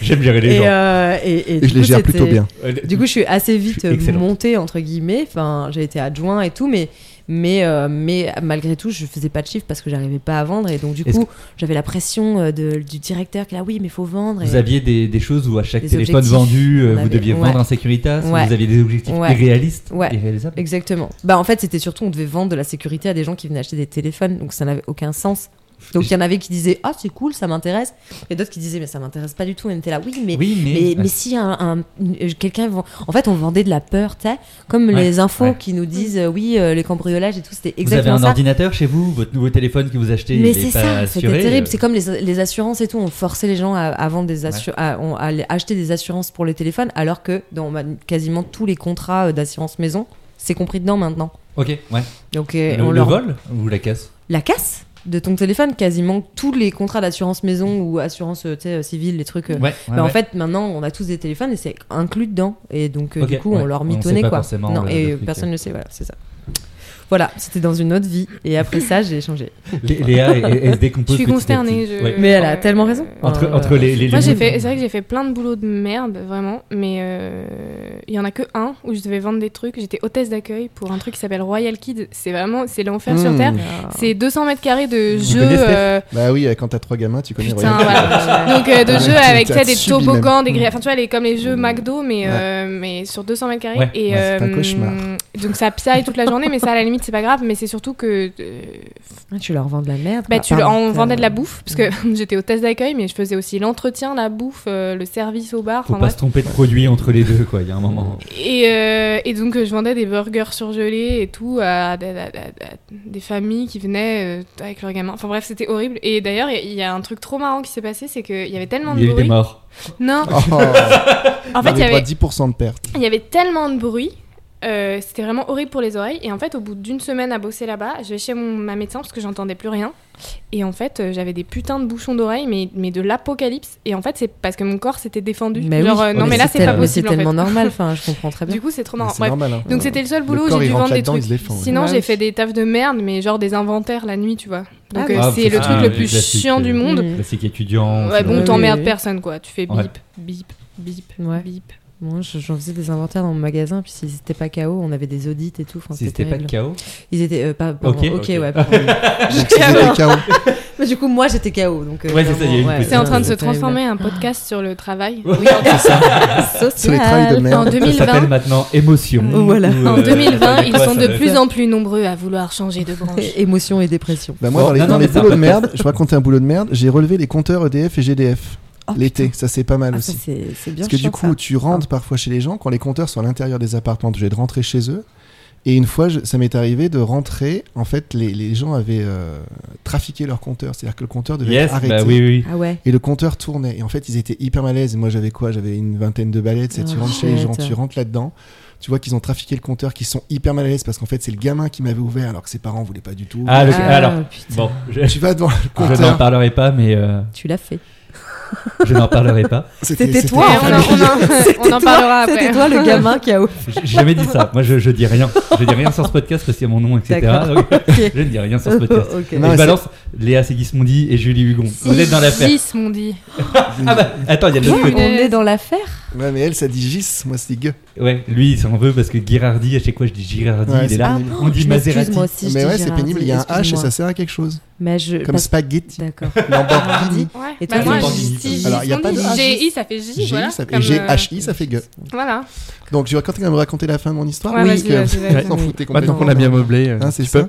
J'aime gérer les
Et,
gens.
euh, et- et
Et
du
je les
coup,
gère plutôt
c'était-
bien.
Euh,
Du coup, je suis assez
Je
vite
suis excellent.
montée entre guillemets. Enfin, j'ai été adjoint et tout, mais mais euh, mais malgré tout, je faisais pas de chiffres parce que j'arrivais pas à vendre. Et donc du
Est-ce
coup, j'avais la pression euh, de- du directeur qui là, oui, mais faut vendre. Et-
Vous aviez des, des choses où à chaque
Des
téléphone
objectifs.
vendu, euh,
On
vous
avait-
deviez
ouais.
vendre un Securitas,
Ouais.
vous aviez des objectifs
Ouais.
irréalistes,
Ouais.
irréalisables.
Exactement. Bah en fait, c'était surtout on devait vendre de la sécurité à des gens qui venaient acheter des téléphones, donc ça n'avait aucun sens. Donc il y en avait qui disaient "Ah, c'est cool, ça m'intéresse." Et d'autres qui disaient "Mais ça m'intéresse pas du tout." Et on était là "Oui, mais
Oui, mais,
mais, mais si un, un- une- quelqu'un vend- en fait on vendait de la peur tu sais comme
Ouais,
les infos
ouais.
qui nous disent euh, oui euh, les cambriolages et tout c'était
vous avez
exactement
un
ça
ordinateur chez vous, votre nouveau téléphone que vous achetez,
mais
il est
c'est
pas
ça c'était
assuré.
terrible
euh,
c'est comme les, les assurances et tout on forçait les gens à, à vendre des assu- à, on- à les- acheter des assurances pour les téléphones alors que dans bah, quasiment tous les contrats euh, d'assurance maison c'est compris dedans maintenant
Ok, ouais.
donc euh,
le,
on
le
leur
vol ou la casse
la casse de ton téléphone quasiment tous les contrats d'assurance maison ou assurance euh, tu sais, euh, civile les trucs euh,
Ouais.
bah, En fait, maintenant, on a tous des téléphones et c'est inclus dedans. Et donc, euh,
Ok,
du coup,
ouais.
on leur
On sait
mitonnait
pas
quoi.
forcément
Non,
le-
et
le
euh,
truc,
personne
euh.
ne le sait, voilà, c'est ça. Voilà, c'était dans une autre vie. Et après ça, j'ai changé.
Lé- Léa est- est- est se décompose.
Je suis
petit à
consternée.
petit. Oh,
je-
Ouais.
Mais elle a tellement raison.
Entre,
Euh,
entre les, les,
Moi,
les
j'ai
moules-
fait. C'est vrai que j'ai fait plein de boulots de merde, vraiment. Mais euh, il y en a que un où je devais vendre des trucs. J'étais hôtesse d'accueil pour un truc qui s'appelle Royal Kid. C'est vraiment, c'est l'enfer sur
Mmh.
terre.
Ah.
C'est 200 mètres carrés de
Vous
jeux.
connaissez
euh,
Bah oui, euh, quand t'as trois gamins, tu connais
putain,
rien.
voilà. Donc euh, de
Ouais,
jeux
tu-
avec
tu
tu sais,
as
des
subi
toboggans,
même.
des grilles. Enfin, tu vois, les, comme les jeux McDo, mais
Ouais.
euh, mais sur 200 mètres carrés.
Ouais,
Et
ouais, c'est un
euh,
cauchemar.
donc ça piaille toute la journée, mais ça à la limite c'est pas grave. Mais c'est surtout que euh,
Ah, Tu leur vends de la merde.
bah,
quoi. Ah,
tu, le-
Pardon,
on
ça-
vendait de la bouffe, parce que [laughs] j'étais hôtesse d'accueil, mais je faisais aussi l'entretien, la bouffe, euh, le service au bar.
Faut
enfin
pas
bref.
se tromper de produit entre les deux, quoi. Il y a un moment.
Et, euh, et donc, euh, je vendais des burgers surgelés et tout à, à- à- à- à des familles qui venaient euh, avec leurs gamins. Enfin bref, c'était horrible. Et d'ailleurs, il y, il y a un truc trop marrant qui s'est passé, c'est qu'il y avait tellement
Il y
de
a eu des
bruit.
morts.
Non,
Oh,
en fait, il y
avait
avait,
10% de perte.
il y avait tellement de bruit. euh, c'était vraiment horrible pour les oreilles. Et en fait, au bout d'une semaine à bosser là-bas, je vais chez mon, ma médecin parce que j'entendais plus rien. Et en fait, euh, j'avais des putains de bouchons d'oreilles, mais, mais de l'apocalypse. Et en fait, c'est parce que mon corps s'était défendu.
Mais oui.
Genre, euh, non,
Mais
mais là,
c'est
c'est pas
tel- mais
possible. en
C'est tellement
fait.
normal, enfin, je comprends très bien.
Du coup, c'est trop
Mais
marrant.
C'est
Bref.
normal. hein.
Donc, c'était le seul boulot
Le
où
corps,
j'ai
il
dû
rentre
vendre des
là-dedans,
trucs.
il se défend, ouais.
Sinon,
Ouais,
j'ai
oui.
fait des tafs de merde, mais genre des inventaires la nuit, tu vois. Donc,
Ah
euh,
oui.
c'est le
Ah,
truc
oui,
le plus
classique.
chiant du monde.
Mm.
Classique étudiant.
Ouais,
c'est
bon,
Oui,
vrai.
t'emmerdes
oui.
personne, quoi. Tu fais bip,
Ouais.
bip, bip,
Ouais.
bip.
Moi, je- j'en faisais des inventaires dans mon magasin, puis si c'était pas KO, on avait des audits et tout. enfin,
Si c'était
c'était
pas
terrible.
chaos.
Ils étaient euh, pas. pardon,
Ok,
ok,
ok. [laughs]
ouais. pardon.
Donc, c'était des chaos.
Mais du coup, moi, j'étais KO. Donc, euh,
Ouais, c'est ça, il y a eu une
vraiment, ouais,
petite-
C'est en train de se
c'était
[laughs]
terrible.
transformer un podcast sur le travail.
[laughs]
Sur les travails de
En
Social.
merde.
Ça s'appelle
2020,
maintenant émotion.
Oh, voilà.
Ou,
en
euh, [laughs]
2020 ils
quoi, ça
sont
va
de plus
faire
en plus nombreux à vouloir changer de branche.
É- Émotion et dépression.
Bah moi,
Bon,
dans les,
non,
dans
non,
les
mais c'est un
boulots de
podcast.
merde, je racontais un boulot de merde, j'ai relevé les compteurs EDF et GDF
Oh,
[laughs] l'été. Ça, c'est pas mal
Ah, ça,
aussi.
c'est c'est bien
Parce que du
chiant,
coup,
ça.
tu
Ah.
rentres parfois chez les gens, quand les compteurs sont à l'intérieur des appartements, tu es de rentrer chez eux. Et une fois, je- ça m'est arrivé de rentrer. En fait, les, les gens avaient euh, trafiqué leur compteur. C'est-à-dire que le compteur devait
Yes,
être arrêté.
bah oui, oui.
Ah ouais.
Et le compteur tournait. Et en fait, ils étaient hyper mal à l'aise. Et moi, j'avais quoi J'avais une vingtaine de balettes. C'est tu
Oh,
Ah,
rentres chez les gens,
chouette.
tu rentres là-dedans. Tu vois qu'ils ont trafiqué le compteur, qu'ils sont hyper mal à l'aise parce qu'en fait, c'est le gamin qui m'avait ouvert alors que ses parents voulaient pas du tout.
Ah, le-
Ah,
alors,
putain.
bon, je,
Tu vas devant le
[laughs] je n'en
compteur.
parlerai pas, mais euh,
Tu l'as fait.
je n'en parlerai pas.
C'était
Et
toi.
on, en- on en- on en parlera après. hein.
C'était toi le gamin
[laughs]
qui a ouvert.
J- J'ai jamais dit ça. Moi, je, je dis rien. Je dis rien sur ce podcast parce qu'il y a mon nom, etc.
D'accord.
Donc,
Ok.
je ne dis rien sur
[laughs]
ce podcast.
Ok.
[laughs]
Et
Non,
je
mais
balance Léa Ségismondi et Julie Hugon. Vous êtes dans l'affaire.
Six, m'ont dit.
Ah bah, attends, il y a de
On
l'autre côté.
est dans l'affaire
Ouais, mais elle, ça dit gis, moi, c'est gueux.
Ouais, lui, il s'en veut parce que Girardi, à chaque fois, je dis Girardi,
Ouais,
Ah, bah, il est
c'est
là.
pénible.
on dit
Ah, je m'excuse,
Maserati.
moi aussi, je
mais
dis
ouais, c'est
Gérardi,
pénible, il y a un H et
excuse-moi.
ça sert à quelque chose.
Mais je.
Comme
parce-
spaghetti,
D'accord.
Lamborghini.
Ouais.
Et
bah,
toi,
moi,
t'as
j'ai
dit-
dit
Alors, il y a pas de H.
GI, ça fait J,
GI,
voilà.
ça fait-
comme,
et
euh,
GHI, ça fait gueux.
Voilà.
Hmm.
Donc, tu vas quand même me raconter la fin de mon histoire
Ouais,
Oui,
vas-y,
que- [laughs]
vas-y, vas-y.
vous en foutez
Bah,
complètement.
Maintenant qu'on a bien meublé, euh,
Hein, c'est
tu peux.
ça.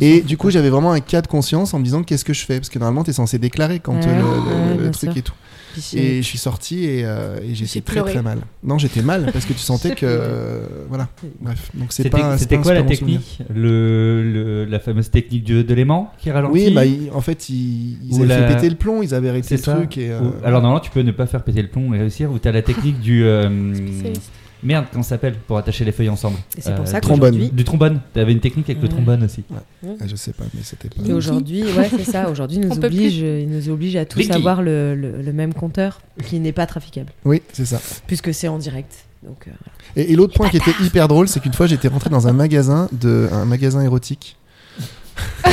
Et du coup, j'avais vraiment un cas de conscience en me disant qu'est-ce que je fais Parce que normalement, tu es censé déclarer quand
Ouais,
euh, le- le,
ouais,
le
bien
truc
sûr.
et tout.
Piché.
Et je suis sorti et, euh, et j'étais
J'ai
très
pleuré.
très mal. Non, j'étais mal parce que tu sentais que. euh, voilà. Bref. Donc, c'est
C'était
pas. c'est
c'était
pas un
quoi la
super bon souvenir.
technique le, le- La fameuse technique du- de l'aimant qui ralentit
Oui, bah, ils- en fait, ils, ils
Ou
avaient
la-
fait péter le plomb, ils avaient arrêté
C'est
le
ça.
truc. Et, euh,
Ou- Alors normalement, tu peux ne pas faire péter le plomb et réussir. Ou t'as la technique du euh,
Spécialiste.
merde, comment ça s'appelle pour attacher les feuilles ensemble
Et c'est pour
Euh, du-
ça
trombone.
qu'aujourd'hui.
Du trombone. T'avais une technique avec le
Ouais.
trombone aussi.
ah, je sais pas, mais c'était pas.
Et aujourd'hui, ouais, c'est
[laughs]
ça. Aujourd'hui, il nous
On peut
oblige, il nous oblige à tous
Vicky.
avoir le, le- le même compteur qui n'est pas traficable,
Oui, c'est ça.
puisque c'est en direct. Donc, euh,
[laughs] Et, et l'autre point qui était hyper drôle, c'est qu'une fois, j'étais rentré dans un magasin de, un magasin érotique.
Oh,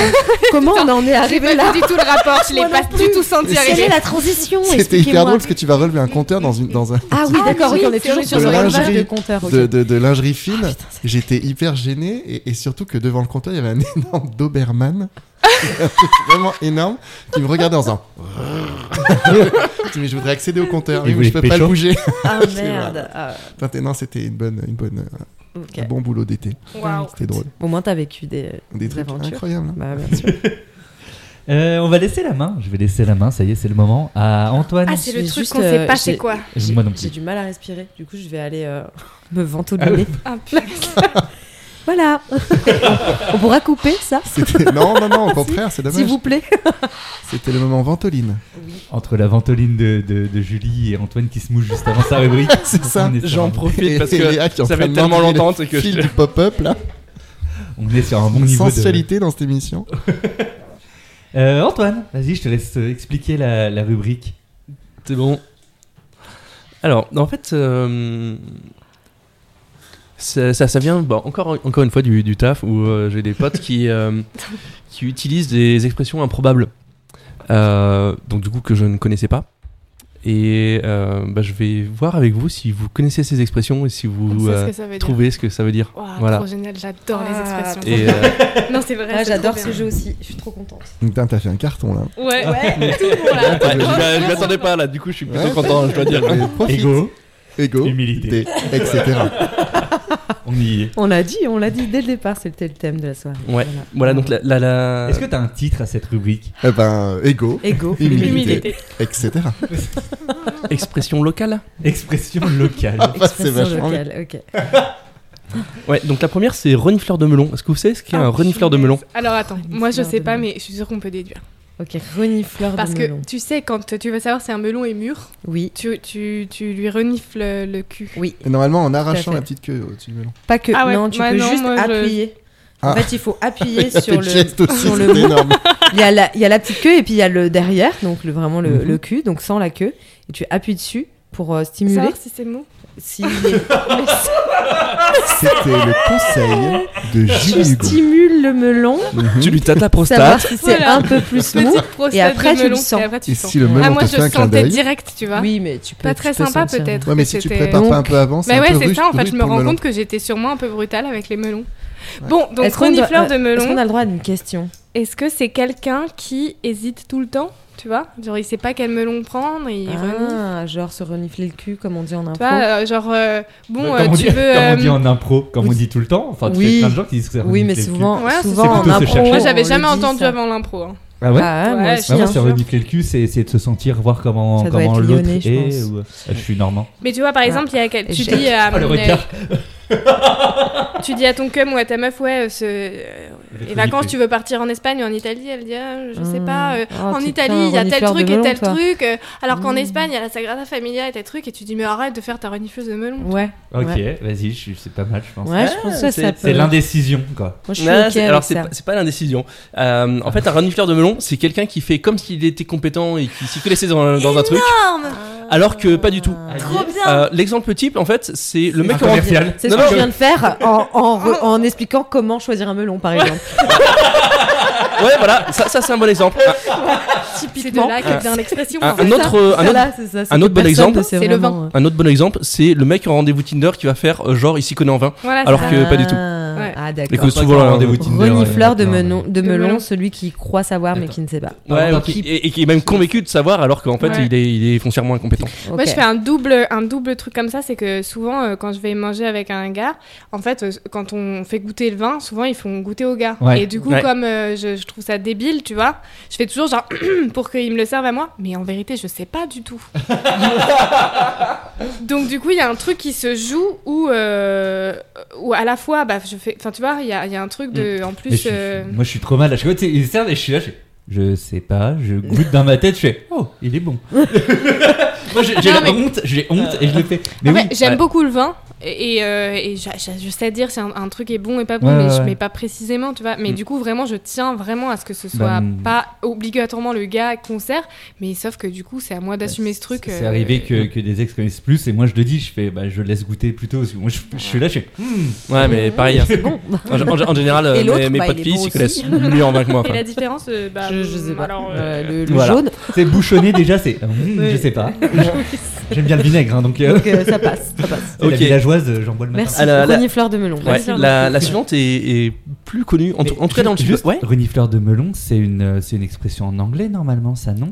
comment on en est arrivé
J'ai
là
pas du tout le rapport, je l'ai
Moi
pas
non plus.
du tout senti
Quelle est
arriver.
la transition
C'était hyper drôle parce que tu vas relever un compteur dans une, dans un,
Ah oui,
Ah
d'accord.
oui,
ok, on est
c'est
toujours
vrai,
sur
de
le
lingerie,
langage de compteur. Ah, ok.
de, de- de lingerie fine.
Ah, putain, c'est-
J'étais hyper gêné et, et surtout que devant le compteur, il y avait un [laughs] énorme
[laughs]
Doberman, un truc vraiment énorme, qui me regardait en faisant. [laughs] Je dis, mais je voudrais accéder au compteur,
Il
oui, mais je peux
voulait
pas le
pécho.
bouger.
Ah
[laughs] C'est
merde. Ah,
Putain, t'es- non, c'était une bonne, une bonne,
ok.
un bon boulot d'été.
Waouh.
C'était drôle.
Au moins, t'as vécu des,
Des trucs
aventures.
incroyables. hein.
Bah, bien sûr.
Euh, on va laisser la main. Je vais laisser la main. Ça y est, c'est le moment à Antoine.
Ah, c'est
Je
le
suis
truc
juste,
qu'on sait
euh,
pas,
j'ai-
c'est quoi
J'ai-
Moi non plus.
J'ai du mal à respirer. Du coup, je vais aller euh, [laughs] me ventoliner.
Ah, putain.
Voilà. [laughs] on pourra couper ça,
C'était- [laughs] Non, non, non, au contraire, c'est
s'il
dommage.
vous plaît.
C'était le moment ventoline.
Entre la ventoline de, de- de Julie et Antoine qui se mouche juste avant sa
[laughs]
rubrique.
C'est ça.
On est, sur
J'en
un,
profite
Et-
parce
et
que
Léa qui est en
ça
train
fait
de
tellement
mendier le
longtemps que
Fil
je...
du pop-up là.
on est sur un bon
Une
niveau de,
sensualité dans cette émission.
Euh, Antoine, vas-y, je te laisse euh, expliquer la, la rubrique.
C'est bon. Alors, en fait, euh, ça, ça, ça vient bon, encore, encore une fois du, du taf où euh, j'ai des potes qui, euh, qui utilisent des expressions improbables. Euh, donc, du coup, que je ne connaissais pas. Et euh, bah, je vais voir avec vous si vous connaissez ces expressions et si
On
vous
sait
euh,
ce que ça veut dire.
trouvez ce que ça veut dire.
Waouh,
Voilà.
Trop génial, j'adore les
Ah,
expressions.
trop
Et, euh,
[laughs] Non, c'est vrai.
Ah,
c'est
J'adore
trop
ce
bien.
jeu aussi. Je suis trop contente.
Putain, t'as fait un carton là.
Ouais,
[laughs]
ouais, tout pour la-
ouais, je m'y- je m'y attendais pas là, du coup, je suis plutôt
Ouais.
content, je dois dire.
Mais profite.
Ego,
Ego,
Humilité.
dé- etc.
on y est.
On l'a dit, on l'a dit dès le départ, c'était le thème de la soirée.
Ouais, voilà, donc la. la, la...
Est-ce que t'as un titre à cette rubrique
Eh ben, ego,
Ego.
[laughs] Humilité.
Humilité.
etc. [laughs]
expression locale
[laughs] Expression locale.
bah, c'est
Expression
vachement
locale, ok.
Ouais, donc la première c'est renifleur de melon. Est-ce que vous savez ce qu'est un
Ah,
renifleur de melon
Alors attends, moi je
Renifleur
sais
de
pas,
melon.
mais je suis sûre qu'on peut déduire.
Ok, renifleur
Parce
de
que
melon.
tu sais, quand tu veux savoir si un melon est mûr,
Oui,
tu, tu, tu lui renifles le cul.
oui.
Et normalement, en arrachant
fait.
la petite queue euh, au-dessus du melon.
Pas que.
Ah ouais,
Non, tu
bah
peux
non,
juste
moi, je-
appuyer.
Ah.
En fait, il faut appuyer
[laughs] Il a fait
sur
le geste
le.
aussi,
sur le
c'était
bout.
énorme.
[laughs] Il y, a la, il y a la petite queue et puis il y a le derrière, donc le, vraiment
Mhm.
le, le cul, donc sans la queue. Et tu appuies dessus pour euh, stimuler.
Savoir si c'est mou. [laughs]
Si tu
C'était le conseil de
[laughs]
Gilles Hugo. Mhm.
stimules le melon,
Tu lui tâtes
savoir
la prostate.
si c'est
Voilà.
un peu plus mou.
Petite prostate
Et après,
de
tu
melon,
le sens.
Et après, tu
Et
le sens.
si le melon
ah, moi
te
je
fait un clin
sentais
d'œil.
direct, tu vois.
Oui, mais tu peux.
Pas très
tu peux
sympa
sentir.
peut-être.
Ouais, mais
que
si tu te
c'était-
prépares pas un peu avant, c'est
Bah
un
ouais,
peu
c'est
rude,
ça, en fait, je
rude
me
pour le
rends
melon.
compte que j'étais sûrement un peu brutale avec les melons. Bon, donc
Est-ce qu'on doit-
renifleur de
euh, Est-ce qu'on
melon,
a le droit à une question
est-ce que c'est quelqu'un qui hésite tout le temps Tu vois Genre, il sait pas quel melon prendre, et il renifle.
Ah, genre se renifler le cul, comme on dit en
Tu
info.
vois, euh, genre, euh,
Bah,
bon,
comme,
euh, tu
on dit,
veux.
comme on
euh,
dit en impro, comme on dit tout le temps. Enfin, tu
Oui.
fais plein de gens qui disent que ça
oui,
renifle
mais
les
souvent,
Ouais, c'est
souvent
plutôt
en
se
impro.
chercher.
Moi,
Oh,
j'avais
on
jamais
le dit,
entendu
ça.
avant l'impro. hein.
culs. Ah
Ouais,
ouais
Ah, moi
je
aussi,
Bah moi,
hein.
bien
c'est
sûr.
renifler le cul, c'est essayer de se sentir, voir comment,
Ça doit
comment
être
l'autre
lyonnais, je
est.
pense.
ou- Ah, je suis normand.
Mais tu vois, par
Ah.
exemple, il y a quel- tu
Échec. [laughs]
dis, à,
Ah,
Oh,
le
euh,
regard.
[laughs] tu dis à ton cum ou à ta meuf, ouais, euh, ce, euh, les vacances, tu veux partir en Espagne ou en Italie Elle dit, ah, je sais
Hum.
pas. euh,
Oh,
en
t'es
Italie,
plein
il y a tel
renifleur de
truc et
melon,
tel
toi.
truc, euh, alors qu'en
Mm.
Espagne, il y a la Sagrada Familia et tel truc, et tu dis, mais arrête de faire ta renifleuse de melon.
Ouais,
Ok,
Ouais.
vas-y, je suis- c'est pas mal, je pense.
ouais, je pense que ça,
c'est-
ça peut.
C'est l'indécision, quoi.
Moi, je suis
Non,
ok
Ah, c'est- alors
avec
c'est
ça.
pas, c'est pas l'indécision. Euh, en fait, un renifleur de melon, c'est quelqu'un qui fait comme s'il était compétent et qui s'y connaissait dans, dans un truc, alors que pas du tout.
Ah,
Trop
Ah.
Euh, L'exemple type, en fait, c'est le mec
un
en
commercial.
C'est ce
Non,
que
non,
Ah. je viens de faire en, en, re- en expliquant comment choisir un melon, par exemple.
ouais, voilà, ça, ça, c'est un bon exemple. Un-
C'est de là
euh,
que vient l'expression.
Un,
en fait.
un autre, euh, un autre,
Voilà, c'est ça, c'est
un
que
autre bon
personne
exemple,
ne
Ah. c'est
sait
le
vraiment,
vin.
euh.
un autre bon exemple, c'est le mec en rendez-vous Tinder qui va faire euh, genre il s'y connaît en vin.
Voilà,
Alors
c'est
que-
ça.
pas du tout.
Ah, Ah,
Et
d'accord.
que souvent
Pas
le
qu'en
rendez-vous
rendez-vous
Tinder.
Renifleur de
Attends,
melon, de
melon.
melon, celui qui croit savoir mais qui ne sait pas.
Ouais,
Attends,
ou qui-
qui-
et, et qui est même convaincu de savoir alors qu'en fait
Ouais.
il, est, il est foncièrement incompétent.
Moi,
Ok.
je fais un double, un double truc comme ça, c'est que souvent, euh, quand je vais manger avec un gars, en fait, euh, quand on fait goûter le vin, souvent, ils font goûter au gars.
Ouais.
Et du coup,
Ouais.
comme euh, je, je trouve ça débile, tu vois, je fais toujours genre [clears throat] pour qu'il me le serve à moi, mais en vérité, je sais pas du
[laughs]
tout. Donc, du coup, il y a un truc qui se joue où, euh, où à la fois, bah, je fais, enfin, tu vois, il y a, il y a un truc de, en
Mm. Mais
plus.
je suis-
euh,
Moi, je suis trop mal. à chaque fois, tu sais, ils servent et je suis là, je, fais, je sais pas,
[laughs]
je goûte dans ma tête, je fais, oh, il est bon. Moi, j'ai j'ai
Non,
la
mais-
honte, j'ai honte et je le fais. Mais
Après,
oui, bah,
j'aime
ouais.
beaucoup le vin et, et, euh, et j'a- j'a- je sais dire si un, un truc est bon et pas bon,
Ouais,
mais
ouais,
je
ouais.
mets pas précisément, tu vois. Mais
Mm.
du coup, vraiment, je tiens vraiment à ce que ce
Bah,
soit
mm.
pas obligatoirement le gars concert, mais sauf que du coup, c'est à moi d'assumer ce truc.
Bah, C'est
euh,
arrivé que, que des ex connaissent plus et moi je le dis, je fais, bah, je laisse goûter plutôt. Parce que moi, je, je suis là, je fais, hmm.
Ouais, mais
Ah,
pareil. hein.
bah,
En, en- en général, euh,
l'autre,
mes, mes
bah, il
potes
est
filles
bon
s'y
aussi.
connaissent mieux en vin que moi.
Et
enfin.
la différence, euh, bah,
Je, je sais pas.
alors, euh,
Euh, le le
Voilà. [laughs]
jaune,
[laughs] c'est bouchonné déjà, c'est, hum,
Oui.
je sais pas. J'aime bien le vinaigre, hein, donc. euh,
donc euh, ça passe, ça passe.
c'est La
Ok.
villageoise, euh, j'en bois le matin.
Merci.
Ah, la- la-
Renifleur de melon.
Ouais,
Merci.
la, la suivante est, est plus connue, en, tout- en tout cas dans le sud.
juste,
Ouais.
renifleur de melon, c'est une, euh, c'est une expression en anglais normalement, ça non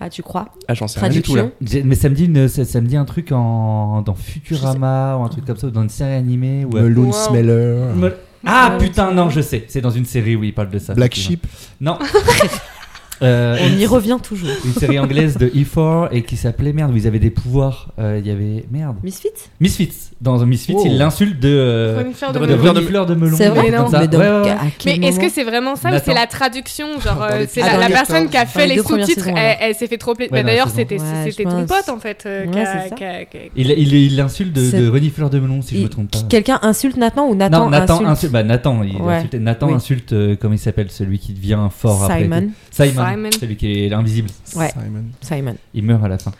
Ah, tu crois
Ah, j'en sais rien du tout là.
Traduction.
J'ai- Mais ça me dit, une, ça, ça me dit un truc en, dans Futurama ou un truc comme ça, ou dans une série animée. Ou,
Melon
Wow.
Smeller.
Me- Ah putain, non, je sais. C'est dans une série où il parle de ça.
Black
effectivement.
Sheep.
Non. Euh,
On y
une-
revient toujours.
Une série anglaise de E4 et qui s'appelait Merde, où ils avaient des pouvoirs. euh, Il y avait. Merde.
Misfit
Misfits. Dans Misfits,
Oh.
il l'insulte de. euh,
renifleur de
de-
de
melon.
renifleur de melon.
C'est
un truc
vrai,
non,
comme ça.
mais donc,
Ouais, ouais, ouais.
à quel
Mais est-ce que
moment-
c'est vraiment ça ou
Nathan.
c'est la traduction Genre,
Dans
euh,
les petits-
c'est la, la
dans les
personne qui a
petits-
fait
dans les
les
deux premières
sous-titres,
saisons,
elle,
ouais.
elle s'est fait trop plaisir.
Ouais, dans la
D'ailleurs,
saison.
c'était
Ouais,
c'était
je
ton
pense.
pote en fait. euh,
Ouais,
qui a-
c'est ça.
qui a- qui a-
Il il- il l'insulte de,
C'est-
de renifleur de melon, si je
Et
me trompe pas.
qui- Quelqu'un insulte Nathan ou Nathan,
non, Nathan insulte.
insulte
bah, Nathan, il
Ouais.
insulte- Nathan
Oui.
insulte, euh, comment il s'appelle, celui qui devient bah, fort après.
Simon.
Simon.
Simon.
Celui qui est invisible.
Ouais.
Simon.
Simon.
Il meurt à la fin.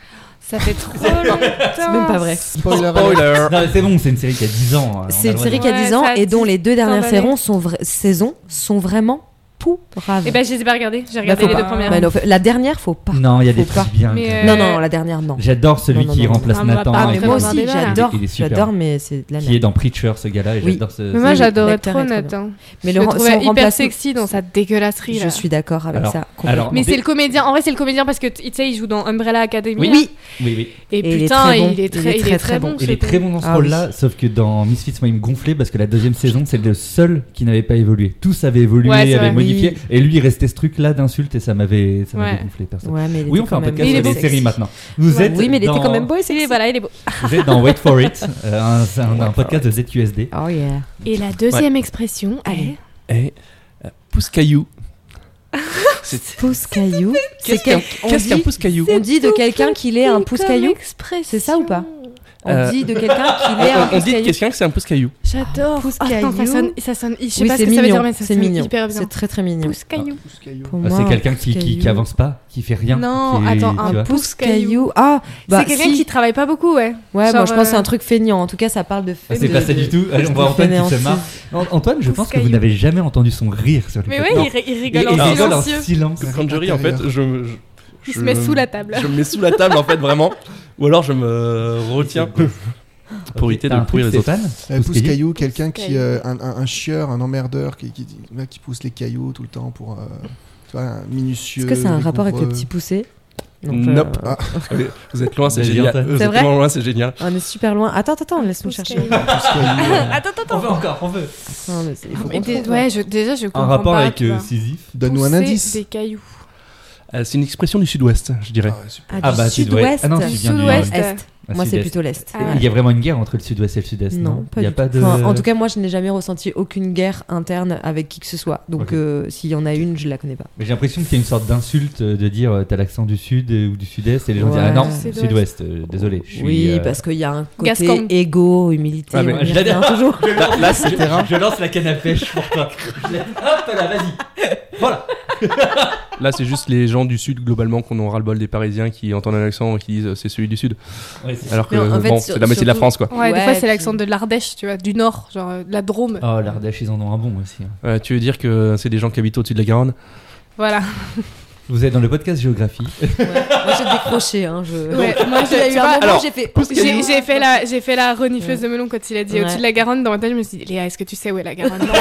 Ça fait trop longtemps.
C'est même pas vrai.
[laughs] Spoiler alert.
[laughs] Spoiler
Non, mais c'est bon, c'est une série qui a 10 ans. euh, on a
C'est
le
une
droit
série
de-
qui a
Ouais,
10 ans
ça a
et dont les deux dernières
d'années.
saisons sont, vra- saisons sont vraiment pourraves.
Et ben, je les ai pas regardées. J'ai
Bah,
regardé
faut
les
pas.
deux premières.
Bah, non, faut- la dernière, faut pas.
Non, il y a
Faut
des
pas.
trucs bien.
Mais,
quand
euh,
même.
Non, non, la dernière, non.
J'adore celui
Non, non,
qui
non,
remplace
non.
Nathan.
Ah,
Ah,
mais
mais
avec-
faut
moi
regarder
aussi,
là, là.
j'adore.
Il est super.
J'adore, mais c'est de la
Qui est
merde.
dans Preacher, ce gars-là, et
Oui.
j'adore ce.
Mais moi
Oui,
j'adorais
l'acteur
trop
est trop bien.
Nathan.
Mais
Je le
le
trouvais
son
hyper
remplacement.
sexy dans sa dégueulasserie
Je
là.
suis d'accord avec
Alors-
ça.
alors-
Mais
Non,
c'est
mais-
le comédien. En vrai, c'est le comédien parce que t- tu sais, il joue dans Umbrella Academy.
Oui.
là.
Oui, oui.
Et,
il est
putain,
très bon.
il est très, il est très bon.
Il
ce
est très bon dans ce
Ah
rôle-là, sauf que dans Misfits, moi, il me gonflait parce que la deuxième saison, c'est le seul qui n'avait pas évolué. Tous avaient évolué,
Ouais, c'est
avaient
vrai.
modifié, et lui, il restait ce truc-là d'insulte et ça m'avait ça m'avait
Ouais.
gonflé. Personne.
Ouais, mais il
Oui,
était
on fait un
quand même
podcast
Il
sur
est
des
beau.
séries maintenant. Vous
Ouais.
êtes
Oui, mais il était
dans-
quand même beau et
Il
sexy.
est voilà, il est beau.
Vous êtes dans Wait for
[laughs]
It, euh, un, c'est un- un podcast de ZQSD.
Oh yeah.
Et la deuxième expression, allez.
Et euh, pousse-caillou. C'est-
Pousse caillou.
Qu'est-ce
quel-
qu'un
on
qu'est-ce qu'un
dit-
pousse-caillou
On dit de quelqu'un qu'il est un pouce caillou. C'est ça ou pas On
Euh,
dit de quelqu'un qu'il est un
On on
pouce
dit de
caillou.
quelqu'un que c'est un pouce-caillou.
J'adore.
Pousse
Ah, attends, ça
caillou.
sonne, ça sonne. Je sais
Oui,
pas ce
c'est
que ça veut dire,
mignon.
mais ça
C'est
sonne
mignon.
hyper bien.
C'est très très mignon.
Pousse caillou.
Pour
Ah,
moi,
c'est
un
quelqu'un
pouce
qui, qui, qui
caillou.
avance pas, qui fait rien.
Non,
qui-
attends,
tu
un
vois.
pouce-
Pouce
caillou.
caillou. Ah, bah
c'est quelqu'un
si.
qui travaille pas beaucoup, ouais.
Ouais,
Genre,
moi je pense que c'est
euh,
un truc feignant. En tout cas, ça parle de.
Ah, c'est
de-
pas ça du tout. Allez, on voit
de
Antoine qui se
fainéantise.
marre. An- Antoine, je
Pousse
pense que vous
caillou.
n'avez jamais entendu son rire sur le
Mais
podcast.
Non.
ouais, il, ri- il
Il- il
rigole en
rigole en
silencieux.
silence.
Quand
Quand je ris, en fait, je me. je-
Il se
je-
met sous la table.
Je me mets sous la table, en fait, vraiment. Ou alors je me retiens. Ah, Pour éviter de
T'as un
pourrir
truc,
les autres.
Stéphane
Euh, pousse
Pousse-caillou.
caillou, quelqu'un
Pousse
qui euh, un, un, un chieur, un emmerdeur qui qui, dit- là, qui pousse les cailloux tout le temps pour euh, tu vois, un minutieux.
Est-ce que ça a un rapport avec le
rigoureux.
petit poussé
Nope.
euh,
Allez, Vous êtes loin, c'est
Vas-y,
génial.
Antoine.
Vous
C'est
êtes
vrai
vraiment loin, c'est génial.
On est super loin. Attends, attends, attends, laisse-nous
Pousse
chercher.
caillou.
Pousse-caillou, euh,
[laughs] Attends, attends,
On
attends.
veut encore, on veut.
Non, mais c'est- il faut
Ah, Mais
qu'on
dé-
trouve,
ouais, je- déjà, je comprends
Un rapport
pas,
avec euh,
tu vois.
Sisyphe.
Donne-nous un
Pousser
indice.
Des cailloux.
Euh, C'est une expression du sud-ouest, je dirais.
Ah, ouais, super.
Ah,
Ah
du
bah, tu dois-
sud-ouest.
Ah non, tu
Du
viens du-
sud-ouest.
Est.
Ah,
Moi, c'est
sud-est.
plutôt l'est.
Ah,
Il y a vraiment une guerre entre le sud-ouest et le sud-est. Non,
Non, pas
Il y a
du
pas
tout.
de.
Enfin, en tout cas, moi, je n'ai jamais ressenti aucune guerre interne avec qui que ce soit. Donc,
Ok.
euh, s'il y en a une, je la connais pas.
Mais j'ai l'impression qu'il y a une sorte d'insulte euh, de dire euh, t'as l'accent du sud euh, ou du sud-est et les gens
Ouais.
disent ah non,
Sud-ouest.
sud-ouest, euh, désolé. je suis,
oui,
euh,
parce qu'il y a un côté
Gascon.
égo, humilité.
Ah, mais
on y
je l'adore.
revient toujours.
[laughs] Là, je, je lance la canne à pêche pour toi. Je la- Hop là, vas-y. Voilà.
Là, c'est juste les gens du sud, globalement, qu'on aura le bol des Parisiens qui entendent un accent et qui disent euh, c'est celui du sud.
Oui, Ouais, c'est-
Alors que
Mais en- en fait,
bon,
sur-
c'est la moitié de la
surtout-
France quoi.
Ouais, des
Ouais,
fois c'est
puis-
l'accent de l'Ardèche, tu vois, du nord, genre euh, de la Drôme.
Oh, l'Ardèche, ils en ont un bon aussi. hein.
Ouais, Euh, tu veux dire que c'est des gens qui habitent au-dessus de la Garonne
[laughs] Voilà.
Vous êtes dans le podcast [laughs] géographie.
Moi, j'ai décroché. Hein, je...
Ouais,
[laughs]
moi, je-
Il y a
tu
eu un
vois,
moment,
alors,
j'ai fait.
J'ai j'ai fait la, j'ai fait la renifleuse de melon quand il a dit
Ouais.
au-dessus de la Garonne. Dans ma tête, je me suis dit, Léa, est-ce que tu sais où est la Garonne Non,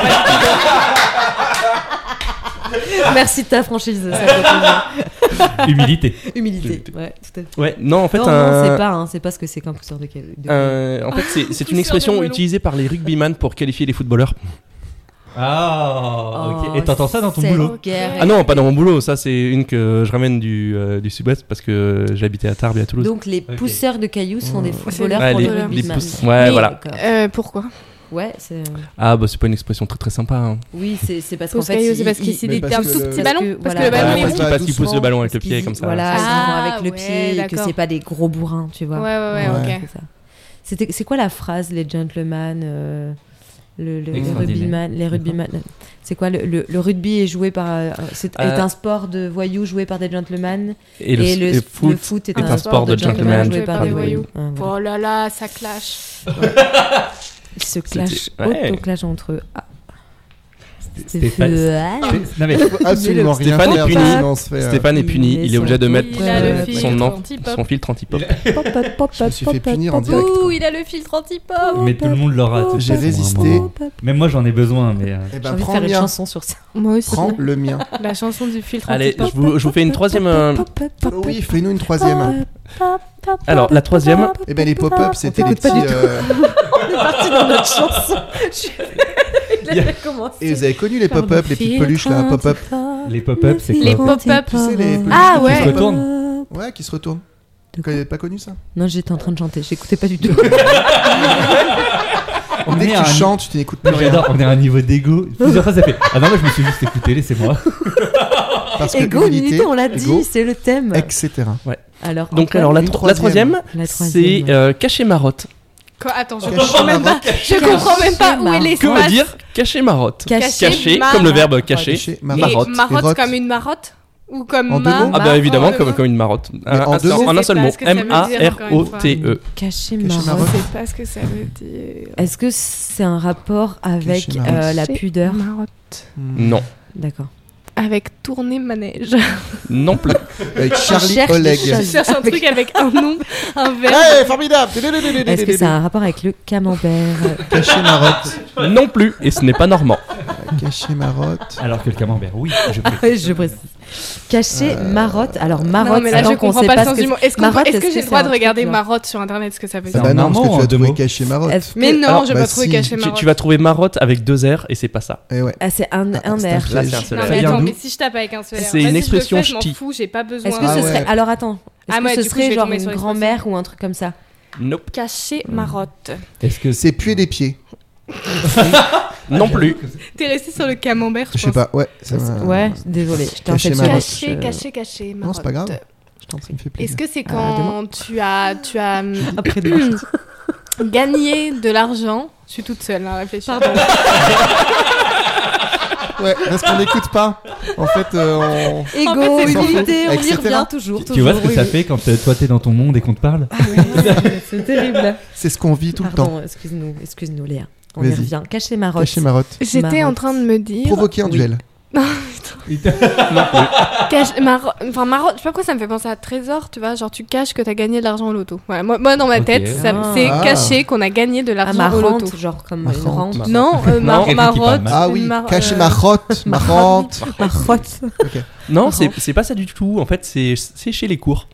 [laughs] Merci de ta franchise. Ça
[laughs]
fait plaisir.
Humilité.
Humilité. Ouais, tout à fait.
Ouais, non, en fait,
non,
un-
non, c'est pas, hein, c'est pas ce que c'est qu'un pousseur de quel. de-
un- en fait, c'est- c'est
Pousseur
une
de
expression
melon.
utilisée par les rugbyman pour qualifier les footballeurs.
Ah, ok.
Oh,
Et t'entends ça dans ton
cette
boulot
guerre.
Ah non, pas dans mon boulot, ça c'est une que je ramène du, euh, du sud-ouest parce que j'habitais à Tarbes et à Toulouse.
Donc les
Ok.
pousseurs de cailloux sont des footballeurs
Oh. Ouais,
pour
les-
le
les
rugbyman.
pousse- ouais,
Oui,
voilà.
d'accord.
mais- Euh, pourquoi
Ouais, c'est.
Ah bah c'est pas une expression très très sympa. hein.
Oui, c'est c'est parce qu'en
Pousse
fait.
caillou,
ils-
c'est parce qu'il
ils-
s'est
Mais
dit
parce
t'es un
que
tout
le-
petit ballon
parce
parce que
que,
le
voilà.
ballon il est
Ah, parce
rond.
qu'il- parce
Ouais,
qu'il pousse le ballon avec le
Bah, Parce
pied
qu'ils-
comme ça.
Voilà,
Ah,
ils vont avec le
ouais,
pied, et que
d'accord.
c'est pas des gros bourrins, tu vois.
Ouais, ouais, ouais, ok.
c'est ça. C'était- C'est quoi la phrase, les gentlemen, euh, le, le- le
Extraordinaire.
rugbyman, les rugbyman euh, C'est quoi le, le- le rugby est joué par euh, c'est
Euh,
est un sport de voyous joué par des gentlemen
Et le, le foot,
est, un, sport, de
gentlemen
gentlemen joué par des voyous. Ah, voilà.
Oh là là, ça clash.
Ils se clashent,
ouais.
clash entre eux. Ah,
C'était pas-
voilà.
Non, mais
Faut absolument rien
Stéphane
faire
est
sinon,
puni.
on se fait, euh,
Stéphane est
il est
puni, il est
sur-
obligé de
il
mettre
Il a
euh,
le
son
filtre
nom,
anti-pop.
son filtre anti-pop.
Je me suis fait punir en direct.
Ouh, il a le filtre anti-pop.
mais tout le monde l'aura. de toute
J'ai
façon, à un
résisté.
moment. Même moi, j'en ai besoin, mais. euh,
Eh
J'ai
ben,
envie de
prends
faire
le
une
mien.
chanson sur ça.
Moi aussi.
Prends le mien.
La chanson du filtre
Allez,
anti-pop.
je vous, je vous fais une troisième. euh,
Oui, fais-nous une
Oh.
troisième.
Alors, la troisième,
Eh ben, les pop-up, c'était les
t'écoute
petits.
pas du tout.
euh,
On est parti dans notre chanson. Il
[laughs]
avait commencé.
Et vous avez connu les pop-up, les petites peluches là, pop-up
Les pop-up, c'est
Les
quoi
pop-up.
Tu sais, les peluches
Ah
qui
ouais.
se
Qui se
retournent.
Euh,
Ouais, qui se retournent.
De
Vous
quoi
n'avez pas connu ça
Non, j'étais en train de chanter, j'écoutais pas du tout.
On
Dès
est
que
à
tu
un-
chantes, tu n'écoutes plus
Non,
rien.
j'adore, on est à un niveau d'ego. Plusieurs fois, ça fait. Ah non, moi, je me suis juste écouté, laissez-moi.
Parce que
Ego,
l'humilité,
l'unité, on l'a
ego,
dit, c'est le thème.
etc.
Alors,
donc
Antoine,
alors la,
une
tro- la
troisième.
troisième,
La troisième.
c'est euh, cacher marotte.
Quoi Attends, je
Cacher
comprends même pas.
marotte.
Je comprends même pas où est
Que
l'espace.
veut dire cacher marotte
Cacher
Cacher,
marotte.
comme le verbe cacher.
Cacher,
Et
marotte. et
marotte
rotte.
comme une marotte Ou comme
En deux
ma
mots
Ah bah
Oh,
évidemment, comme,
demain.
comme une marotte. Un,
en
un
deux
seul-
mots.
en un seul
Je sais
mot,
pas ce que ça veut dire,
M-A-R-O-T-e.
Cacher
Cacher
Je
marotte.
marotte.
sais pas ce que ça veut dire.
Est-ce que c'est un rapport avec
Cacher marotte.
euh, la
Cacher
pudeur
Marotte.
Hmm.
Non,
D'accord.
Avec tourner manège.
non plus.
Avec Charlie
cherche
Oleg.
des
Je
choses.
Eh,
cherche un truc avec un nom, un verbe.
formidable
Est-ce que c'est un rapport avec le camembert
[laughs] Cacher marotte.
Non plus, et ce n'est pas normand.
Cacher marotte.
Alors que le camembert, oui, je peux.
Ah oui, Je précise. Cacher marotte. Alors marotte,
non, mais là,
tant
je
qu'on
comprends
sait
pas le
ce
sens
que
du mot. Est-ce qu'on
Marotte,
peut- est-ce
est-ce
que
que
j'ai le
c'est
droit
un
de
truc,
regarder
genre
marotte sur internet ce que ça veut
Ah
dire
bah
un
non, parce
normand,
que tu
en
vas
deux
trouver
mots.
cacher marotte.
Est-ce que-
Mais non,
Alors,
j'ai
bah
pas trouvé
si,
cacher
Tu,
marotte.
tu vas trouver marotte avec deux R et c'est pas ça.
Eh ouais.
Ah, c'est un,
Ah,
un
c'est un
air.
piège.
Là, c'est un
Non,
seul
mais
Ça
R.
vient
attends,
d'où
mais si je tape avec un solaire,
C'est une
vas-y, je le
expression
fais, je m'en
ch'ti.
fous, j'ai pas besoin.
Est-ce que
Ah
ce
ouais.
serait. Alors attends, est-ce
Ah,
que
moi,
ce
du coup, je
serait
vais
genre
tomber sur
une
les
grand-mère ou un truc comme ça
Nope.
Cacher marotte.
Est-ce que Ah,
C'est puer des pieds.
Non plus.
T'es resté sur le camembert,
Je sais pas, ouais. ça m'a-
Ouais, désolé, je t'ai
Cacher
fait
marotte.
Cacher, cacher, cacher marotte.
Non, c'est pas grave.
Je t'en
Ça
prie.
me fait plaisir.
Est-ce que c'est quand tu as, tu as hum,
Après demain.
gagné de l'argent Je suis toute seule, hein, réfléchis.
Ouais, parce qu'on n'écoute pas. En fait, euh, on.
Ego,
fait, c'est
humilité, on y
Etc.
revient toujours.
tu vois ce que ça fait quand euh, toi t'es dans ton monde et qu'on te parle
Ah, C'est terrible.
C'est ce qu'on vit tout le temps.
Pardon, excuse-nous, excuse-nous Léa. On y
Vas-y.
revient. Cacher marotte.
Cacher marotte.
J'étais en train de me dire.
Provoquer un
Oui.
duel.
Cache, Maro- enfin, Marotte, je sais pas pourquoi ça me fait penser à trésor, tu vois, genre tu caches que t'as gagné de l'argent au loto. Voilà, moi, moi, dans ma
Ok.
tête, ça-
Ah.
c'est
Ah.
cacher qu'on a gagné de
Ah,
l'argent au loto.
marrante, genre comme une
Marrante.
rente.
Non, euh, mar-
Quelqu'un qui parle
Marotte.
mal.
Ah oui,
Mar-
cacher
euh,
marotte, marrante.
Marotte.
Non,
Oh.
c'est c'est pas ça du tout. En fait, c'est c'est chez les cours.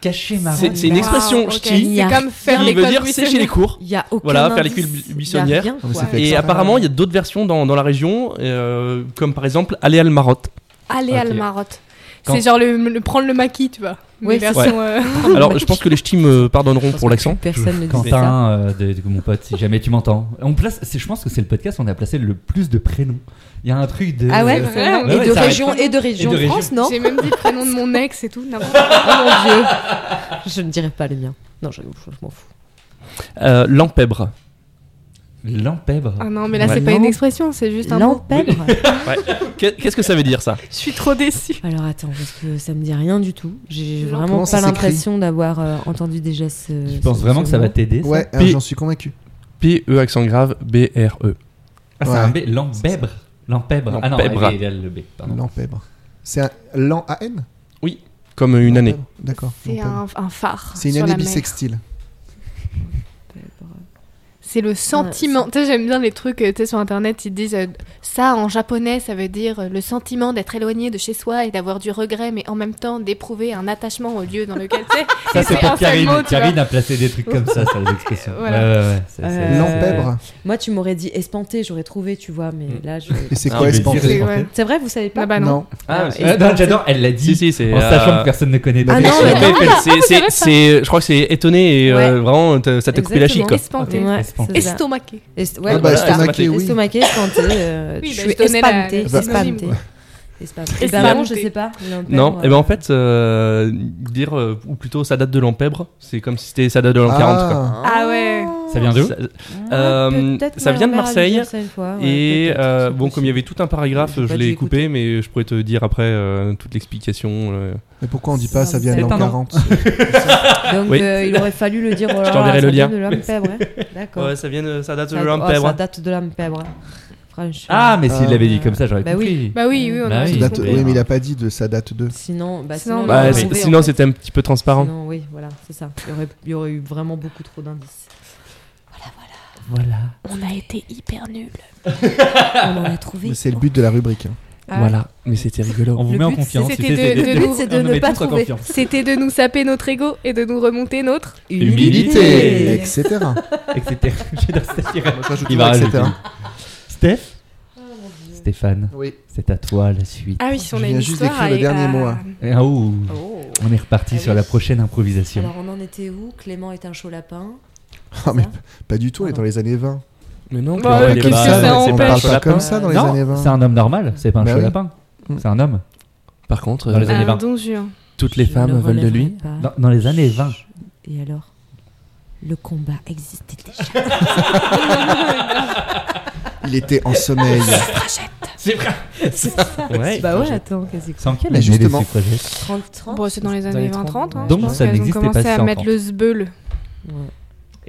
Cacher
C'est c'est une
Ah Wow,
expression
ok.
ch'ti
C'est comme faire
qui
les
veut dire c'est chez les cours.
Il y a aucun.
Voilà, faire les
indice,
culs bu-
il y a
buissonnières.
rien,
mais
quoi.
c'est fait
Et
exprès.
apparemment, il y a d'autres versions dans, dans la région, euh, comme par exemple aller à la marotte.
Aller à la
Ok.
Marotte.
Quand-
C'est genre le, le- prendre le maquis, tu vois.
Ouais,
Oui,
c'est
version.
[laughs]
euh,
Alors, je pense que les ch'tis me pardonneront pour l'accent.
Personne ne dit ça.
Quentin, euh, de, de- mon pote, si jamais tu m'entends. On place, c'est- je pense que c'est le podcast où on a placé le plus de prénoms. Il y a un truc de.
Ah
Ouais,
ouais, vraiment.
ouais,
et, de
ça arrête
région,
pas.
et de région
Et de
France, non
J'ai même dit le prénom de mon ex et tout. n'importe
Oh mon dieu Je ne dirais pas le mien. Non, je, je m'en fous.
Euh, L'empèbre.
Lampèbre.
Ah non, mais là,
Ouais.
c'est pas
Non.
une expression, c'est juste un mot.
Lampèbre
Qu'est- Qu'est-ce que ça veut dire ça
Je suis trop déçue.
[laughs] Alors attends, parce que ça me dit rien du tout. J'ai
Lampèbre.
vraiment
Comment
pas
ça s'écrit
l'impression d'avoir euh, entendu déjà ce.
Je pense vraiment que ça va t'aider. ça
Ouais, alors
Puis-
j'en suis convaincu.
P E accent grave B R E.
Ah, c'est
Ouais.
un B. Lampèbre. Lampèbre. Ah non,
Lampèbre.
ah, il y a le B. pardon.
Lampèbre. E C'est un l'an AN
Comme une année.
Lampèbre. D'accord.
C'est
Lampèbre.
un, un phare.
C'est une
sur
année
la mer.
bisextile.
bah,
C'est le sentiment. tu sais, j'aime bien les trucs, euh, tu sais, sur Internet, ils disent euh, ça en japonais, ça veut dire euh, le sentiment d'être éloigné de chez soi et d'avoir du regret, mais en même temps d'éprouver un attachement au lieu dans lequel [laughs] tu es.
Ça, c'est
un seul
pour Karine.
mot, tu vois.
Karine a placé des trucs comme ça sur les expressions.
Voilà.
Ouais, ouais, ouais, c'est-
Euh,
c'est-
Lampèbre.
Moi, tu m'aurais dit espanté, j'aurais trouvé, tu vois, mais
Mm.
là, je. [laughs]
Et c'est
Ah,
quoi
mais
espanté
C'est- ouais.
C'est vrai, vous savez pas [laughs]
Ah bah non.
Ah,
Ah,
c'est-
Euh, non, j'adore, elle l'a dit
si si c'est.
en sachant
euh,
que personne ne connaît.
Ah
déjà.
non, mais
c'est-
non,
c'est- c'est- c'est- je crois que c'est étonné et euh, vraiment t'as- ça t'a coupé la chic quoi.
Espanté.
Ouais,
Espanté.
c'est ça.
Estomaqué.
Est- ouais,
Ah bah,
voilà.
estomaqué, oui.
Estomaqué, espanté. [laughs] euh,
Oui,
je
bah,
suis
je donnais la-
espantée.
le synonyme,
Espantée.
quoi.
Espantée. Eh ben non, je
Espantée.
sais pas. Lampèbre,
Non, et ben
euh,
en fait, euh, dire, euh, ou plutôt ça date de l'an pèbre, c'est comme si c'était ça date de l'an 40. Quoi.
Ah ouais.
Ça vient de où
Ça-
Ah,
Euh,
peut-être
ça
ma
vient de
mère a dû
Marseille,
dire ça une fois, Ah ouais,
Et
peut-être,
euh,
c'est
bon, comme il y avait
possible.
tout un paragraphe,
J'ai
je
pas
l'ai
dû
coupé, mais je pourrais te dire après euh, toute l'explication. euh.
Mais pourquoi on dit pas ça vient de
C'est
l'an
un nom.
40
Donc
Oui.
euh, il aurait fallu le
[laughs]
dire. oh là
Je
là,
t'enverrai
ça
le lien.
vient de Lampèbre, ouais. D'accord.
[laughs] Ouais, ça vient, de- ça date de hein.
Ça-
l'an
oh,
pèbre.
Ça date de Lampèbre. Franchement.
Ah, mais s'il
Euh,
l'avait dit comme ça, j'aurais
bah
compris.
Bah oui, oui, on
Bah
a
oui.
Ça
tous
Ils
date-
sont
compris.
Oui,
pères.
mais il a pas dit de ça date de.
Sinon, bah,
Sinon,
sinon,
on
Bah,
Ouais,
c'est-
ouais.
sinon, c'était un petit peu transparent.
Sinon, oui, voilà, c'est ça. Il y aurait, il y aurait eu vraiment beaucoup trop d'indices.
Voilà.
On a été hyper nuls.
[laughs] On en a trouvé.
Mais C'est le but de la rubrique. hein.
Ah,
Voilà, mais c'était rigolo.
On vous
Le
met en
but,
confiance.
c'était
il fait [laughs]
de-
ses-
de-
Le but, c'est de
on nous
ne
met
pas
tous en
trouver.
confiance.
C'était de nous saper notre ego et de nous remonter notre.
Humilité. Et-
Etc.
Etc. J'adore cette
Moi,
tirade.
je rajoute
Il
toujours,
va
etc.
rajouter. Steph Stéphane,
Oui.
c'est à toi la suite.
Ah oui, si on
Je
a
viens
une
juste
histoire.
d'écrire le
à-
dernier
à-
mot, hein.
Ah, ouh. On est reparti
Ah
sur
oui.
la prochaine improvisation.
Alors on en était où Clément est un chaud lapin.
Ah, mais
Ça
pas du tout, on est dans les années 20.
Mais non,
Bah,
on
qu'est-ce que
parle
ça
pas-
on
empêche
parle
sur
pas
la
comme
pince.
ça dans les années
non,
20.
c'est un homme normal, c'est pas un
Ah. Bah
chaud
oui.
lapin.
Mm.
C'est un homme.
Par contre,
Dans les
euh,
années
à un
20.
don hein. juin.
toutes les
Je
femmes
ne
veulent de lui.
relèverai pas.
Dans, dans les années 20.
Et alors Le combat existait déjà.
Il était en sommeil.
C'est vrai.
Ouais.
bah ouais, attends, qu'est-ce que
Sans quelle
Mais
année les
justement.
suffragettes
30 30
Bon, c'est dans les années 20-30. hein,
Donc,
je pense
ça
qu'elles ont
n'existait pas
commencé
si
à
en
mettre
France.
le zbeul.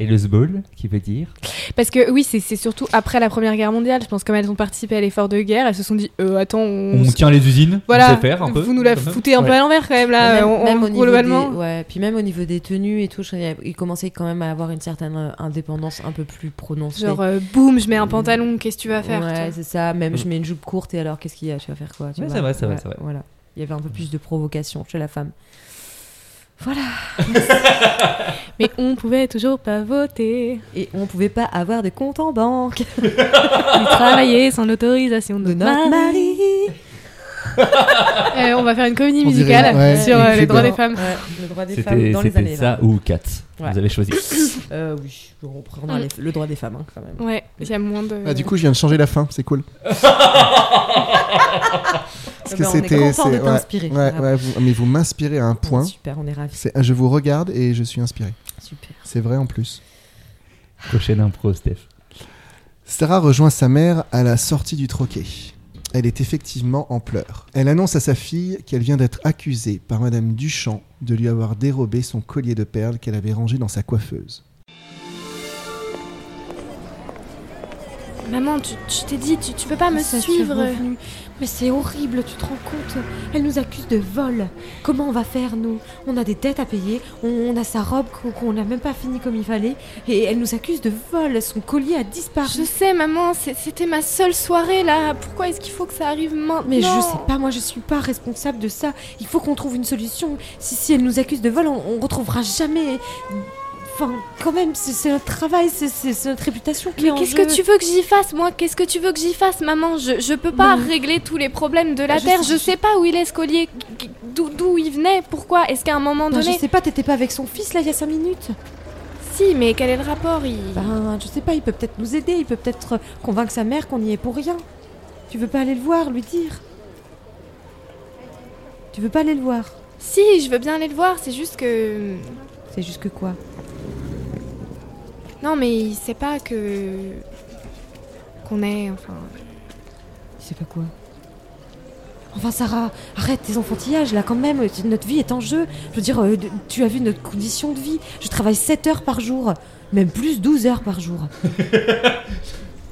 Et le zbeul, qui veut dire
Parce que oui, c'est c'est surtout après la Première Guerre mondiale. Je pense comme elles ont participé à l'effort de guerre, elles se sont dit euh, attends, on,
On
s-
tient les usines, on
voilà,
sait faire un peu.
vous nous la
comme ça.
foutez un peu
Ouais.
à l'envers quand même là.
même,
Ah, on-
même
on-
au niveau
globalement,
des- ouais, puis même au niveau des tenues et tout, je- il commençait quand même à avoir une certaine euh, indépendance un peu plus prononcée.
genre euh, boum, je mets un pantalon, qu'est-ce que tu vas faire
Ouais,
tu
c'est ça. Même
Mm.
je mets une jupe courte et alors qu'est-ce qu'il y a Tu vas faire quoi tu
Ouais,
vois
c'est vrai, c'est vrai,
Ouais,
c'est vrai.
Voilà. Il y avait un peu plus de provocation chez la femme.
vois Mais on pouvait toujours pas voter,
Et on pouvait pas avoir de compte
[laughs]
en banque
ni travailler sans l'autorisation de,
de notre mari.
Euh, on va faire une comédie
On dirait-
musicale
ouais,
sur
une
euh, les
pub.
droits des femmes.
Ouais, le droit des femmes
C'était
dans les
c'était
années 20.
ça ou 4.
Ouais.
Vous avez choisi.
Euh, oui, on prendra
Mm.
les- le droit des femmes hein, quand même.
Ouais, il y a moins de.
Ah, du coup, je viens de changer la fin, c'est cool. Parce
Eh
que
ben, on est
c'était.
content de
c'est- ouais,
t'inspirer.
Ouais,
Bravo.
ouais, vous- mais vous m'inspirez à un point.
Super, on est ravis.
C'est, je vous regarde et je suis inspiré.
Super.
C'est vrai en plus.
Prochaine impro, Steph.
Sarah rejoint sa mère à la sortie du troquet. Elle est effectivement en pleurs. Elle annonce à sa fille qu'elle vient d'être accusée par Madame Duchamp de lui avoir dérobé son collier de perles qu'elle avait rangé dans sa coiffeuse. [laughs]
Maman, tu, je t'ai dit, tu, tu peux pas me
Ça, tu es
suivre.
revenue. Mais c'est horrible, tu te rends compte Elle nous accuse de vol. Comment on va faire, nous On a des dettes à payer, on, on a sa robe qu'on- qu'on n'a même pas finie comme il fallait, et elle nous accuse de vol. Son collier a disparu.
Je sais, maman, c'est- c'était ma seule soirée là. Pourquoi est-ce qu'il faut que ça arrive maintenant
Mais je sais pas, moi je suis pas responsable de ça. Il faut qu'on trouve une solution. Si, si elle nous accuse de vol, on, on retrouvera jamais. Enfin, quand même, c'est- c'est notre travail, c'est- c'est c'est notre réputation qui est en
Qu'est-ce
jeu.
que tu veux que j'y fasse, moi Qu'est-ce que tu veux que j'y fasse, maman je, je peux pas
Non.
régler tous les problèmes de la
Je
Terre. Bah,
sais-
Je sais pas où il est ce collier, qu- d'où d'où il venait, pourquoi. Est-ce qu'à un moment
Ben,
donné.
je sais pas, t'étais pas avec son fils là il y a 5 minutes
Si, mais quel est le rapport il...
Ben, je sais pas, il peut peut-être nous aider, il peut peut-être convaincre sa mère qu'on y est pour rien. Tu veux pas aller le voir, lui dire Tu veux pas aller le voir
Si, je veux bien aller le voir, c'est juste que. hmm,
C'est juste que quoi
Non, mais il sait pas que. qu'on est. Enfin,
Je sais pas quoi. Enfin, Sarah, arrête tes enfantillages là quand même. Tu- Notre vie est en jeu. Je veux dire, euh, de- tu as vu notre condition de vie. Je travaille 7 heures par jour, même plus 12 heures par jour.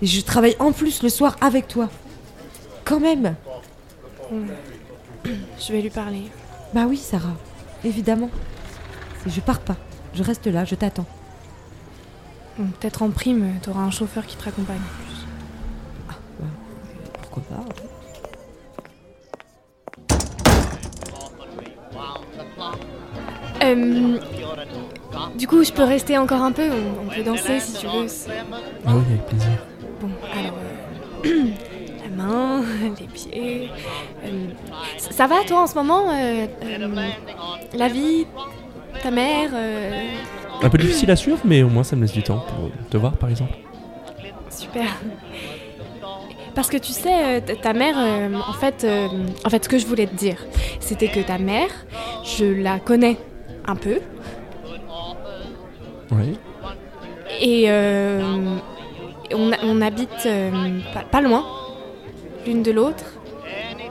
Et je travaille en plus le soir avec toi. Quand même.
je vais lui parler.
Bah oui, Sarah, évidemment. Et je pars pas. Je reste là, je t'attends.
Bon, Peut-être en prime, t'auras un chauffeur qui te raccompagne.
Pourquoi pas
Euh, du coup, je peux rester encore un peu. On, on peut danser si tu veux. c'est-
Ah oui, avec plaisir.
Bon, alors. euh, [clears throat] la main, [laughs] les pieds. euh, ça ça va, toi, en ce moment euh, euh, La vie, ta mère euh,
Un peu difficile à suivre, mais au moins ça me laisse du temps pour euh, te voir, par exemple.
Super. [laughs] Parce que tu sais, euh, t- ta mère, euh, en fait, euh, en fait, ce que je voulais te dire, c'était que ta mère, je la connais un peu,
Oui.
et euh, on, a- on habite euh, pas, pas loin, l'une de l'autre,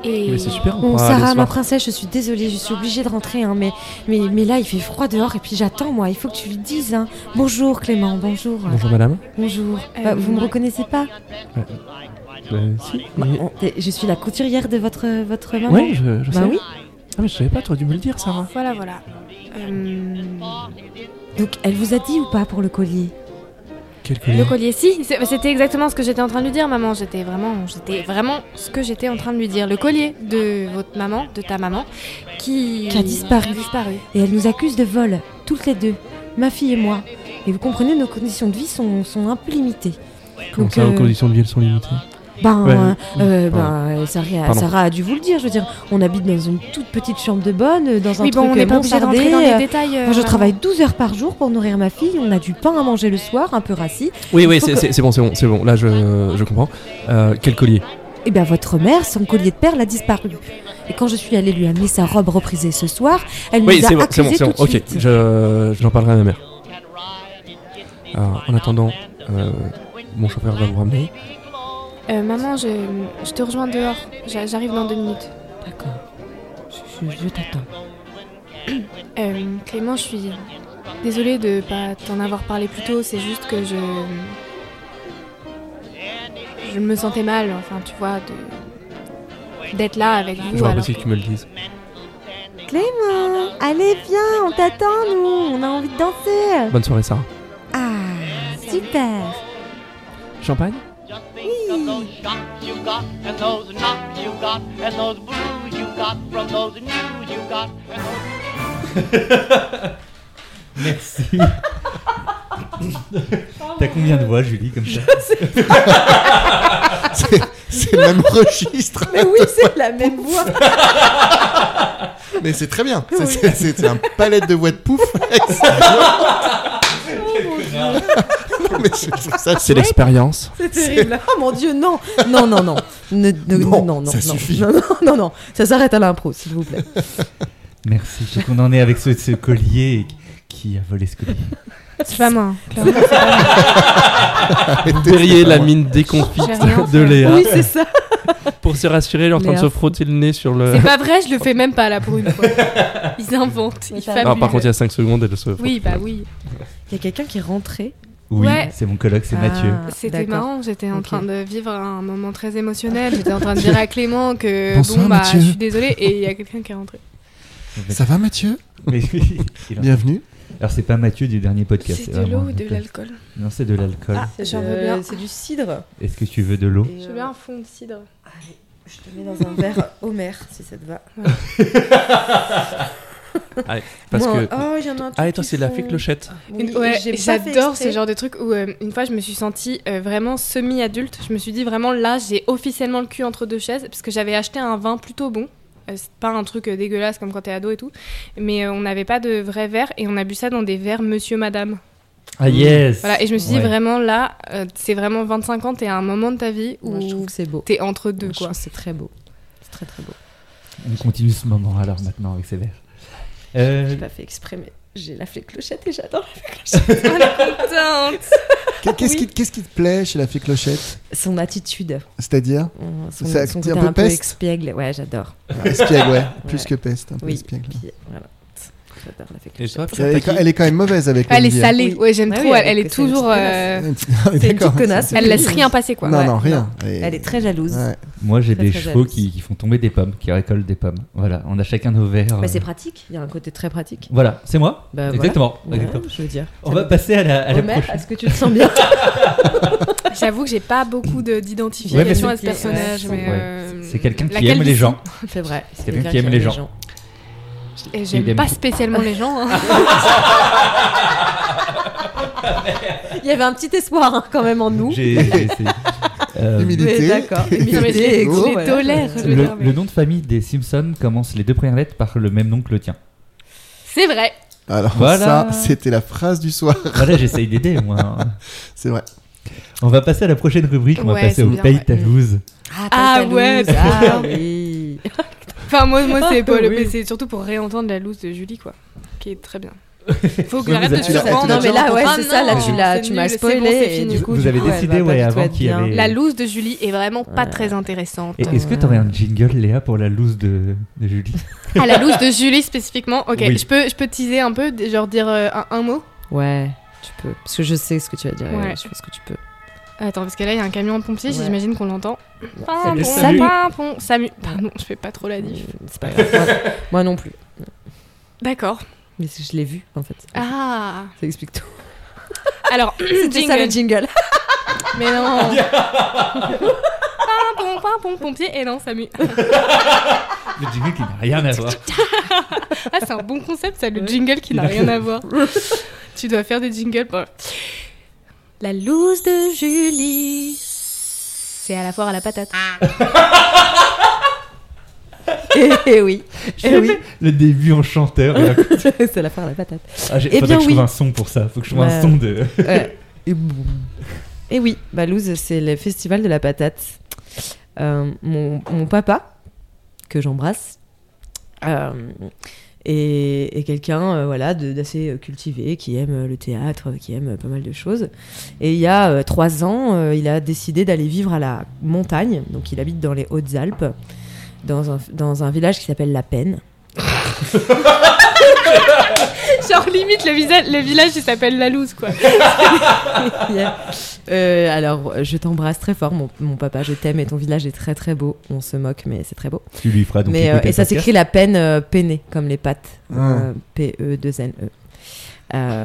et
Mais c'est super, on
Bon,
pourra aller
Sarah,
se
ma
voir.
princesse, je suis désolée, je suis obligée de rentrer, hein, mais, mais, mais là, il fait froid dehors et puis j'attends, moi. Il faut que tu lui dises, hein. Bonjour, Clément, bonjour.
Bonjour madame.
Bonjour.
Euh,
Bah, vous me reconnaissez pas
Euh, si. Oui,
On- t'es- Je suis la couturière Bah, de votre, votre maman.
Ouais, je, je sais.
Bah oui.
Ah, mais je savais pas, t'aurais dû me le dire, Sarah.
voilà, voilà. Euh,
Donc, elle vous a dit ou pas pour le collier
Quel
le
collier.
collier, si, c'est- c'était exactement ce que j'étais en train de lui dire, maman. J'étais vraiment, j'étais vraiment ce que j'étais en train de lui dire. Le collier de votre maman, de ta maman, qui,
Qui a disparu.
disparu.
Et elle nous accuse de vol, toutes les deux, ma fille et moi. Et vous comprenez, nos conditions de vie sont, sont un peu limitées.
Comment ça,
euh,
aux conditions de vie, elles sont limitées
Ben,
Ouais,
euh,
oui,
euh,
pardon.
ben, euh, Sarah,
Pardon.
Sarah a dû vous le dire. Je veux dire, on habite dans une toute petite chambre de bonne, euh, dans un
Oui,
truc
bon, on n'est
euh,
pas obligé de rentrer dans
mansardé,
les
euh,
détails. euh,
Moi, je
vraiment.
travaille 12 heures par jour pour nourrir ma fille. On a du pain à manger le soir, un peu rassis.
Oui,
Il
oui,
faut
c'est
que-
c'est- c'est bon, c'est bon, c'est bon. Là, je, je comprends. Euh, quel collier
Et Eh bien, votre mère, son collier de perles a disparu. Et quand je suis allée lui amener sa robe reprisée ce soir, elle
Oui,
nous a
c'est bon, c'est bon,
accusés
c'est bon.
tout de
Ok,
suite.
je- j'en parlerai à ma mère. Alors, en attendant, euh, mon chauffeur va vous ramener.
Euh, maman, je, je te rejoins dehors. J'a- J'arrive dans deux minutes.
D'accord. Je, je- je t'attends.
Euh, Clément, je suis désolée de pas t'en avoir parlé plus tôt. C'est juste que je. Je me sentais mal, enfin, tu vois, de. D'être là avec vous. alors
J'aurais apprécié que tu me le dises.
Clément, allez, viens, on t'attend, nous. On a envie de danser.
Bonne soirée, Sarah.
Ah, super.
Champagne
[laughs] Merci. T'as combien de voix, Julie, comme ça
C'est- C'est le même registre.
Mais oui,
[laughs]
c'est la même voix.
Mais c'est très bien. C'est- C'est c'est- c'est un palette de voix de pouf. Non, mais je trouve ça
C'est l'expérience.
C'est terrible. Oh mon dieu, non. Non, non, non. Ne- ne-
Non,
non, non,
ça
non,
suffit.
Non, non, non, non. Ça s'arrête à l'impro, s'il vous plaît.
Merci. Je qu'on en est avec ce, ce collier. Qui a volé ce collier
C'est pas moi.
Vous
Verriez la mine déconfite
J'ai rien
de
fait.
Léa.
Oui, c'est ça.
[laughs] Pour se rassurer, elle est en train de
Léa.
se frotter le nez sur le.
C'est pas vrai, je le fais même pas là pour une fois. Ils inventent, ils
pas-
[laughs] Non,
fabulent.
par contre, il y a 5 secondes, elle se.
Oui, bah oui.
Il y a quelqu'un qui est rentré.
Oui,
Ouais.
c'est mon coloc, c'est
Ah,
Mathieu.
C'était
d'accord.
marrant, j'étais en
Ok.
train de vivre un moment très émotionnel. J'étais en train de dire à Clément que
Bonsoir,
bon bah
Mathieu.
je suis désolée et il y a quelqu'un qui est rentré.
Ça va, Mathieu
Mais oui, il en-
Bienvenue.
Alors c'est pas Mathieu du dernier podcast.
C'est
c'est
de l'eau
vraiment-
ou de l'alcool
Non, c'est de l'alcool.
Ah,
Euh,
j'en veux bien.
C'est du cidre.
Est-ce que tu veux de l'eau
Je veux bien un fond de cidre.
euh,
Je te mets dans un verre Homer, si ça te va.
Parce
Moi,
que.
Oh, j'en ai un tout
Ah, et toi,
petit
c'est de la
fond.
fée clochette.
Oui,
Une- ouais,
j'ai pas fait
j'adore ce
exprès.
genre de truc où euh, une fois je me suis sentie euh, vraiment semi-adulte. Je me suis dit vraiment là j'ai officiellement le cul entre deux chaises parce que j'avais acheté un vin plutôt bon. Euh, C'est pas un truc euh, dégueulasse comme quand t'es ado et tout, mais euh, on n'avait pas de vrai verre et on a bu ça dans des verres monsieur madame.
Ah yes
Voilà, et je me suis dit
Ouais.
vraiment là, euh, c'est vraiment 25 ans, t'es à un moment de ta vie où
Moi, je trouve que c'est beau.
t'es entre deux
Moi, je
quoi.
trouve que C'est très beau. C'est très très beau.
On continue ce moment alors maintenant avec ces verres. Euh,
J'ai pas fait exprès, mais
J'ai la fée clochette et j'adore la fée clochette.
contente
Qu'est- Qu'est-ce
Oui.
qui, qu'est-ce qui te plaît chez la fée clochette
Son attitude,
C'est-à-dire
euh, son,
Ça,
son
c'est un
côté
peu
un peu
peste
expiègle. Ouais, j'adore.
Espiègle, ouais. Plus
Ouais.
que peste, un peu
Oui.
espiègle.
Puis, voilà. J'adore la fée
Et
clochette.
toi,
Elle est,
Pierre,
quand-
t'as qui
elle est quand même mauvaise avec
Elle est
Olivia.
salée. Ouais, j'aime
Ouais,
trop.
oui,
elle, elle
avec
est
ses petites
toujours. euh,
[laughs] On est
C'est une
d'accord.
petite connasse.
Elle laisse rien passer, quoi.
Non,
ouais.
non, rien.
Elle est très jalouse.
Ouais.
Moi, j'ai
Très,
des
très
chevaux
jalouse.
qui, qui font tomber des pommes, qui récoltent des pommes. Voilà, on a chacun nos verres.
Bah, c'est
euh,
pratique, il y a un côté très pratique.
Voilà, c'est moi
Bah, voilà.
Exactement.
Ouais,
exactement.
je veux dire.
On va passer à la, à la
Homer,
prochaine.
est-ce que tu te sens bien
J'avoue que j'ai pas beaucoup de-
Ouais, mais
d'identification
c'est-
à ce personnage.
ouais,
mais,
ouais.
euh,
Hum,
C'est quelqu'un qui
laquelle
aime
dit-
les gens.
C'est vrai.
C'est quelqu'un qui aime les gens.
Et
Il
J'aime
aime
pas
tout.
spécialement les gens.
Ah,
hein.
Il y avait un petit espoir hein, quand même en nous.
J'ai- j'ai
[laughs]
essayé. Euh,
Humilité.
Mais d'accord, humilité,
Non, mais je les-
ego,
je les
voilà.
tolère. je veux
le,
dire, mais-
le nom de famille des Simpsons commence les deux premières lettres par le même nom que le tien.
C'est vrai.
Alors
Voilà.
ça, c'était la phrase du soir. [laughs]
Voilà, j'essaye d'aider, moi.
C'est vrai.
On va passer à la prochaine rubrique, on va
Ouais,
passer
c'est
au
bien,
Paye
ouais.
ta loose.
Ah,
Ah,
Pantaloons,
ouais,
ah oui.
Bah,
Enfin, moi, moi
Ah,
c'est pas le-
Oui.
mais c'est surtout pour réentendre la loose de Julie, quoi. Qui est
[laughs]
très bien. Faut que
Oui,
j'arrête
vous
de
avez-
toujours
tu l'as- tu l'as
vendre.
non mais là ouais
Ah
c'est ça là
non,
tu l'as
c'est
tu m'as
nul, c'est bon, c'est
spoilé et
fini.
du coup
hein. Vous
du
avez
coup, elle
décidé,
va
bah,
ouais,
pas du tout
avant
être
qu'il y
bien.
avait-
La loose de Julie est vraiment pas
Ouais.
très intéressante.
Euh.
Et Est-ce que t'aurais un jingle, Léa, pour la loose de, de Julie
À la loose de Julie spécifiquement, ok,
Oui.
je, peux, je peux teaser un peu, d- genre dire euh, un, un mot
ouais tu peux parce que je sais ce que tu vas dire
Ouais.
je pense que tu peux
Attends, parce que là, il y a un camion de pompiers,
Ouais.
j'imagine qu'on l'entend. Pimpon,
Salut, salut.
pimpon, Samu. Pardon, je fais pas trop la diff.
Euh, c'est pas grave moi, moi non plus
D'accord.
mais c'est- je l'ai vu en fait
Ah
ça explique tout [laughs]
[clears throat] Alors,
c'était ça le
jingle.
jingle
[laughs] Mais non Pimpon, pimpon, pompier, et Eh non, Samu.
Le jingle qui n'a rien à voir.
Ah, c'est un bon concept, ça, le jingle qui n'a rien à voir. tu dois faire des jingles pour... La loose de Julie, c'est à la foire à la patate.
et, et
[laughs]
Eh oui et oui
Eh Le début en chanteur.
[laughs]
et après-
c'est la fin de la patate
Ah, j'ai-
Eh
faudrait
bien,
que je trouve
oui.
un son pour ça. Faut que je trouve un
Ouais.
son de.
Ouais. et, boum. Et oui, Balouz, c'est le festival de la patate. Euh, mon, mon papa, que j'embrasse, euh, est, est quelqu'un euh, voilà, de- d'assez euh, cultivé, qui aime euh, le théâtre, qui aime euh, pas mal de choses. Et il y a euh, trois ans, euh, il a décidé d'aller vivre à la montagne. Donc il habite dans les Hautes-Alpes, dans un, dans un village qui s'appelle La Peine.
[laughs] Genre, limite, le, visa- le village, il s'appelle la loose, [laughs] quoi.
[laughs] Yeah. Euh, alors, je t'embrasse très fort, mon, mon papa. Je t'aime et ton village est très très beau. On se moque, mais c'est très beau.
Tu lui feras donc.
mais, euh,
écouter
et
le
ça
podcast.
s'écrit la peine euh, peinée, comme les pattes.
Ah.
P-E-2-N-E.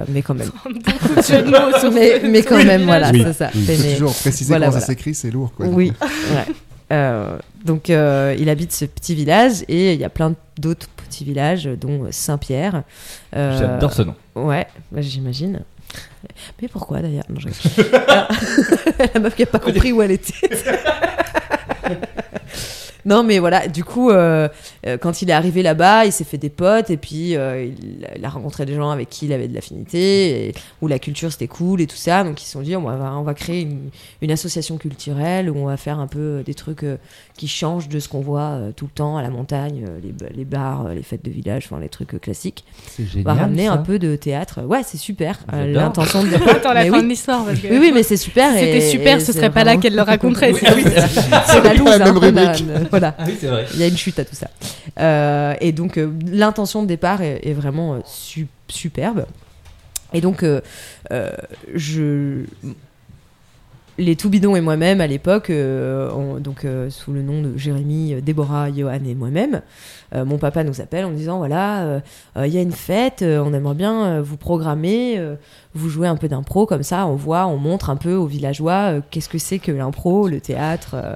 mais quand même.
[laughs] Beaucoup de jeux de mots Oh, sur
mais,
ce- [laughs]
mais quand
ce
même,
village.
voilà,
Oui,
c'est ça.
oui.
peinée.
C'est toujours préciser
Voilà,
comment ça
voilà.
s'écrit, c'est lourd. Quoi.
Oui, ouais. Euh, donc euh, il habite ce petit village et il y a plein d'autres petits villages, dont Saint-Pierre. Euh,
J'adore ce nom.
Ouais, bah, j'imagine. Mais pourquoi d'ailleurs Non, je rigole. Ah. [laughs] La meuf qui a pas compris où elle était. non, mais voilà, du coup, euh, euh, quand il est arrivé là-bas, il s'est fait des potes et puis euh, il, il a rencontré des gens avec qui il avait de l'affinité, et- où la culture c'était cool et tout ça. Donc ils se sont dit, on va, on va créer une, une association culturelle où on va faire un peu des trucs euh, qui changent de ce qu'on voit euh, tout le temps à la montagne, euh, les, les bars, euh, les fêtes de village, enfin les trucs euh, classiques.
C'est
On va
génial.
ramener
ça.
un peu de théâtre. Ouais, c'est super. Euh,
[laughs]
J'adore.
L'intention de.
Attends, la
Mais
fin
oui.
de l'histoire, parce que...
Oui, oui, mais c'est super. et-
C'était super,
et
ce
c'est
serait pas là
vraiment-
qu'elle le raconterait.
C'est la
C'est
loose,
pas la
hein,
même
on a-
rubrique.
euh, Voilà.
Ah oui, c'est vrai.
Il y a une chute à tout ça. Euh, et donc, euh, l'intention de départ est, est vraiment euh, su- superbe. Et donc, euh, euh, je. Les tout bidons et moi-même à l'époque, euh, on- donc euh, sous le nom de Jérémy, euh, Déborah, Johan et moi-même, euh, mon papa nous appelle en disant voilà, euh, euh, il y a une fête, euh, on aimerait bien euh, vous programmer, euh, vous jouez un peu d'impro comme ça, on voit, on montre un peu aux villageois euh, qu'est-ce que c'est que l'impro, le théâtre, euh,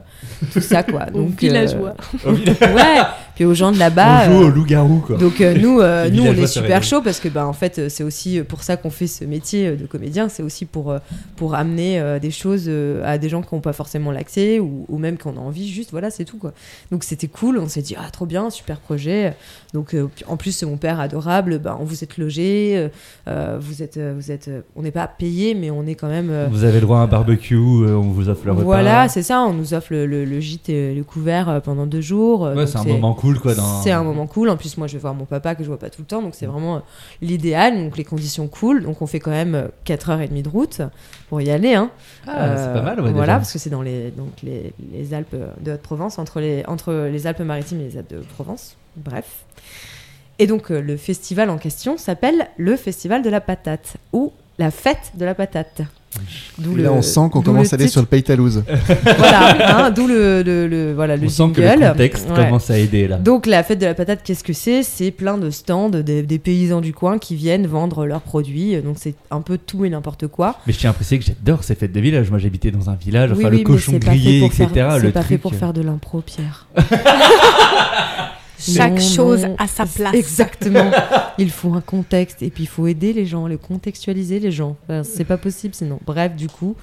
tout ça quoi.
[laughs] Aux
euh,
villageois.
ouais, puis aux gens de là-bas.
On joue
euh,
au loup-garou, quoi.
donc euh, nous,
[laughs]
euh,
Les
nous on
villageois,
est
ça
super
régale.
chaud parce que bah, en fait euh, c'est aussi pour ça qu'on fait ce métier euh, de comédien, c'est aussi pour, euh, pour amener euh, des choses euh, à des gens qui n'ont pas forcément l'accès ou, ou même qu'on a envie, juste voilà c'est tout quoi. Donc c'était cool, on s'est dit ah trop bien, super projet. Donc euh, en plus c'est mon père adorable, bah, on vous êtes logé, vous êtes, euh, vous êtes, euh, on n'est pas payé mais on est quand même euh,
Vous avez le droit à un barbecue, euh, on vous offre le repas.
voilà, c'est ça, on nous offre le, le- le gîte et le couvert euh, pendant deux jours. euh,
Ouais,
donc
c'est un moment cool, quoi. Dans...
C'est un moment cool. En plus, moi, je vais voir mon papa que je vois pas tout le temps, donc
Mm.
c'est vraiment euh, l'idéal. Donc les conditions cool. Donc on fait quand même euh, 4h30 de route pour y aller. Hein.
Ah, c'est
Euh,
pas mal, ouais,
Voilà,
déjà.
parce que c'est dans les, donc les, les Alpes de Haute-Provence, entre les, entre les Alpes-Maritimes et les Alpes de Provence. Bref. Et donc euh, le festival en question s'appelle le Festival de la patate ou la fête de la patate. D'où
Et là, on sent qu'on
d'où
commence à
le
aller sur
titre.
le pays
[laughs]
Toulouse. [laughs]
Voilà, hein, d'où le, le, le- voilà, le
On sent que
jingle.
le contexte
Ouais.
commence à aider là.
Donc la fête de la patate, qu'est-ce que c'est C'est plein de stands, des, des paysans du coin qui viennent vendre leurs produits. Donc c'est un peu tout et n'importe quoi.
Mais je tiens à préciser que j'adore ces fêtes de village. Moi, j'habitais dans un village,
Oui,
enfin
oui,
le
mais
cochon
c'est pas fait
grillé,
pour
etc.
faire-
le
C'est pas fait
truc, euh.
pour faire de l'impro, Pierre.
Chaque
Non,
chose
non.
à sa place.
[laughs] Exactement. Il faut un contexte et puis il faut aider les gens, les contextualiser les gens. Enfin, c'est pas possible sinon. Bref, du coup,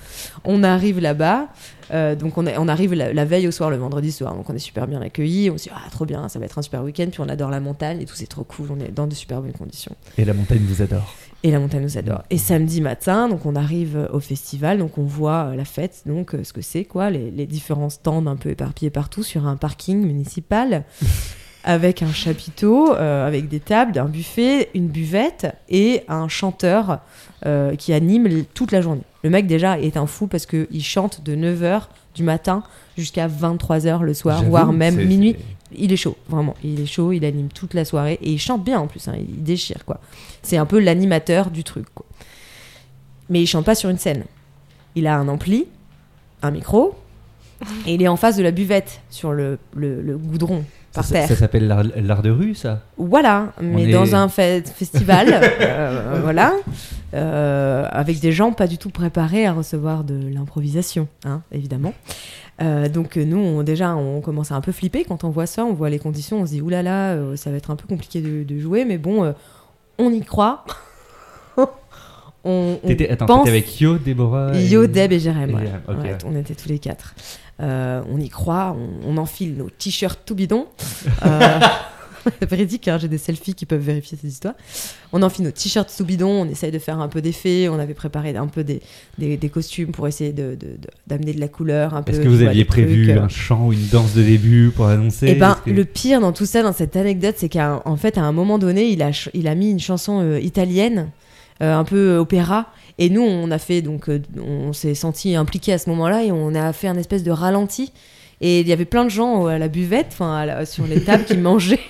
on arrive là-bas. Euh, donc on, est- on arrive la, la veille au soir, le vendredi soir. Donc on est super bien accueillis. On se dit ah trop bien, ça va être un super week-end. Puis on adore la montagne et tout, c'est trop cool. On est dans de super bonnes conditions.
Et la montagne vous adore.
Et la montagne nous adore. Et samedi matin, donc on arrive euh, au festival, donc on voit euh, la fête, donc euh, ce que c'est quoi, les, les différents stands un peu éparpillés partout sur un parking municipal, avec un chapiteau, euh, avec des tables, un buffet, une buvette et un chanteur euh, qui anime l- toute la journée. Le mec déjà est un fou parce qu'il chante de 9h du matin jusqu'à 23h le soir,
J'avoue,
voire même
c'est-
minuit
c'est-
il est chaud, vraiment. Il est chaud, il anime toute la soirée et il chante bien en plus, hein, il déchire quoi. C'est un peu l'animateur du truc quoi. Mais il chante pas sur une scène. Il a un ampli, un micro et il est en face de la buvette sur le, le- le goudron par
ça-
terre.
Ça s'appelle l'art- l'art de rue, ça
Voilà, mais
est-
dans un
[laughs]
fe- festival, euh, voilà, euh, avec des gens pas du tout préparés à recevoir de l'improvisation, hein, évidemment. Euh, donc euh, nous, on, déjà, on commence à un peu flipper quand on voit ça, on voit les conditions, on se dit oulala, là là, euh, ça va être un peu compliqué de, de jouer, mais bon, euh, on y croit. [laughs] on on
T'étais attends,
pense-
t'étais avec Yo, Déborah et-
Yo, Deb et Jérém.
et
ouais.
Jérém, ok,
Ouais,
ouais.
On était tous les quatre. Euh, on y croit, on, on enfile nos t-shirts tout bidons. Euh, [laughs] Véridique, hein, j'ai des selfies qui peuvent vérifier ces histoires. On enfile nos t-shirts tout bidons, on essaye de faire un peu d'effet. On avait préparé un peu des, des, des costumes pour essayer de- de- de- d'amener de, la couleur. un peu,
Est-ce que
tu
vous
vois,
aviez
des trucs,
prévu
euh,
un chant ou une danse de début pour annoncer
eh ben,
Est-ce que-
le pire dans tout ça, dans cette anecdote, c'est qu'en en fait, à un moment donné, il a, ch- il a mis une chanson euh, italienne, euh, un peu opéra. Et nous, on a fait, donc, euh, on s'est senti impliqué à ce moment-là et on a fait un espèce de ralenti. Et il y avait plein de gens euh, à la buvette, enfin, à la- sur les tables qui [laughs] mangeaient.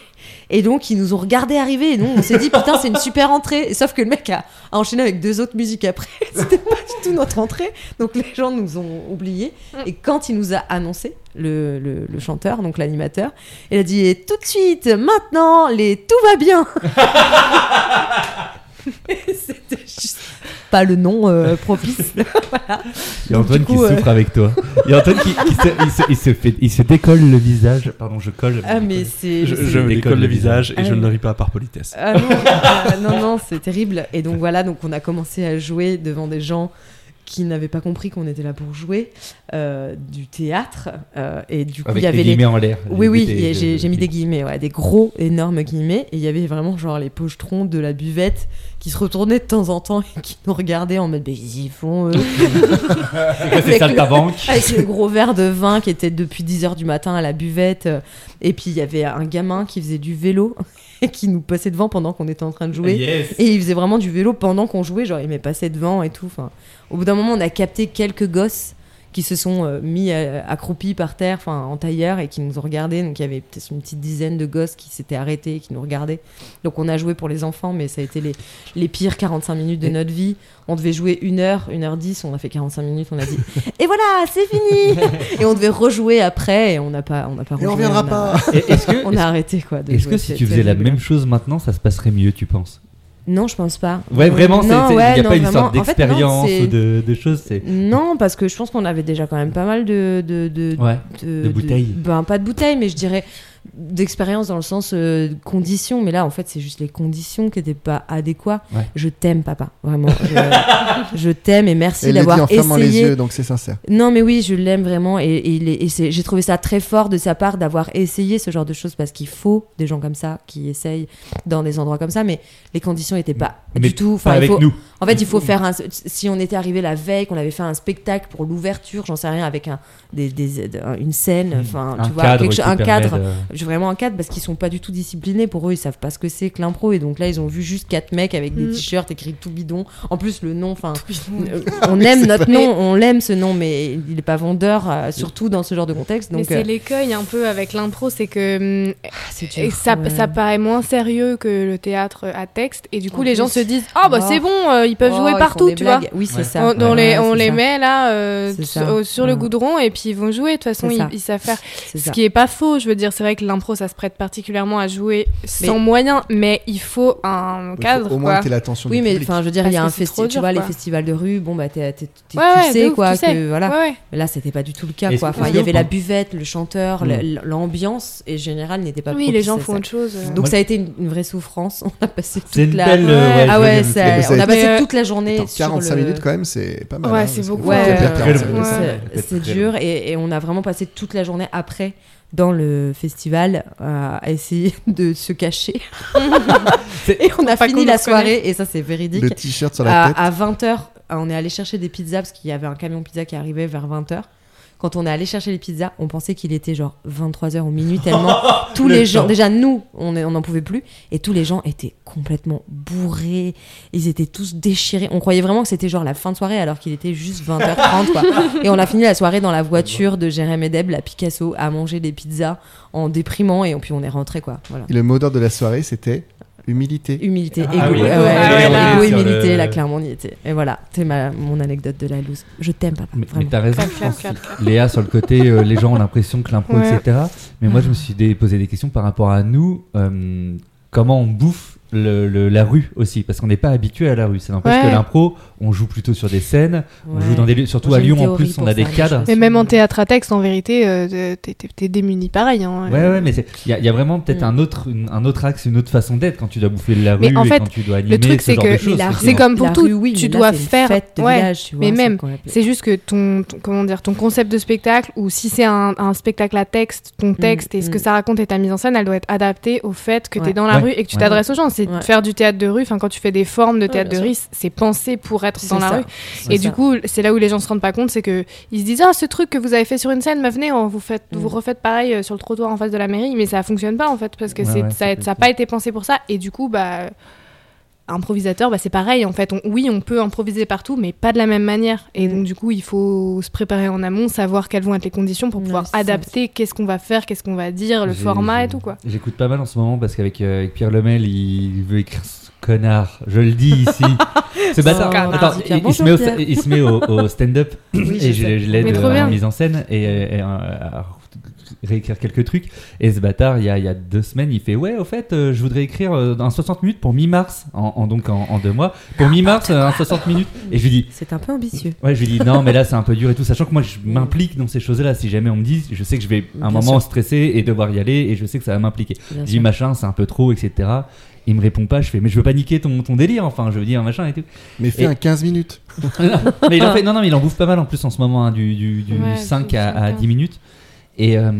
Et donc, ils nous ont regardé arriver. Et nous, on s'est dit, putain, c'est une super entrée. Sauf que le mec a, a enchaîné avec deux autres musiques après. [laughs] C'était pas du tout notre entrée. Donc, les gens nous ont oubliés. Et quand il nous a annoncé, le, le- le chanteur, donc l'animateur, il a dit, et tout de suite, maintenant, les tout va bien. [laughs] Et C'était juste pas le nom euh, propice.
Il y a Antoine
du coup,
qui
euh,
souffre avec toi. Il y a Antoine qui, qui se, il se- il se fait, il se décolle le visage. Pardon, je colle.
ah, mais c'est.
Je,
c'est-
je me décolle le visage et
Ah
je
oui.
ne le ris pas par politesse.
Ah non, ah non, non, c'est terrible. Et donc voilà, donc on a commencé à jouer devant des gens qui n'avaient pas compris qu'on était là pour jouer euh, du théâtre. euh, et du coup, il
Avec
y avait
des
les,
guillemets en l'air.
Oui,
J'ai euh,
oui,
des-
et j'ai j'ai mis des guillemets, ouais, des gros, énormes guillemets. Et il y avait vraiment genre les pochetrons de la buvette qui se retournaient de temps en temps et qui nous regardaient en mode, mais ils y font, eux.
C'est quoi, C'est
Avec
ça le
le-
tabanque
Avec le gros verre de vin qui était depuis 10h du matin à la buvette. euh, Et puis il y avait un gamin qui faisait du vélo [laughs] et qui nous passait devant pendant qu'on était en train de jouer. [laughs]
Yes.
Et il faisait vraiment du vélo pendant qu'on jouait, genre il m'est passé devant et tout. Enfin, au bout d'un moment, on a capté quelques gosses qui se sont euh, mis euh, accroupis par terre, enfin en tailleur, et qui nous ont regardés. Donc il y avait peut-être une petite dizaine de gosses qui s'étaient arrêtés et qui nous regardaient. Donc on a joué pour les enfants, mais ça a été les, les pires 45 minutes de notre vie. On devait jouer 1 heure, 1 heure 10 on a fait 45 minutes, on a dit Et voilà, c'est fini
[laughs]
Et on devait rejouer après, et on n'a pas, on n'a pas
Et
rejoué.
on reviendra
a-
pas.
Et Est-ce que,
On a arrêté quoi. de
est-ce
jouer,
que si
c'est
tu faisais la
terrible.
même chose maintenant, ça se passerait mieux, tu penses
Non, je pense pas.
Ouais, vraiment, c'est-
Non,
c'est- il
ouais,
n'y a
non,
pas une sorte
vraiment. En fait, non,
d'expérience
c'est-
ou de, de choses. C'est...
Non, parce que je pense qu'on avait déjà quand même pas mal de. de, de,
Ouais. de bouteilles.
ben, pas de bouteilles, mais je dirais d'expérience dans le sens euh, conditions. Mais là, en fait, c'est juste les conditions qui n'étaient pas adéquates.
Ouais.
Je t'aime, papa. Vraiment. Je, [laughs] je t'aime et merci
Elle l'a dit en
d'avoir
fermant les
essayé.
yeux, donc c'est sincère.
Non, mais oui, je l'aime vraiment. Et, et il est- et c'est- j'ai trouvé ça très fort de sa part d'avoir essayé ce genre de choses parce qu'il faut des gens comme ça qui essayent dans des endroits comme ça. Mais les conditions n'étaient pas
Mais
du tout. Enfin,
Pas
il
avec
faut-
nous.
en fait, il
Mm-hmm.
faut faire un. Si on était arrivé la veille, qu'on avait fait un spectacle pour l'ouverture, j'en sais rien, avec un, des, des- un- une scène, enfin, tu
un
Mm.
vois,
cadre
quelque
qui euh,
chose- un
permet
cadre
de-
je- vraiment un cadre parce qu'ils sont pas du tout disciplinés. Pour eux, ils savent pas ce que c'est que l'impro. Et donc là, ils ont vu juste quatre mecs avec des
Mm.
t-shirts écrits tout bidon. En plus, le nom, enfin,
Mais [laughs]
euh, on aime
c'est
notre
pas-
nom, on l'aime ce nom, mais il est pas vendeur, euh, surtout dans ce genre de contexte. Donc,
c'est
euh,
l'écueil un peu avec l'impro, c'est que hum,
ah, c'est
et
dur,
ça,
ouais.
ça paraît moins sérieux que le théâtre à texte, et du coup
En
les gens
plus.
se disent ah bah
Oh.
c'est bon, euh, ils peuvent
Oh, ils
jouer
font
partout,
des
tu vois.
blagues. Oui, c'est
Ouais.
ça.
On, on les, on
Ouais,
les
c'est ça.
met là euh,
C'est
s-
ça.
au- sur
Ouais.
le goudron et puis ils vont jouer. De toute façon,
C'est
ils,
ça.
ils savent faire.
C'est
Ce
ça.
qui est pas faux, je veux dire, c'est vrai que l'impro ça se prête particulièrement à jouer sans
Mais-
moyens, mais il faut
Il
un
faut
cadre.
au moins
quoi.
que t'aies l'attention
Oui,
du
mais
public.
enfin, je veux dire, il y a
Parce
un
que c'est trop
festival, tu
dur,
vois, les
quoi.
festivals de rue, bon, bah, t'es- t'es- t'es-
Ouais, ouais,
tu
de
sais,
ouf,
quoi,
tu sais.
que voilà.
Ouais, ouais.
Mais Là, c'était pas du tout le cas,
Est-ce
quoi.
qu'on
Enfin,
peut
il y avait
dire,
la
hein
buvette, le chanteur,
Mm.
l- l'ambiance, et général, n'était pas
Oui,
propice
les
à
gens
ça.
font autre chose. euh.
Donc, ça a été une, une vraie souffrance. [laughs] On a passé
C'est
toute
une
la.
belle. euh,
Ouais.
Ah ouais,
je-
ça-
Mais ça a
on a
été-
passé
Mais, euh,
toute la journée
Attends,
sur
45
le-
minutes quand même, c'est pas mal.
Ouais,
hein,
c'est
parce que
beaucoup.
faut
Ouais,
perdre
euh,
45
c'est-
minutes.
Ouais.
c'est dur et, et on a vraiment passé toute la journée après dans le festival euh, à essayer [laughs] de se cacher et on a
pas
fini
qu'on
la
nous
soirée et ça c'est véridique
Le t-shirt sur la tête.
à, 20h, on est allé chercher des pizzas parce qu'il y avait un camion pizza qui arrivait vers 20h. Quand on est allé chercher les pizzas, on pensait qu'il était genre 23h ou minuit
[laughs]
tellement tous
Le
les gens,
temps.
déjà nous, on est- on n'en pouvait plus et tous les gens étaient complètement bourrés, ils étaient tous déchirés. On croyait vraiment que c'était genre la fin de soirée alors qu'il était juste 20h30 quoi. Et on a fini la soirée dans la voiture de Jérémy Deb, la Picasso, à manger des pizzas en déprimant et puis on est rentré quoi. Voilà.
Et le mot d'ordre de la soirée, c'était humilité.
Humilité,
Ah
égo,
oui.
ouais,
Ah
ouais,
ouais,
là.
égo,
Sur le-
humilité, là clairement on y était. Et voilà, c'est ma, mon anecdote de la loose. Je t'aime papa,
Mais, mais
vraiment.
t'as raison,
Clap,
je
[laughs]
clap,
pense.
clap, clap.
Léa, sur le côté, euh, les gens ont l'impression que l'impro,
Ouais.
etc. Mais moi, je me suis dé- posé des questions par rapport à nous. euh, comment on bouffe le- le- la rue aussi Parce qu'on n'est pas habitué à la rue. Ça n'empêche
Ouais.
que l'impro, on joue plutôt sur des scènes. On joue dans des lieux, surtout
Moi,
à
j'ai une
Lyon en
théorie
plus,
pour
on a
ça,
des
mais je
cadres.
sais
Mais même en théâtre à texte, en vérité, euh, t'es- t'es t'es démuni pareil. hein.
Ouais, ouais, mais c'est- il y, a- il y a vraiment peut-être
Mm.
un, autre, une- un autre axe, une autre façon d'être quand tu dois bouffer de la
Mais
rue
en
et
fait,
quand tu dois animer
truc,
ce
c'est
genre
que
de
Mais
choses.
la rue-
C'est comme pour
la
tout,
rue, oui,
tu
mais là,
dois
c'est une
faire-
fête de
ouais.
village, tu vois,
Mais
c'est
même,
qu'on appelait.
C'est juste que ton, ton- comment dire ton concept de spectacle ou si c'est un, un spectacle à texte, ton texte et ce
mm.
que ça raconte et ta mise en scène, elle doit être adaptée au fait que
Ouais.
tu es dans la
Ouais,
rue et que tu
ouais.
t'adresses aux gens. C'est
Ouais.
faire du théâtre de rue. Enfin, quand tu fais des formes de théâtre
bien
de
sûr.
rue, c'est pensé pour être
C'est
dans la
ça,
rue.
c'est
Et
ça.
du coup, c'est là où les gens se rendent pas compte, c'est que ils se disent ah ce truc que vous avez fait sur une scène, bah, venez, on vous faites,
Mm.
vous refaites pareil euh, sur le trottoir en face de la mairie, mais ça fonctionne pas en fait parce que
Ouais,
c'est
ouais,
ça,
c'est
ça a pas été pensé pour ça. Et du coup, bah improvisateur, bah, c'est pareil en fait. On- oui, on peut improviser partout, mais pas de la même manière. Et
Mm.
donc du coup, il faut se préparer en amont, savoir quelles vont être les conditions pour
Ouais,
pouvoir
c'est ça.
adapter. Qu'est-ce qu'on va faire, qu'est-ce qu'on va dire, le
J'ai-
format
j'ai-
et tout quoi.
J'écoute pas mal en ce moment parce qu'avec euh, avec Pierre Lemel, il veut écrire ce connard. Je le dis
[laughs]
ici. ce bâtard.
connard.
Attends,
Pierre,
il, il se
bonjour,
met au,
Pierre.
il se met au- au stand-up
[coughs] Oui, je
et je,
sais.
je l'aide
Mais trop
euh,
bien.
en mise en scène et, euh, et, euh, à réécrire quelques trucs. Et ce bâtard, il y a, il y a deux semaines, il fait Ouais, au fait, euh, je voudrais écrire euh, un 60 minutes pour mi-mars, en, en- donc en, en deux mois. Pour mi-mars, euh, un 60 minutes. Et je lui dis
C'est un peu ambitieux.
Ouais, je lui dis non, mais là c'est un peu dur et tout, sachant que moi je m'implique dans ces choses-là. Si jamais on me dit, je sais que je vais à un
Bien
moment
sûr.
stresser et devoir y aller et je sais que ça va m'impliquer.
bien
Je dis
sûr.
machin, c'est un peu trop, etc. Il me répond pas, je fais mais je veux pas niquer ton, ton délire, enfin je veux dire machin et tout.
Mais fais
Et-
un 15 minutes.
mais il en
[laughs]
fait, non, non, mais il en bouffe pas mal en plus en ce moment, hein, du, du, du
Ouais,
5
du
à,
5,
à
hein.
10 minutes. Et, euh,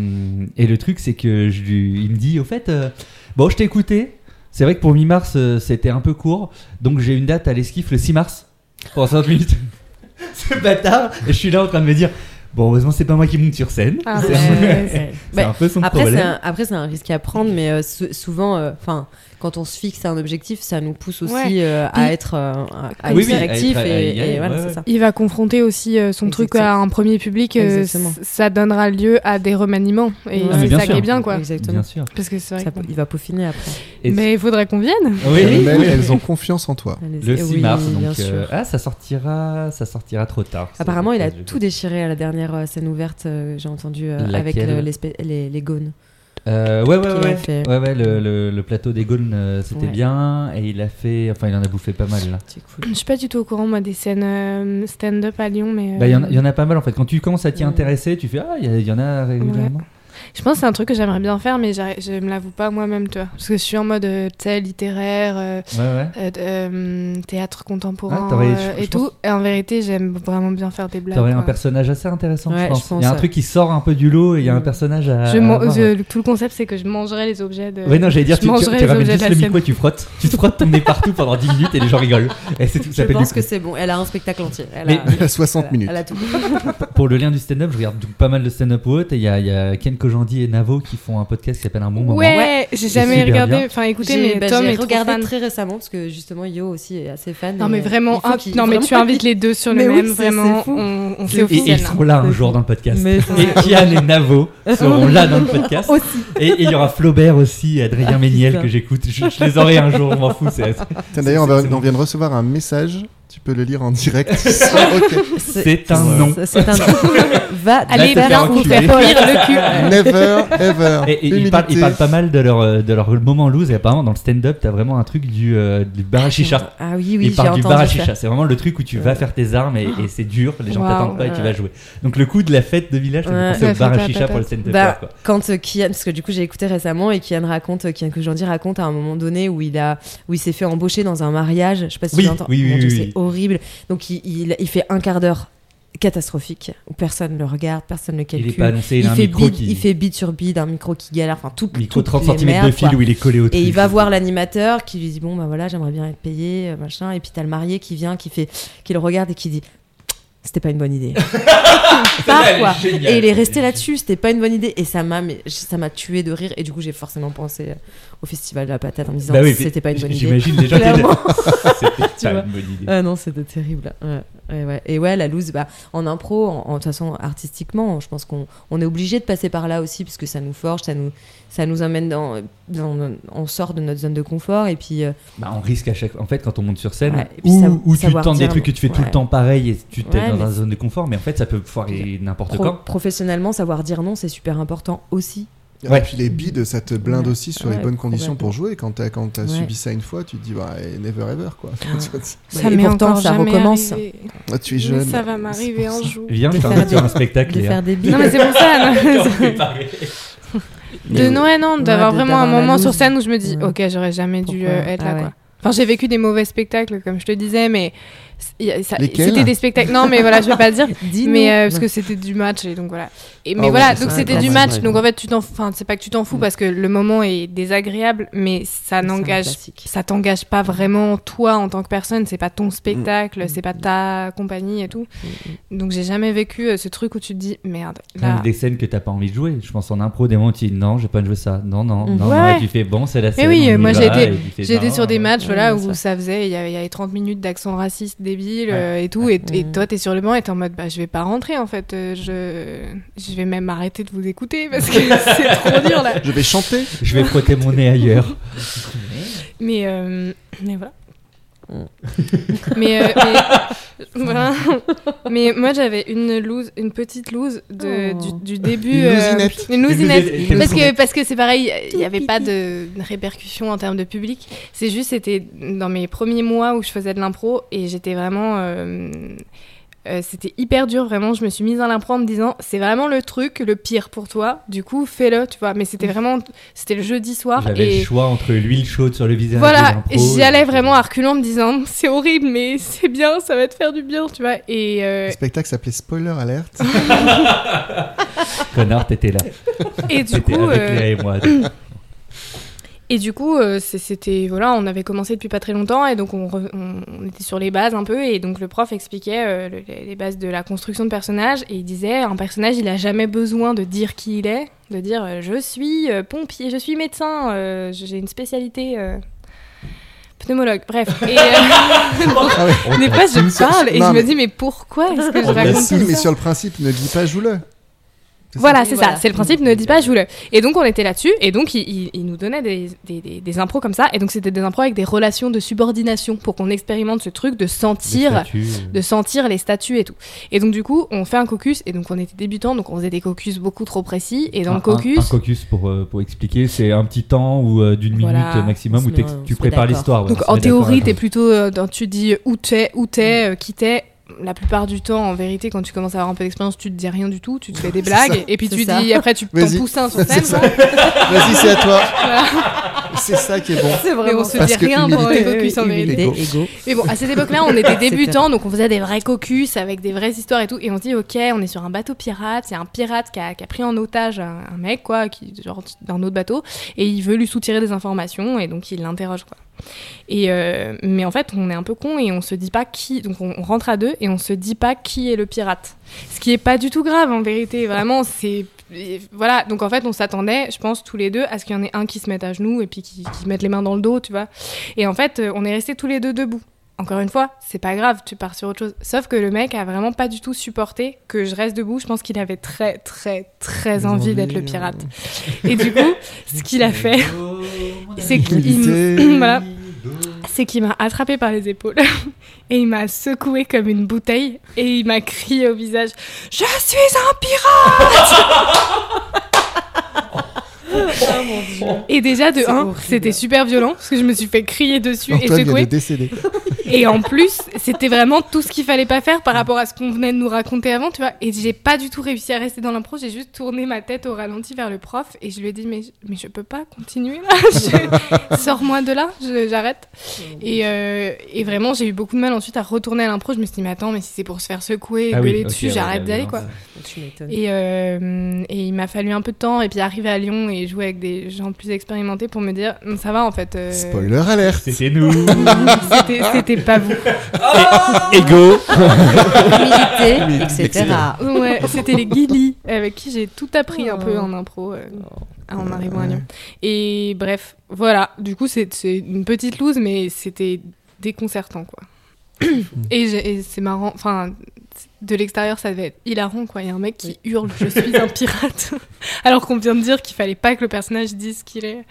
et le truc, c'est que je lui, il me dit, au fait, euh, bon, je t'ai écouté. C'est vrai que pour mi-mars, euh, c'était un peu court. Donc j'ai une date à l'esquif le 6 mars pour 5 minutes. [laughs] c'est bâtard. Et je suis là en train de me dire, bon, heureusement, c'est pas moi qui monte sur scène.
Ah,
c'est
ouais,
un, peu-
ouais,
c'est
Bah,
un peu son
Après, c'est
problème.
un, après, c'est un risque à prendre, mais euh, sou- souvent, enfin, quand on se fixe un objectif, ça nous pousse aussi
Ouais.
euh, à
Puis-
être euh, à- à
Oui,
être
oui, à
réactif
être- à- à
et,
y aller,
et voilà,
ouais,
c'est
ouais.
ça.
Il va confronter aussi euh, son truc
Exactement.
à un premier public. euh,
Exactement.
c- ça donnera lieu à des remaniements. Et
Ouais.
Ah, mais
c'est
bien
ça qui
sûr.
est bien quoi.
Exactement.
Bien sûr.
Parce que c'est vrai.
Ça
que-
peut- il va peaufiner après.
Et-
Mais il faudrait qu'on vienne.
Oui,
Et
oui,
même,
oui.
elles
[laughs]
ont confiance en toi.
Allez,
Le
eh
6
oui,
mars,
bien
donc
sûr.
euh, ah, ça sortira, ça sortira trop tard.
Apparemment,
Ça-
il a
ça-
tout déchiré à la dernière euh, scène ouverte, euh, j'ai entendu, euh,
Laquelle
avec le- les, spé- les, les gones.
Euh, ouais, ouais,
qu'il
ouais.
a fait.
ouais, ouais, le, le- le plateau des Gaules, euh, c'était
Ouais.
bien. Et il a fait. Enfin, il en a bouffé pas mal là.
C'est cool.
Je suis pas du tout au courant moi des scènes euh, stand-up à Lyon, mais. euh,
Bah, il y, en a- il y en a pas mal en fait. Quand tu commences à t'y
Mm.
intéresser, tu fais Ah, il y, a- il y en a régulièrement.
Je pense que c'est un truc que j'aimerais bien faire, mais j'arri- je me l'avoue pas moi-même, tu vois. Parce que je suis en mode, euh, tu sais, littéraire, euh,
Ouais, ouais.
euh, de- euh, théâtre contemporain
Ah, t'aurais-
euh,
je- je
et tout. Et en vérité, j'aime vraiment bien faire des blagues.
T'aurais un
quoi.
personnage assez intéressant,
Ouais,
je
je
pense. Il
pense,
y a un
ouais.
truc qui sort un peu du lot et il y a un
Mm.
personnage à.
Je
à
m'en-
avoir.
je- tout le concept, c'est que je mangerais les objets de.
Ouais, non, j'allais dire,
je
tu, tu,
mangerais
tu
les
ramènes
objets
juste
de la
le
scène.
micro et tu frottes. Tu te frottes ton nez partout pendant 10 minutes et les gens rigolent. Et c'est tout, ça
Je
fait des
pense que
coups.
c'est bon. Elle a un spectacle entier. Elle
Ah
Mais-
a,
Elle a 60
elle a-
minutes.
Elle a tout.
Pour le lien du stand-up, je regarde pas mal de stand-up ou autre et il y a, il y a Ken Kojandi Jandy et Navo qui font un podcast qui s'appelle Un bon moment.
Ouais, j'ai jamais
super
regardé,
bien.
enfin écoutez,
J'ai-
mais
bah,
Tom
j'ai
est trop
regardé
fan.
très récemment parce que justement Yo aussi est assez fan.
Non mais
et, euh, il
vraiment,
faut
hop,
qu'il-
non mais
vraiment
tu invites les deux sur le
Mais oui,
même,
c'est-
vraiment,
c'est fou.
on, on
C'est-
fait
et-
Et
officiel. hein.
ils
là.
seront là un jour dans le podcast.
Mais ça,
Et Kian et
[laughs]
Navo seront là dans le podcast. Et et il y aura Flaubert aussi, Adrien
Ah,
Méniel
putain.
que j'écoute. Je, je les aurai un jour, je m'en fous. c'est-
Tiens, d'ailleurs, on, va-
C'est- c'est
on vient de recevoir un message. Tu peux le lire en direct. [laughs] Ok.
C'est un
[laughs]
nom.
C'est un
[laughs]
Va
Allez,
te faire
viens, on
enculer.
fait rire
[laughs]
le cul.
Never, ever.
Et, et ils, parlent, ils
Humilité.
parlent pas mal de leur, euh, de leur moment loose. Et apparemment, dans le stand-up, t'as vraiment un truc du, euh, du bar à chicha.
Ah oui, oui,
ils
j'ai
parlent du
entendu.
bar à
ça. Euh.
chicha. C'est vraiment le truc où tu vas faire tes armes et, et c'est dur. Les gens
Waouh,
t'attendent pas et tu
ouais.
vas jouer. Donc, le coup de la fête de village, ça
Ouais.
me pensait
La
au bar à
fête à
chicha pour le
patate.
stand-up.
Bah,
quoi.
quand euh, Kian, parce que du coup j'ai écouté récemment et Kian raconte, euh, Kian que j'en dis raconte à un moment donné où il a, où il s'est fait embaucher dans un mariage. Je sais pas si
Oui,
tu l'entends.
oui, oui,
Mon Dieu,
oui,
c'est
oui.
horrible. Donc il, il, il fait un quart d'heure catastrophique où personne le regarde, personne le
Il
calcule.
est pas annoncé, il a un
fait
micro
bide,
qui.
il fait bide sur bide, un micro qui galère, enfin tout.
micro
toutes
30
les
cm de
merdes, quoi.
fil où il est collé au truc.
Et il va voir l'animateur qui lui dit bon bah voilà j'aimerais bien être payé euh, machin et puis t'as le marié qui vient qui fait qui le regarde et qui dit c'était pas une
[laughs]
bonne idée. Part,
elle est
quoi.
géniale.
Et il est resté là-dessus c'était pas une bonne idée et ça m'a mais ça m'a tué de rire et du coup j'ai forcément pensé euh, au festival de la patate en me disant
Bah oui,
c'était pas une bonne idée.
J'imagine
[laughs]
déjà que
Clairement.
[laughs]
Tu
c'était pas
vois.
une bonne idée.
Ah non, c'était terrible. Ouais, ouais, ouais. Et ouais, la loose, bah, en impro, en- en- de toute façon, artistiquement, je pense qu'on on est obligé de passer par là aussi, parce que ça nous forge, ça nous, ça nous amène dans, dans- On sort de notre zone de confort, et puis. euh,
Bah, on risque à chaque en fait quand on monte sur scène
Ouais, et puis
ou,
sa-
ou tu
savoir
tentes des
dire
trucs que tu fais tout le
ouais.
temps pareil et tu t'es
Ouais,
dans
mais
une zone de confort mais en fait ça peut foirer n'importe
pro-
quand
professionnellement, savoir dire non, c'est super important aussi.
Et Ah, puis les bides, ça te blinde
Ouais.
aussi sur les
Ouais,
bonnes conditions pour jouer. Quand t'as quand t'as
Ouais.
subi ça une fois, tu te dis bah, eh, never ever quoi. [laughs]
Ça
Et
m'est
pourtant,
encore
ça
jamais
recommence. hein.
arrivé.
Ah, tu es
Ah. Mais
jeune.
ça va m'arriver un jour.
viens je
De
t'invite
faire
sur
des-
un spectacle
de
Léa.
faire des bides.
Non mais c'est pour ça.
[laughs]
[laughs] non.
Comment
[laughs]
préparer
De Noël, non, d'avoir
de-
vraiment un
d'avoir la
moment sur
loose.
scène où je me dis,
Ouais.
ok, j'aurais jamais dû
Pourquoi
euh, être
Ah
là,
ouais.
quoi. Enfin, j'ai vécu des mauvais spectacles, comme je te disais, mais c- y a- ça-
Lesquels
c'était des spectacles. Non, mais voilà, je vais pas le dire.
[laughs] Dis
mais
non.
euh, parce que c'était du match et donc voilà. Et mais
ouais,
voilà,
c'est
donc
ça,
c'était
Ah ouais,
du
ouais,
match,
ouais.
donc en fait, tu t'en, enfin, c'est pas que tu t'en fous parce que le moment est désagréable, mais ça
Mm. C'est un
n'engage [laughs]
classique.
ça t'engage pas vraiment toi en tant que personne, c'est pas ton spectacle,
Mm.
c'est pas ta compagnie et tout. Donc j'ai jamais vécu euh, ce truc où tu te dis merde.
Même
Là,
Bah.
des scènes que t'as pas envie de jouer je pense en impro des moments où tu dis non j'ai pas envie de jouer ça non non
Mhm.
non
Ouais,
non, et
ouais.
tu fais bon c'est la scène
oui,
on y
moi,
va,
j'ai été-
et tu fais,
J'ai été
non,
sur des
non.
matchs
ouais,
voilà,
ouais,
où
ça.
ça, faisait, il y, avait, il y avait 30 minutes d'accent raciste débile
Ouais.
euh, et tout. Et, et
Mm.
toi, t'es sur le banc et t'es en mode, bah, je vais pas rentrer en fait. euh, Je, je vais même arrêter de vous écouter parce que [laughs] c'est trop dur là.
Je vais chanter.
je vais frotter mon nez ailleurs
[laughs]
Mais, euh, mais voilà.
Mm.
mais, euh,
[laughs]
mais, voilà. Mais moi, j'avais une loose, une petite loose de,
Oh.
du, du début.
Une
euh,
lousinette.
une lousinette.
T'aimes
Parce
trouver-
que parce que c'est pareil, il n'y avait pas de répercussions en termes de public. C'est juste, c'était dans mes premiers mois où je faisais de l'impro et j'étais vraiment. euh, euh, c'était hyper dur, vraiment. Je me suis mise à l'impro en me disant, c'est vraiment le truc le pire pour toi. Du coup, fais-le, tu vois. Mais c'était vraiment, c'était le jeudi soir
j'avais le
et
choix entre l'huile chaude sur le visage et
voilà.
l'impro,
et J'y allais
et-
vraiment à reculons, en me disant, [laughs] c'est horrible, mais c'est bien, ça va te faire du bien, tu vois. Et
[laughs]
euh,
Le spectacle s'appelait Spoiler
[laughs]
Alert.
connard t'étais là
et du
t'étais
coup.
avec
euh,
Léa et
[clears throat]
moi
Et du coup, euh, c'est- c'était voilà, on avait commencé depuis pas très longtemps et donc on, re- on- on était sur les bases un peu et donc le prof expliquait euh, le- les- les bases de la construction de personnages et il disait un personnage il a jamais besoin de dire qui il est, de dire euh, je suis euh, pompier, je suis médecin, euh, j'ai une spécialité euh, pneumologue, bref. Et, euh,
Ah ouais.
des fois je parle et
Non,
je me
mais-
dis mais pourquoi est-ce que je
On
raconte
assume,
ça
Oh, mais sur le principe, ne dis pas, joue-le. C'est ça
voilà,
Oui,
c'est
voilà.
ça. C'est le principe, ne dis pas, joue-le. Et donc, on était là-dessus, et donc, il, il- il nous donnait des, des, des- des impros comme ça, et donc, c'était des impros avec des relations de subordination pour qu'on expérimente ce truc de sentir,
euh.
de sentir les statuts et tout. Et donc, du coup, on fait un caucus, et donc, on était débutants, donc, on faisait des caucus beaucoup trop précis, et dans le
Ah, Un- Un, un
caucus.
caucus, pour, euh, pour expliquer, c'est un petit temps ou euh, d'une
Voilà.
minute maximum
On
où
se
t'ex-
met- on
tu
se met
prépares
d'accord.
l'histoire. voilà,
donc,
on se
en
met d'accord
théorie,
là-dedans.
t'es plutôt euh, dans- tu dis euh, où t'es, où t'es, euh, qui t'es. La plupart du temps, en vérité, quand tu commences à avoir un peu d'expérience, tu te dis rien du tout, tu te fais des
C'est
blagues,
ça.
et puis
C'est
tu
ça.
dis, après, tu t'en
Vas-y.
pousses un sur
C'est
scène.
ça.
bon.
Vas-y, c'est à
[laughs]
toi. C'est ça qui est bon.
C'est
Mais on
vraiment
se
Parce
dit
que
rien pendant les
humilité,
caucus, en vérité.
humilité,
Ego.
ego.
Mais bon, à cette époque-là, on était
C'était-
débutants, donc on faisait des vrais caucus avec des vraies histoires et tout. Et on se dit, ok, on est sur un bateau pirate, c'est un pirate qui a, qui a pris en otage un, un mec, quoi, qui, genre d'un autre bateau, et il veut lui soutirer des informations, et donc il l'interroge, quoi. Et euh, mais en fait, on est un peu con et on se dit pas qui. Donc on on rentre à deux et on se dit pas qui est le pirate. Ce qui est pas du tout grave en vérité. Vraiment, c'est et voilà. Donc en fait, on s'attendait, je pense, tous les deux, à ce qu'il y en ait un qui se mette à genoux et puis qui, qui se mette les mains dans le dos, tu vois. Et en fait, euh, on est restés tous les deux debout. Encore une fois, c'est pas grave, tu pars sur autre chose. Sauf que le mec a vraiment pas du tout supporté que je reste debout. Je pense qu'il avait très, très, très
Ils ont
envie
envie,
d'être le
euh,
pirate. Et du coup, ce qu'il a fait, c'est qu'il me-
Égalité.
[clears throat] [laughs] voilà, c'est qu'il m'a attrapé par les épaules [laughs] et il m'a secoué comme une bouteille et il m'a crié au visage "Je suis un pirate Et déjà de
Oh, C'est
1,
horrible.
c'était super violent parce que je me suis fait crier dessus et
Antoine vient de
secouer
décéder.
et en plus, c'était vraiment tout ce qu'il fallait pas faire par rapport à ce qu'on venait de nous raconter avant, tu vois. Et j'ai pas du tout réussi à rester dans l'impro, j'ai juste tourné ma tête au ralenti vers le prof et je lui ai dit mais, mais je peux pas continuer là, [laughs] Je- sors-moi de là, je- j'arrête. Et, euh, et vraiment, j'ai eu beaucoup de mal ensuite à retourner à l'impro, je me suis dit mais attends, mais si c'est pour se faire secouer et
Ah oui,
gueuler
ok,
dessus,
ouais,
j'arrête
la
d'y aller
violence.
quoi.
Tu m'étonnes.
Et, euh, et il m'a fallu un peu de temps et puis arriver à Lyon et jouer avec des gens plus expérimentés pour me dire ça va en fait. euh,
Spoiler alerte.
C'était nous.
c'était- C'était pas vous.
Ego
Humilité, etc.
Ouais, [laughs] c'était les Guilly avec qui j'ai tout appris un peu en impro euh, en arrivant à Lyon. Et bref, voilà. Du coup, c'est c'est une petite loose, mais c'était déconcertant, [coughs] quoi. et j'ai- et c'est marrant. Enfin, de l'extérieur, ça devait être hilarant, quoi. Il y a un mec qui hurle Je suis un [laughs] pirate. Alors qu'on vient de dire qu'il fallait pas que le personnage dise ce qu'il est.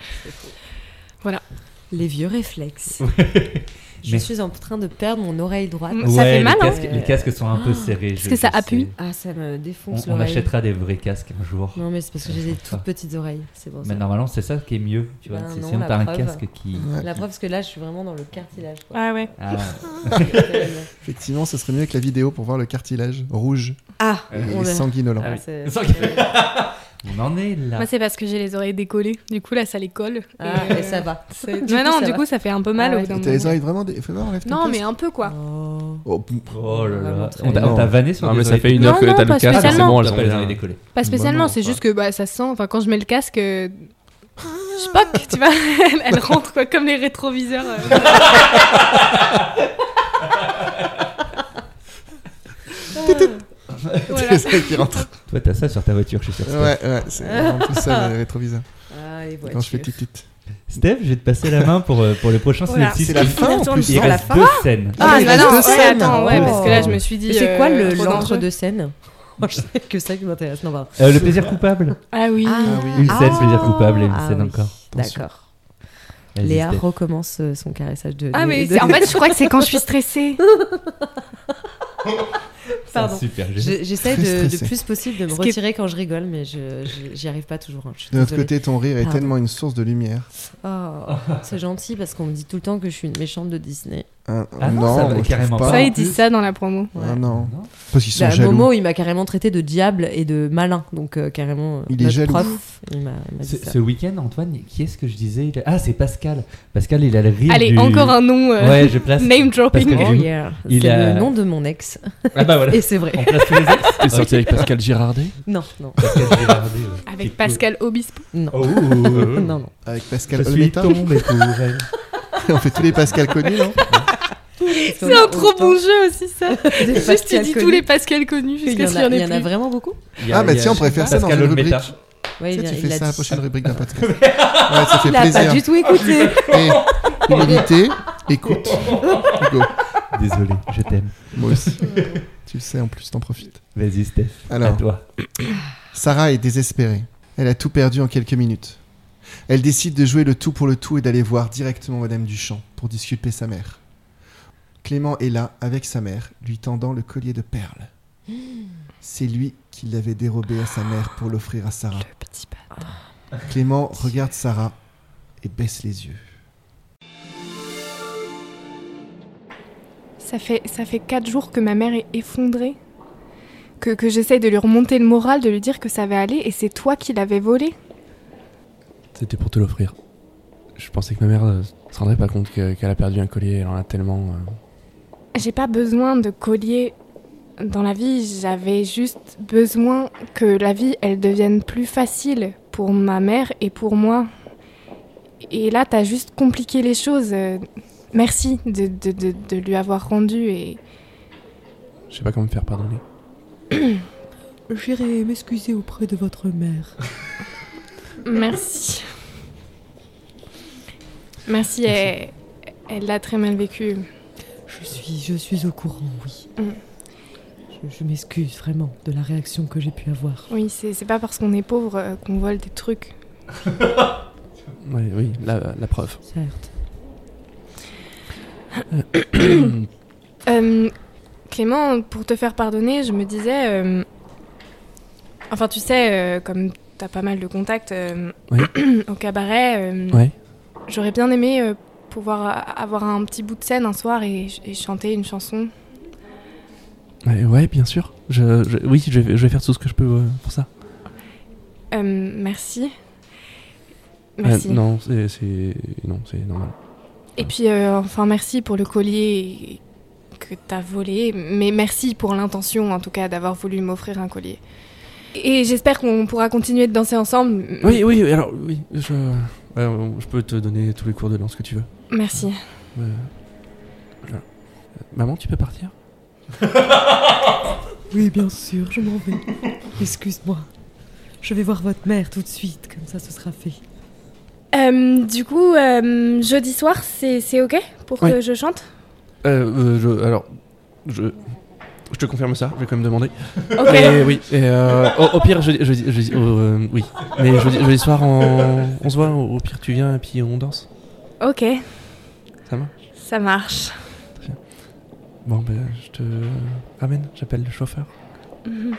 Les vieux réflexes. Je
Mais-
suis en train de perdre mon oreille droite.
Mm. Ça fait
les
mal, hein.
casques- Les casques sont un peu serrés.
Parce
je-
que ça
je sais.
appuie.
Ah, ça me
On,
défonce
on
l'oreille.
achètera des vrais casques un jour.
Non, mais c'est parce que j'ai des
Ah.
toutes petites oreilles. C'est bon.
Mais normalement, c'est ça qui est mieux. Tu vois.
Ben
C'est-
non,
sinon,
la
t'as un
preuve.
casque
[laughs]
qui.
La preuve, parce que là, je suis vraiment dans le cartilage. quoi.
Ah ouais.
Ah,
[laughs]
Effectivement, ce serait mieux avec la vidéo pour voir le cartilage rouge
Ah,
Euh,
et
on est-
sanguinolent.
Ah,
oui.
c'est-
Sans- on en est là.
Moi, c'est parce que j'ai les oreilles décollées. Du coup, là, ça les colle. [laughs]
Ah,
Et, euh,
et ça va.
c'est- Ouais, non,
ça
du
va.
coup, ça fait un peu mal
Ah
au
ouais.
bout
Et
d'un
T'as les
moment.
oreilles vraiment. dé- Fais voir, enlève ton
Non,
casque.
mais un peu quoi.
Oh.
Oh, poum.
Oh là
On va
là.
montrer.
On t'a on t'a vanné sur
Non,
des
mais ça
oreilles
fait une
Non,
heure que
non,
t'as le
pas
casque, c'est
spécialement.
bon,
On
elles
l'a
sont
pas les
bien.
oreilles décollées.
Pas spécialement,
non,
c'est
quoi.
juste que bah, ça sent. Enfin, quand je mets le casque, euh, je poc, tu vois. [laughs] Elle, elle rentre quoi, comme les rétroviseurs. euh. Voilà.
[laughs] C'est ça qui
[laughs]
rentre.
Toi, t'as ça sur ta voiture, je suis sûr.
Ouais,
Steph.
ouais, c'est vraiment tout ça,
[laughs]
le rétroviseur.
Ah, les
Quand je fais
voitures.
tic tic.
Steph, je vais te passer la main pour, euh, pour le prochain
Voilà.
synopsis.
C'est la fin en
retourne
plus. hein.
Il
Ah, la
reste
fin
deux scènes.
Ah,
Ah,
il
bah
reste
non,
deux
ouais,
scènes.
attends, ouais,
Oh.
parce que là, je me suis dit.
Et c'est
euh,
quoi le-
trop d'enjeux.
[laughs] l'entre-deux-scènes Moi, Oh, je sais que ça qui m'intéresse. Non, pardon.
Euh, le plaisir coupable.
Ah oui.
oui.
Une scène, plaisir
Ah,
coupable, et une
ah
scène
oui,
encore.
D'accord.
Vas-y,
Léa
Steph.
recommence euh, son caressage de.
Ah,
de-
mais
de-
c'est- en
[laughs]
fait, je crois que c'est quand je suis [laughs] stressée.
C'est un
Pardon.
Super. geste.
Je- J'essaie
Très
de,
stressé.
le plus possible de me
Ce qui est-
retirer quand je rigole, mais je je- j'y arrive pas toujours. hein, je suis
De notre
désolée.
côté, ton rire est
Pardon.
tellement une source de lumière.
Oh, c'est gentil parce qu'on me dit tout le temps que je suis une méchante de Disney.
Hein,
Ah non, ça va
moi, je
carrément
trouve
ça,
pas.
il dit ça dans la promo.
Ouais.
Ah non,
Non.
parce qu'ils sont
Bah,
jaloux.
Momo, il m'a carrément traité de diable et de malin, donc euh, carrément. euh,
Il est
notre
jaloux.
prof, il m'a il m'a
Ce,
dit ça.
ce week-end, Antoine, qui est-ce que je disais Il a- Ah, c'est Pascal. Pascal, il a le rire.
Allez,
du-
encore un nom. euh,
Ouais, je place.
Name
Parce que-
dropping.
Oh
il-
yeah, c'est
il a-
le nom de mon ex.
Ah bah voilà.
Et c'est vrai.
On place tous les ex.
T'es sorti avec Pascal Girardet
Non, non,
Pascal euh, Gérardet, ouais.
Avec Pascal Obispo.
non.
Oh, oh, oh.
non, non.
Avec
Je
Pascal
suis
Olmeta,
tombé pour elle.
[laughs] on fait tous les Pascal connus, non
C'est un trop bon jeu aussi, ça. Juste, tu dis tous les Pascal connus
Il y
jusqu'à
en
ce qu'il y
a,
en
il
ait
y en a
plus.
vraiment beaucoup.
Il y a-
Ah bah
il y a-
tiens, on pourrait faire ça dans
Pascal
une rubrique.
Olmeta.
Tu
Ouais,
sais,
il,
tu
il
fais
a
ça
Ah,
à la
dit-
prochaine rubrique d'un podcast. Ouais, ça fait
Il a pas
plaisir.
du tout écouté.
Et humilité, écoute. Hugo,
Désolé, je t'aime.
moi aussi. tu le sais, en plus, t'en profites.
Vas-y, Steph. À
Alors,
toi.
Sarah est désespérée. Elle a tout perdu en quelques minutes. Elle décide de jouer le tout pour le tout et d'aller voir directement Madame Duchamp pour disculper sa mère. Clément est là avec sa mère, lui tendant le collier de perles. C'est lui qui l'avait dérobé à sa mère pour l'offrir à Sarah.
Petit pas.
Clément regarde Sarah et baisse les yeux.
Ça fait, ça fait quatre jours que ma mère est effondrée. Que, que j'essaye de lui remonter le moral, de lui dire que ça va aller, et c'est toi qui l'avais volé.
C'était pour te l'offrir. Je pensais que ma mère euh, se rendrait pas compte que- qu'elle a perdu un collier, elle en a tellement. euh.
J'ai pas besoin de collier dans la vie, j'avais juste besoin que la vie, elle devienne plus facile pour ma mère et pour moi.
Et là, t'as juste compliqué les choses. Euh, Merci de, de- de- de lui avoir rendu et
Je sais pas comment me faire pardonner.
J'irai m'excuser auprès de votre mère.
merci. Merci, elle elle l'a très mal vécu.
Je suis, je suis au courant, oui.
Mm.
Je, je m'excuse vraiment de la réaction que j'ai pu avoir.
Oui, c'est c'est pas parce qu'on est pauvre euh, qu'on vole des trucs.
Ouais, oui, la, la preuve.
Certes.
Euh, Clément, pour te faire pardonner, je me disais. euh, Enfin, tu sais, euh, comme t'as pas mal de contacts euh,
Oui.
[clears throat] au cabaret,
Mm.
euh,
Ouais.
j'aurais bien aimé euh, pouvoir a- avoir un petit bout de scène un soir et, ch- et chanter une chanson.
Ouais, ouais, bien sûr. Je, je- oui, je vais, je vais faire tout ce que je peux euh, pour ça.
Euh, merci.
Euh,
Merci.
non, c'est c'est- non, c'est normal.
Et puis, euh, enfin, merci pour le collier que t'as volé, mais merci pour l'intention, en tout cas, d'avoir voulu m'offrir un collier. Et j'espère qu'on pourra continuer de danser ensemble.
Oui, oui, alors, oui, je, alors, je peux te donner tous les cours de danse que tu veux.
Merci.
Euh, voilà. Euh, Maman, tu peux partir
Oui, bien sûr, je m'en vais. [laughs] Excuse-moi. Je vais voir votre mère tout de suite, comme ça ce sera fait.
Euh, du coup, euh, jeudi soir, c'est c'est ok pour
Oui.
que je chante
euh, euh, je, Alors, je, je te confirme ça, je vais quand même demander.
[laughs]
Ok.
Et oui, et euh, au, au pire, je, je, je, je- euh, oui. Mais jeudi, jeudi soir, on, on se voit, au, au pire, tu viens et puis on danse.
Ok,
Ça va
ça marche.
Bon, ben, je te ramène, j'appelle le chauffeur.
On n'est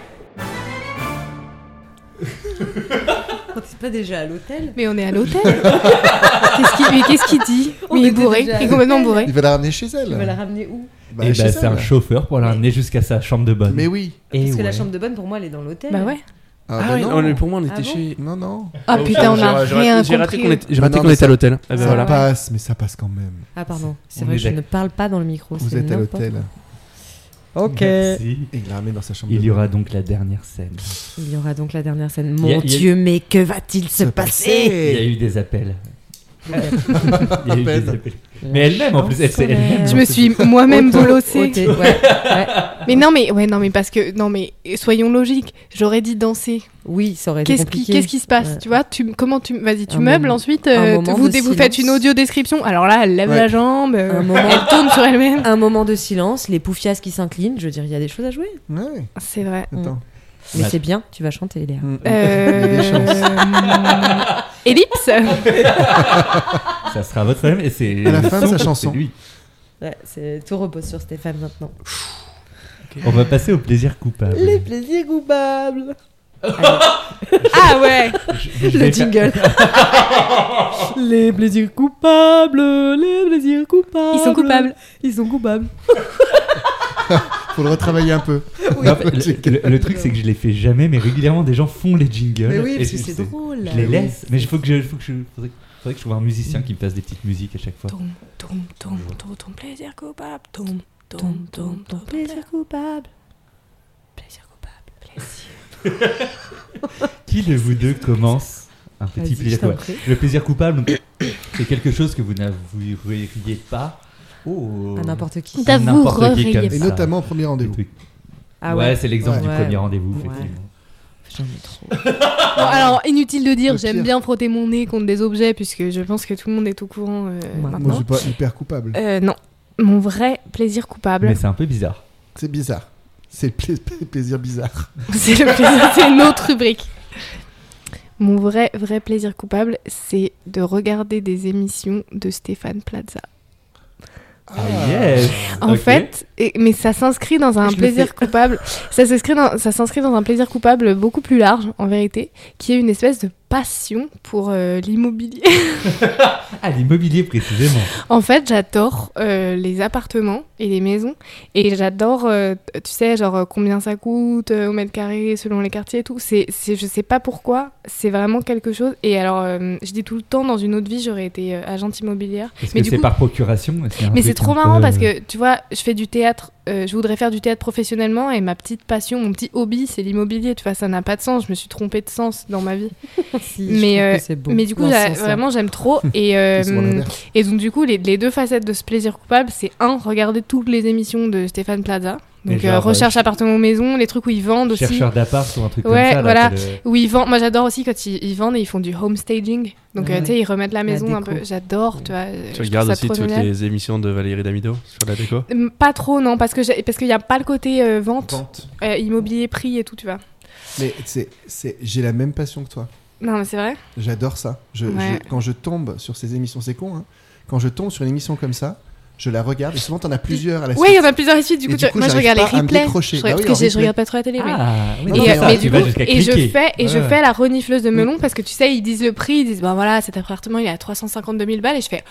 Oh, pas déjà à l'hôtel
Mais on est à l'hôtel [laughs] Qu'est-ce qu'il mais qu'est-ce qu'il dit
On
Mais il est
était
bourré,
déjà à
il est complètement bourré.
Il va la ramener chez elle.
Tu vas la ramener où
Bah,
et
chez
bah,
elle.
c'est un hein. chauffeur pour la ramener jusqu'à sa chambre de bonne.
Mais oui.
Et
Parce que la
Eh ouais.
chambre de bonne, pour moi, elle est dans l'hôtel.
Bah ouais.
Ah,
Ah, Oh,
bah
oui,
non.
non, mais pour moi, on était
Ah bon
chez.
non, non.
Ah putain, on a
J'ai- j'ai raté-
rien
J'ai raté
compris.
qu'on était, j'ai
Bah
raté
non,
qu'on
mais
était
ça-
à l'hôtel. Eh ben
ça
voilà.
passe, mais ça passe quand même.
Ah pardon, c'est
On est
vrai que je
d'ac-
ne parle pas dans le micro.
Vous
c'est
êtes à
n'importe
l'hôtel.
quoi. Ok.
Merci.
Et il la ramène dans sa chambre.
Il
de
y aura
bonne.
donc la dernière scène.
Il y aura donc la dernière scène.
y
Mon
a- il y a-
Dieu, mais que va-t-il se passer
Il y a eu des appels. [laughs] Il y a eu
Appel.
des appels. Mais elle-même en plus, elle s'est elle-même.
Je me suis
Eh,
moi-même
Autant-
bolossée.
ôté- ouais, ouais.
Mais non, mais ouais, non, mais parce que non, mais soyons logiques. J'aurais dit danser.
Oui, ça aurait été
Qu'est-ce qui,
compliqué.
qu'est-ce qui se passe
Ouais.
Tu vois, tu comment tu, vas-y, tu
Un
meubles
moment-
ensuite.
un
euh,
moment
vous,
de
vous faites une
silence.
audio description. Alors là, elle lève
Ouais.
la jambe,
[laughs]
euh,
Un moment-
elle tourne sur elle-même.
Un moment de silence, les poufias qui s'inclinent. Je veux dire, il y a des choses à jouer.
Ouais,
C'est vrai.
attends.
Mais
Ouais.
c'est bien, tu vas chanter, Léa.
Mm. Il y a des chances.
Euh... Ellipse.
Ça sera votre problème. Et c'est
À la fin de sa
c'est
chanson.
lui.
Ouais, c'est- tout repose sur Stéphane maintenant.
On va passer au plaisir coupable.
Les plaisirs coupables
Ah ouais.
Je- je
Le
vais
jingle Les plaisirs coupables Les plaisirs coupables
Ils sont coupables.
Ils sont coupables
Faut le retravailler un peu.
Oui.
Non, le, le- le truc, c'est que je les fais jamais, mais régulièrement, des gens font les jingles.
Mais oui,
et
parce
je-
que c'est drôle
Je les laisse, mais il faut que je, faut que je, faudrait, faudrait que je trouve un musicien qui me fasse des petites musiques à chaque fois.
Tom, tom, tom, tom, ton plaisir coupable. Tom, tom, tom, tom,
Plaisirs coupables
plaisir coupable. Plaisir.
Qui de vous deux commence un petit
Vas-y, je
plaisir
t'en
coupable
prie.
Le plaisir coupable, donc, c'est quelque chose que vous n'avoueriez pas au-
À Ah, n'importe qui.
à n'importe qui comme
Et
ça.
notamment au premier
Des
rendez-vous.
trucs.
Ah
ouais, c'est l'exemple
Ouais.
du premier rendez-vous,
Ouais.
effectivement.
J'en ai trop.
Bon, alors, inutile de dire,
Le
j'aime
pire.
bien frotter mon nez contre des objets, puisque je pense que tout le monde est au courant euh,
Moi,
maintenant.
Moi, je suis pas hyper coupable.
Euh, non. Mon vrai plaisir coupable,
Mais c'est un peu bizarre.
C'est bizarre. C'est le pla- [laughs] plaisir bizarre.
[laughs] c'est le plaisir, c'est une autre rubrique. Mon vrai, vrai plaisir coupable, c'est de regarder des émissions de Stéphane Plaza.
Ah, yes
En
Ok.
fait, et- mais ça s'inscrit dans un
Je le [laughs]
plaisir coupable. Ça s'inscrit dans, ça s'inscrit dans un plaisir coupable beaucoup plus large, en vérité, qui est une espèce de passion pour euh, l'immobilier. [laughs]
Ah, l'immobilier précisément.
En fait, j'adore euh, les appartements et les maisons. Et j'adore, euh, t- tu sais, genre euh, combien ça coûte euh, au mètre carré selon les quartiers et tout. C'est, c'est, je sais pas pourquoi, c'est vraiment quelque chose. Et alors, euh, je dis tout le temps, dans une autre vie, j'aurais été euh, agente immobilière.
Est-ce
Mais
que
du
c'est
coup-
par procuration un
Mais c'est
truc
trop
un peu-
marrant parce que, tu vois, je fais du théâtre euh, je voudrais faire du théâtre professionnellement et ma petite passion, mon petit hobby, c'est l'immobilier. Tu vois, ça n'a pas de sens. Je me suis trompée de sens dans ma vie.
[laughs] Si, je
mais,
trouve
euh,
que c'est beau.
mais du coup,
dans ce
j'a-
sens-là.
vraiment, j'aime trop. Et, euh,
C'est souvent l'inverse.
et donc, du coup, les, les deux facettes de ce plaisir coupable, c'est un, regarder toutes les émissions de Stéphane Plaza.
Mais
Donc,
genre,
euh,
euh,
recherche
ch-
appartement maison, les trucs où ils vendent aussi.
Chercheur d'appart ou un truc
Ouais,
comme ça. là,
voilà.
t'as le-
Où ils vendent. Moi, j'adore aussi quand ils, ils vendent et ils font du home staging. Donc,
Ah
euh, tu sais, ils remettent la maison un
déco.
peu. J'adore, tu vois. euh, je
Tu
trouve
regardes
ça
aussi
trop
toutes
génial.
les émissions de Valérie Damido sur la déco
Hum, Pas trop, non, parce que j'ai- parce qu'il n'y a pas le côté euh, vente,
Pente.
euh, immobilier, prix et tout, tu vois.
Mais c'est, c'est, j'ai la même passion que toi.
Non, mais c'est vrai.
J'adore ça. Je,
Ouais.
je- quand je tombe sur ces émissions, c'est con. hein. Quand je tombe sur une émission comme ça, je la regarde. Et souvent, t'en as plusieurs à la
Oui, il y
suite.
en a plusieurs ici. Du
Et
coup,
du
tu-
coup,
moi, je
j'arrive
regarde les
pas à me
replays.
décrocher.
Je,
Bah
parce
oui,
que
en
j'ai- je
replay.
regarde pas trop la télé. oui.
Ah, oui,
Et,
Et,
donc
euh,
c'est ça,
mais
tu
du
vas
coup,
jusqu'à
et je
cliquer.
fais et je
Ouais. Mm.
fais la renifleuse de melon parce que tu sais, ils disent le prix, ils disent ben voilà, cet appartement il est à 352 000 balles et je fais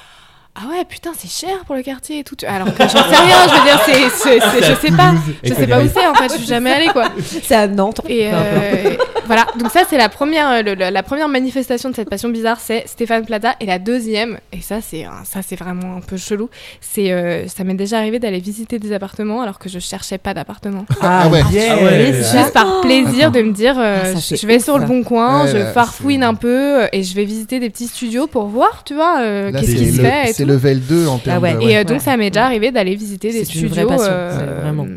ah ouais putain c'est cher pour le quartier et tout. Tu- Alors que j'en sais rien, je veux dire c'est, c'est- c'est- je sais pas,
Toulouse, et
je
t'as
sais pas
des
où c'est en fait, je suis jamais allée quoi.
C'est à Nantes.
Et euh, voilà, donc ça c'est la première euh, le- le- la première manifestation de cette passion bizarre, c'est Stéphane Plaza et la deuxième et ça c'est un- ça c'est vraiment un peu chelou, c'est euh, ça m'est déjà arrivé d'aller visiter des appartements alors que je cherchais pas d'appartement
Ah ouais.
Ah ouais.
yes.
juste par plaisir de me dire euh,
Ah, ça, c'est
je vais
ouf,
sur le
ça.
bon coin,
Ouais,
je
là,
farfouine
c'est-
un peu euh, et je vais visiter des petits studios pour voir, tu vois, euh,
Là,
qu'est-ce
c'est
qui se
le-
fait et
C'est
tout.
level 2 en termes
ouais.
de.
Et
ouais.
euh, donc
Ouais.
ça m'est déjà arrivé d'aller visiter des
C'est une vraie
studios
passion,
euh,
c'est vraiment.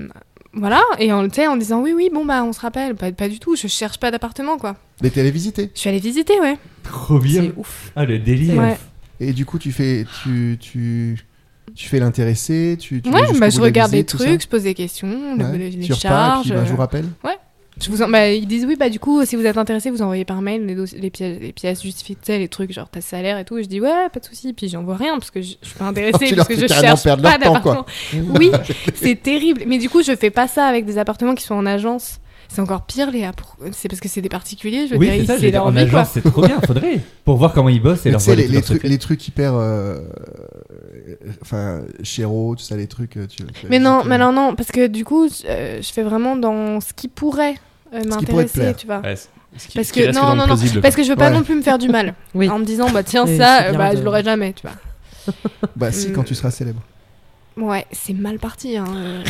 Voilà, et en, tu sais, en disant oui, oui, bon, bah on se rappelle, pas, pas du tout, je cherche pas d'appartement, quoi.
Mais t'es allé visiter.
Je suis allée visiter, ouais.
Trop bien.
C'est ouf.
Ah, le délire.
Ouais.
Et du coup, tu fais, tu, tu, tu fais l'intéressé. Tu, tu vas
ouais,
jusqu'au
bah
bout
je
de la
regarde des
visite, tout ça.
trucs, je pose des questions, le-
Ouais.
les, les
Tu repars, et
charges.
puis, bah, je vous
euh,
rappelle.
je vous en- bah, ils disent oui, bah du coup, si vous êtes intéressé, vous envoyez par mail les, dossi- les pièces, les pièces justifiées, tu sais, les trucs, genre ta salaire et tout. Et je dis ouais, pas de souci. Puis j'envoie rien parce que je, je suis pas intéressée,
Oh, Tu leur
parce que
fais
je
carrément
cherche
perdre
pas
leur temps, quoi.
d'appartement.
[laughs]
oui, c'est terrible. Mais du coup, je fais pas ça avec des appartements qui sont en agence. C'est encore pire, les C'est parce que c'est des particuliers, je veux
Oui,
dire,
c'est ça,
c'est
j'ai dit,
leur
en
vie, quoi.
agence, c'est trop bien, faudrait. Pour voir comment ils bossent
Mais
et leur
tu sais,
voler
les,
tout
les
leur
trucs,
secret.
les trucs hyper. euh, euh, Enfin, chéro, tout ça, les trucs. euh, Tu, tu-
Mais
tu-
non,
tu-
mais non, non, parce que du coup, je, euh, je fais vraiment dans ce qui pourrait euh,
pourrait te
m'intéresser,
plaire.
tu vois.
Ouais, c'est- ce qui-
Parce
ce qui
que
reste
non,
dans le
non, non,
plausible,
Parce que je veux pas
Ouais.
non plus me faire du mal
Oui.
en me disant bah tiens
Et
ça,
c'est
euh,
bien
bah
de-
je l'aurai jamais, tu vois.
Bah, si,
Hmm.
quand tu seras
[laughs]
célèbre.
Ouais, c'est mal parti. Hein. euh.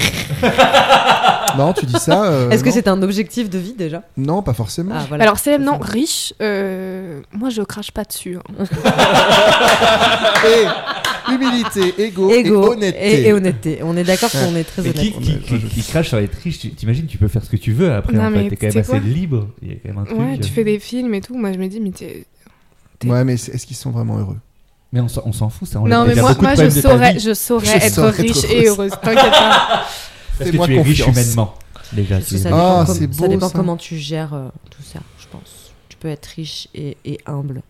Non, tu dis ça. euh,
Est-ce que
non.
c'est un objectif de vie déjà
Non, pas forcément.
Ah, voilà.
Alors, célèbre, non, riche, euh, moi je crache pas dessus. hein. Ah.
Et humilité, égo,
Égo
et honnêteté.
Et, et honnêteté. On est d'accord qu'on est très
Mais qui,
honnête.
qui, Ah, qui, qui crache sur les triches, tu- t'imagines, tu peux faire ce que tu veux après,
Non,
en
mais
fait. T'es quand même
c'est
assez
quoi
libre. Il y a quand même un truc.
Ouais, tu fais des films et tout. Moi je me dis, mais t'es-
Ouais, mais c'est- est-ce qu'ils sont vraiment heureux
Mais on s'en on s'en fout, ça. On
Non,
l'a-
mais
il y a
moi,
beaucoup de
moi, je,
problèmes de ta
saurais,
vie
je saurais
Je
être
saurais être
riche
heureuse.
et heureuse. T'inquiète pas.
Parce que
Fais-moi
tu es riche
confiance.
humainement. Déjà,
Ça,
tu es-
ça
Ah,
dépend,
c'est
comme-
beau,
ça dépend
ça.
comment tu gères euh, tout ça, je pense. Tu peux être riche et, et humble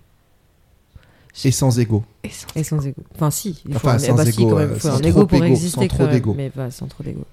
Et sans égo.
Et sans-
et sans égo. Enfin, si. Il faut
Enfin,
un,
sans
bah, si,
égo,
quand même,
euh,
il faut
sans
un
trop
égo pour
d'égo,
exister
sans
quand
trop
même,
d'égo.
Mais bah, sans trop d'égo.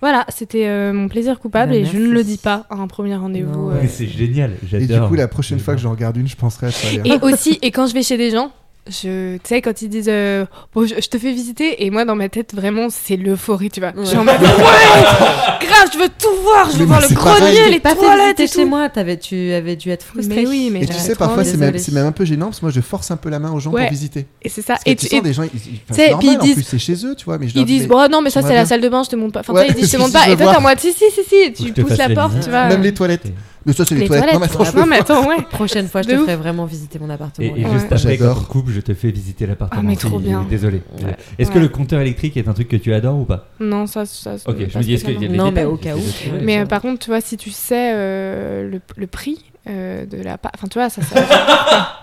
Voilà, c'était euh, mon plaisir coupable
Bah,
et je ne
merci.
le dis pas à un premier rendez-vous.
Non.
euh.
Mais C'est génial,
Et
j'adore.
du coup, la prochaine fois que j'en regarde une, je penserai à ça.
Et aussi, et quand je vais chez des gens, je, tu sais, quand ils disent euh, bon, je, je te fais visiter, et moi dans ma tête, vraiment, c'est l'euphorie, tu vois. Je suis
[laughs]
en mode, ouais, grave, je veux tout voir, je veux
Mais
voir
moi, c'est
le
pareil.
grenier, les
pas fait
toilettes
visiter
et
chez
tout.
moi, t'avais- tu avais dû être frustré.
Mais oui, mais
Et tu
j'avais
sais,
trop
parfois,
envie.
c'est même,
désolée.
c'est même un peu gênant parce que moi, je force un peu la main aux gens
Ouais.
pour visiter.
Et c'est ça.
Parce que
Ah, Et
tu
tu, et
sens des gens, ils, ils, enfin,
sais,
c'est
puis ils
normal, en
disent-
plus, c'est chez eux, tu vois. Mais je
Ils
leur dis,
disent,
mais
bon, non, mais ça,
tu vois
c'est la
bien.
salle de bain, je te montre pas. Enfin,
Ouais,
tu sais, ils disent, je
[laughs] si,
te montre
si,
pas.
je
Et
veux
toi, t'es en
voir. hein.
mode, si, si,
Faut
si, si,
que
tu
je te
pousses
fasse
la
la
porte,
visite.
tu vois.
Même les toilettes. Mais ça, c'est les,
euh, Les
toilettes.
toilettes.
Non, mais attends, je
Non, mais attends, ouais.
Prochaine fois, je
De
te
ouf.
ferai vraiment visiter mon appartement.
Et, et
là.
Ouais.
juste après, quand
J'adore.
on coupe, je te fais visiter l'appartement.
Ah, mais trop
Oui,
bien.
Désolé.
Ouais.
Est-ce que
Ouais.
le compteur électrique est un truc que tu adores ou pas
Non, ça, ça. ça-
Ok,
ça,
je me dis, est-ce
c'est
qu'il y a
pas
des
Non, mais
détails
au cas
des
où,
détails
ouais.
Mais
ça.
euh, par contre, tu vois, si tu sais euh, le, le prix euh, de la. pa- Enfin, tu vois, ça.
[laughs]
ça-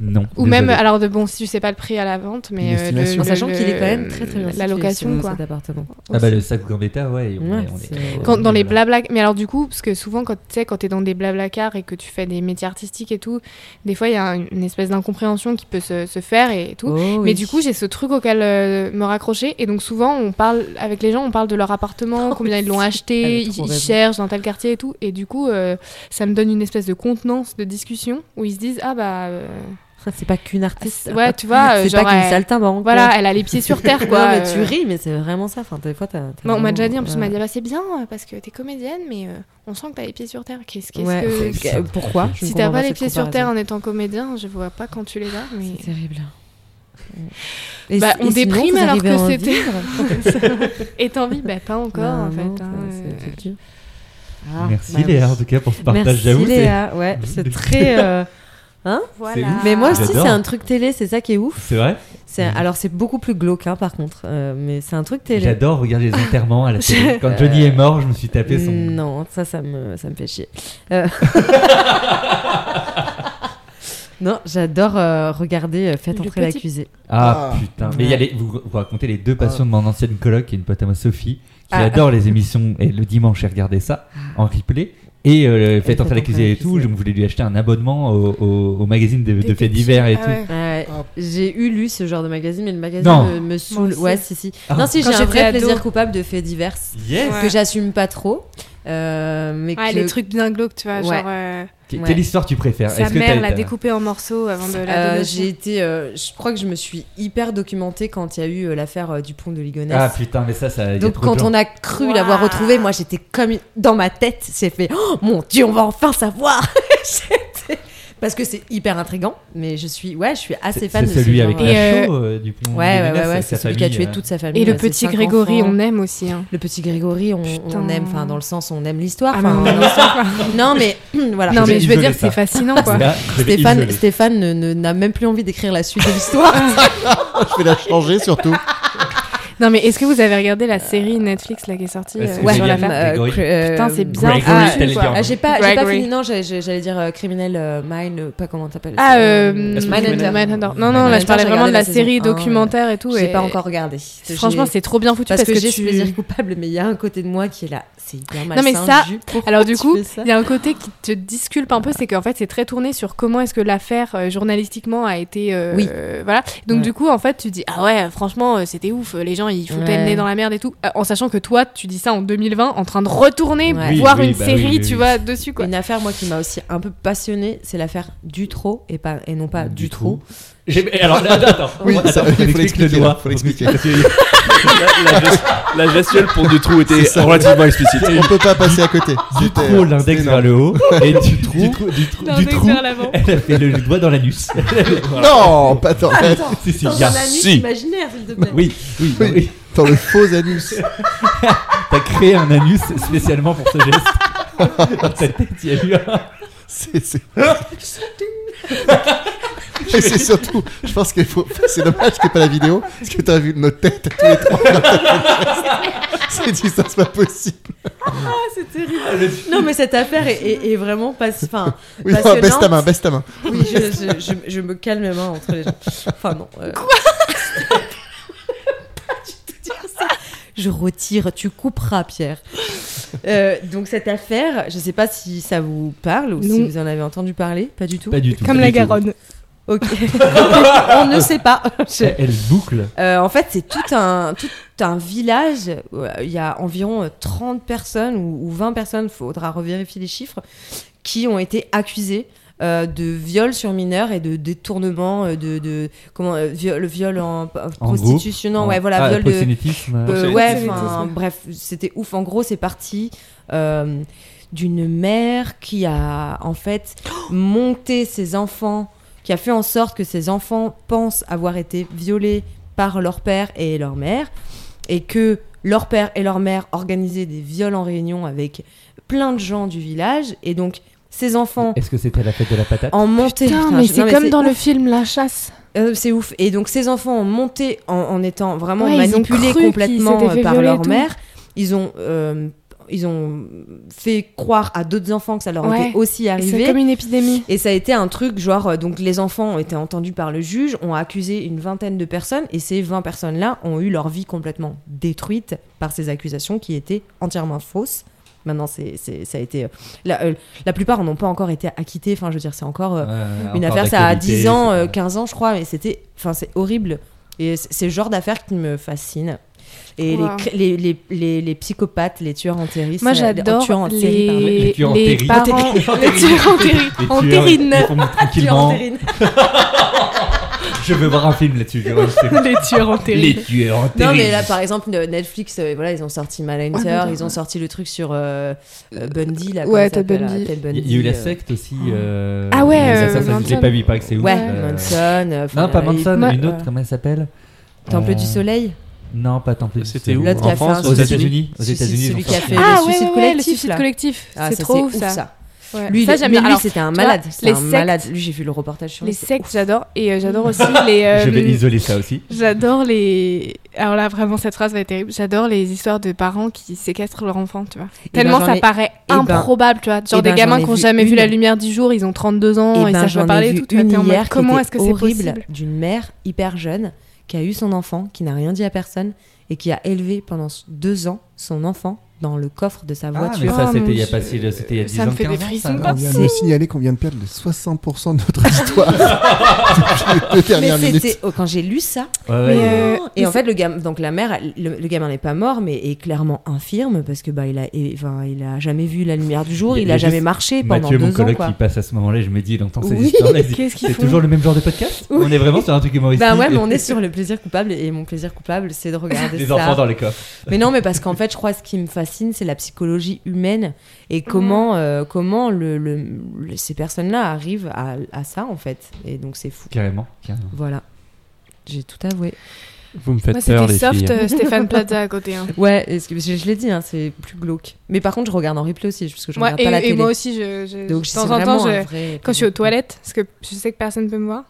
Non.
Ou
désolé.
même, alors, de, bon, si tu sais pas le prix à la vente, mais.
Une
euh, le-
estimation.
En
le-
sachant
le-
qu'il est quand même très très bien
La
situé,
location,
ce-
quoi.
cet appartement.
euh,
Ah bah le sac Gambetta, ouais. on est-
Ouais,
on est-
c'est-
Quand, dans les
Voilà.
blabla mais alors du coup parce que souvent quand tu sais quand t'es dans des blabla cars et que tu fais des métiers artistiques et tout des fois il y a un- une espèce d'incompréhension qui peut se, se faire et tout
Oh,
mais
oui.
du coup j'ai ce truc auquel euh, me raccrocher et donc souvent on parle avec les gens on parle de leur appartement
[laughs] Oh,
combien ils l'ont
si,
acheté
t'avais
ils,
trop
ils
raison.
cherchent dans tel quartier et tout et du coup euh, ça me donne une espèce de contenance de discussion où ils se disent ah bah euh,
c'est pas qu'une artiste.
ouais tu vois euh,
c'est
genre
pas qu'une
elle-
saltimbanque.
voilà elle a les pieds sur
[laughs]
terre quoi
Non, mais tu
euh.
ris, mais c'est vraiment ça. Enfin, des fois, t'as. t'as
Moi, on m'a déjà dit,
vraiment-
en plus, on
ouais.
m'a dit, bah, c'est bien euh, parce que t'es comédienne, mais euh, on sent que t'as les pieds sur terre. Qu'est-ce qu'est-ce
Ouais.
que.
Ok, euh, Pourquoi Je ne
Si t'as
comprends
pas les
cette
pieds sur terre
comparaison.
en étant comédien, je vois pas quand tu les as. Mais...
C'est terrible. Et
Bah,
si-
on
et sinon,
déprime
vous
alors
arrivez
que
à en
c'était-
[laughs]
vivre
Et t'as envie Bah, pas encore,
Non,
en fait.
non,
hein,
c'est-
euh,
c'est dur. Ah,
Merci
bah oui.
Léa, en tout cas, pour ce partage.
Merci
J'avoue, c'est
Léa,
[laughs]
ouais, c'est très. euh,
Voilà.
ouf.
Mais moi aussi,
J'adore.
c'est un truc télé, c'est ça qui est ouf.
c'est vrai.
C'est alors c'est beaucoup plus glauque hein, par contre, euh, mais c'est un truc télé.
J'adore regarder les enterrements à la télé.
J'ai-
Quand Johnny est mort, je me suis tapé son.
Non, ça, ça me, ça me fait chier.
[laughs]
Euh, non, j'adore euh, regarder euh, Faites
Le
entrer
petit-
l'accusé.
Ah,
Ah.
putain. Mais il y a
Ouais.
les- vous, vous racontez les deux passions de mon ancienne coloc qui est une pote à moi, Sophie, qui
Ah.
adore les émissions. Et le dimanche, elle regardait ça en replay. Et euh, fait
Faites
entrer l'accusé et
entrer
tout. Je
l'accusé.
voulais lui acheter un accusé. abonnement au, au- au magazine de, de faits divers et tout.
Ouais,
Ah.
J'ai eu lu ce genre de magazine, mais le magazine
Non.
me, me saoule.
aussi.
Ouais, si, si.
Ah.
Non, si,
Quand
j'ai un
j'étais
vrai
ado.
plaisir coupable de faits divers
Yes!
Ouais.
que j'assume pas trop. euh, mais
Ouais,
que-
les trucs bien glauques, tu vois,
Ouais.
genre euh,
Que-
Ouais.
Quelle histoire tu préfères
sa
Est-ce que
mère
t'as-
l'a
t'as-
découpé en morceaux avant de la
Euh,
donner. au chien.
j'ai été, euh, je crois que je me suis hyper documentée quand il y a eu euh, l'affaire euh, du pont de Ligonnès.
Ah putain, mais ça, ça.
Donc quand on a cru
Waouh.
l'avoir retrouvé, moi j'étais comme une- dans ma tête, j'ai fait oh, mon dieu, on va enfin savoir. [laughs] J'étais- Parce que c'est hyper intriguant, mais je suis ouais, je suis assez
C'est
fan de ce
celui
genre.
avec
genre.
la chaux, euh, du plomb.
Ouais, ouais,
Ménès,
ouais, ouais,
avec
c'est
sa
celui qui a
famille,
tué
euh,
toute sa famille.
Et le
ouais, ses
petit
cinq
Grégory,
enfants.
on aime aussi. hein.
Le petit Grégory, on,
Putain.
on aime, enfin dans le sens on aime l'histoire.
Ah, mais
enfin,
on
dans
aime
le sens- non mais [clears throat] voilà.
Non,
Je vais
mais je veux
isoler
dire,
ça.
c'est fascinant,
[laughs]
quoi.
Là, je vais
Stéphane,
isoler.
Stéphane ne- ne- n'a même plus envie d'écrire la suite de
[laughs]
l'histoire.
Ah,
Je vais la changer
[laughs]
surtout.
Non, mais est-ce que vous avez regardé la série Netflix là qui est sortie
Est-ce
euh,
que
sur
c'est
la
bien
femme
euh,
Grégory.
cr- euh,
Putain, c'est bien
Gregory,
Ah,
t'allais
quoi.
dire.
Ah, j'ai pas, j'ai pas
Gregory.
fini. Non, j'ai- j'ai- j'allais dire euh, criminel euh, mine, euh, pas comment t'appelles.
Ah,
ça,
euh,
Est-ce que vous
Mindhunter.
connaissez-
Mindhunter. Non, non,
Mindhunter,
là je parlais
j'ai
vraiment de la
regardé la
série
saison un,
documentaire et tout.
J'ai
et-
pas encore regardé.
Franchement,
J'ai-
c'est trop bien foutu
parce que, j'ai ce
tu.
plaisir coupable, mais il y a un côté de moi qui est là. C'est hyper malsain.
mais ça,
Ju,
Alors du
tu
coup,
fais ça
il y a un côté qui te disculpe un peu, c'est qu'en fait c'est très tourné sur comment est-ce que l'affaire euh, journalistiquement a été, euh,
Oui.
euh, voilà. Donc
Ouais.
du coup en fait tu dis ah ouais franchement euh, c'était ouf, les gens ils foutaient le
Ouais.
nez dans la merde et tout, Euh, en sachant que toi tu dis ça en 2020 en train de retourner
Ouais. Oui,
voir
oui,
une
bah oui,
série
oui,
tu
oui.
vois dessus quoi.
Une affaire, moi, qui m'a aussi un peu passionnée, c'est l'affaire du trop et, pas, et non pas du, trop.
J'ai- mais Alors, là, attends,
Oui,
attends,
ça,
faut
il faut
l'expliquer,
l'expliquer,
le doigt.
là, faut l'expliquer.
Parce que-
la, la gest- la gestuelle pour du trou était
C'est ça.
relativement explicite.
On peut pas passer à côté.
Du
C'était-
trop,
hein,
l'index
c'était
vers
énorme.
le haut, et du trou, du trou, du trou,
D'un
du
œil
trou,
vers l'avant.
elle a fait le doigt dans
[laughs]
l'anus.
Non, pas dans,
Si, si,
Dans
il y a-
un anus
si.
imaginaire, s'il te plaît.
Oui, oui,
Oui.
oui.
dans le faux anus.
T'as créé un anus spécialement pour ce geste.
[laughs]
Dans ta tête, il y a eu un.
C'est c'est-
[laughs]
Et c'est surtout, je pense qu'il faut. C'est dommage qu'il n'y ait pas la vidéo, parce que t'aurais vu notre tête tous les trois.
[laughs]
C'est dit, ça c'est pas possible.
Ah, c'est terrible. Non, mais cette affaire est, est- est vraiment pas. Enfin,
Oui, non,
Passionnante.
baisse ta main, baisse ta main.
oui, je, je- je- je me calme les mains entre les gens. Enfin, non. euh, Je retire, tu couperas, Pierre. Euh, donc cette affaire, je sais pas si ça vous parle ou si
Non.
vous en avez entendu parler, pas du tout.
Pas du tout.
Comme
pas
la
du tout.
Garonne.
Ok. [laughs] On ne sait pas. Je-
Elle boucle.
Euh, en fait, c'est tout un, tout un village. euh, Il y a environ euh, 30 personnes ou, ou 20 personnes, faudra revérifier les chiffres, qui ont été accusées euh, de viol sur mineurs et de détournement, euh, de, de comment, euh, viol, le viol en, en prostitution. non, ouais, voilà,
Ah,
viol de.
prosélytisme, euh,
Euh,
Proxénétisme.
ouais,
Proxénétisme.
enfin, bref, c'était ouf. En gros, c'est parti euh, d'une mère qui a en fait monté ses enfants, qui a fait en sorte que ses enfants pensent avoir été violés par leur père et leur mère, et que leur père et leur mère organisaient des viols en réunion avec plein de gens du village, et donc ces enfants
Est-ce que c'était la fête de la patate
en montaient.
Putain,
Putain,
mais
je- non,
c'est comme dans
ouf.
le film La Chasse.
Euh, c'est ouf. Et donc ces enfants ont monté en, en étant vraiment
Ouais, ils ont
manipulés
cru qu'ils
complètement
s'étaient
euh,
fait
par
violer et
leur
tout.
mère. Ils ont, euh, ils ont fait croire à d'autres enfants que ça leur
Ouais.
était aussi
C'est
arrivé.
comme une épidémie.
Et ça a été un truc, genre, euh, donc les enfants ont été entendus par le juge, ont accusé une vingtaine de personnes, et ces 20 personnes-là ont eu leur vie complètement détruite par ces accusations qui étaient entièrement fausses. Maintenant, c'est, c'est- ça a été. euh, la, euh, la plupart n'ont pas encore été acquittés, enfin, je veux dire, c'est encore. euh,
Ouais,
une
Ah, encore
affaire, ça a
d'actualité,
10 ans,
c'est-
euh, 15 ans, je crois, mais c'était. Enfin, c'est horrible. Et c- c'est le genre d'affaire qui me fascine. Et
Wow.
les, les, les, les, les psychopathes, les tueurs en série,
Moi
ça- les
j'adore
tueurs en
les,
série, pardon.
Les tueurs en
les
terrine. [laughs]
parents [laughs]
Les tueurs en
les tueurs en terrine.
Les
en
tueurs,
terrine.
ils font
Tueurs en
tranquillement. [laughs]
série.
Je veux voir un film là-dessus. je veux voir un film.
Les tueurs en terrine.
Les tueurs en
Non, mais
terrine.
là, par exemple, ne- Netflix, euh, voilà, ils ont sorti Malhunter, ils ont sorti le truc sur euh, euh, Bundy, là. comment
Ouais,
ça
Ted
s'appelle,
Bundy.
euh, Ted Bundy,
Il y a eu la
euh,
secte aussi. euh,
Ah ouais,
ça,
euh,
ça, ça, je l'ai
Manson.
pas vu, pas que c'est ouf.
Ouais,
euh,
Manson. euh,
Non,
enfin,
pas
euh,
Manson,
il-
une autre,
euh,
comment elle s'appelle
Temple
Euh,
du Soleil
Non, pas Temple du
C'était
Soleil.
où
hein
L'autre qui
En
a fait
France,
un
aux
suicide-
États-Unis
Aux
suicide-
États-Unis, ils
Celui
ont
qui a
sorti
fait
un-
le
Ah
suicide
ouais, ouais, ouais, le
collectif.
suicide
là.
collectif,
Ah,
c'est trop ouf ça. Ouais.
Lui, il
ça
est-
j'aime
mais
bien.
lui,
Alors,
c'était un
tu vois,
malade. C'est
les
un
sectes-
malade. Lui, j'ai vu le reportage sur lui,
les
c'est
sectes,
ouf.
j'adore. Et euh, j'adore aussi les. euh,
Je vais isoler ça aussi.
Ah,
J'adore les. Alors là, vraiment, cette phrase va être terrible. J'adore les histoires de parents qui séquestrent leur enfant, tu vois.
Eh ben,
Tellement
j'en
ça
ai-
paraît
ben-
improbable, tu vois. Genre
eh ben,
des gamins
j'en ai
qui n'ont
vu
jamais vu la
une.
lumière du jour, ils ont 32
Eh
ans, ils
ben,
savent
j'en
pas
ai
parler et
vu
tout. tu vois.
une
T'es en mode,
hier qui
comment
était
est-ce que c'est
horrible
possible
d'une mère hyper jeune qui a eu son enfant, qui n'a rien dit à personne et qui a élevé pendant deux ans son enfant dans le coffre de sa
Ah, mais
voiture.
Oh,
ça, c'était
mon
il y a
Dieu.
pas si- c'était il y a 10
Ça
ans,
me fait des
15 ans,
frissons
non
On vient de me signaler qu'on vient de perdre les 60% de notre histoire. [laughs] Depuis les deux
Mais
dernières minutes.
c'était oh, quand j'ai lu ça. hein,
Ouais,
Mais,
ouais.
euh,
et en fait, le gamin, donc la mère, elle- le, le gamin n'est pas mort, mais est clairement infirme parce que bah il a, et- enfin, il a jamais vu la lumière du jour,
Il y a-
il
il y a
a jamais
juste
marché pendant
Mathieu, mon
deux ans.
collègue
Quoi.
qui passe à ce moment-là, je me dis, il entend ces
Oui,
histoires-là.
[laughs]
il dit,
qu'est-ce qu'ils
C'est
font
toujours le même genre de podcast On est vraiment sur un truc humoristique.
Bah ouais, mais on est sur le plaisir coupable et mon plaisir coupable,
[laughs]
c'est de regarder
Les
ça.
enfants dans les coffres.
Mais non, mais parce qu'en fait, je crois que ce qui me fascine, c'est la psychologie humaine et comment, euh, comment le, le- le- ces personnes-là arrivent à, à ça, en fait. Et donc, c'est fou.
Carrément. carrément.
Voilà. J'ai tout avoué.
Vous me faites
Moi,
peur,
c'était
les
soft
filles. hein.
euh, Stéphane Plaza à côté. hein.
Ouais, et ce que- je, je l'ai dit, hein, c'est plus glauque. Mais par contre, je regarde en replay aussi, parce que je
Moi,
regarde
et,
pas la
et
télé.
moi aussi, je, je-
donc,
de
c'est
temps en temps,
vraiment hein. un
je-
vrai-
quand je suis aux toilettes, parce que je sais que personne peut me voir,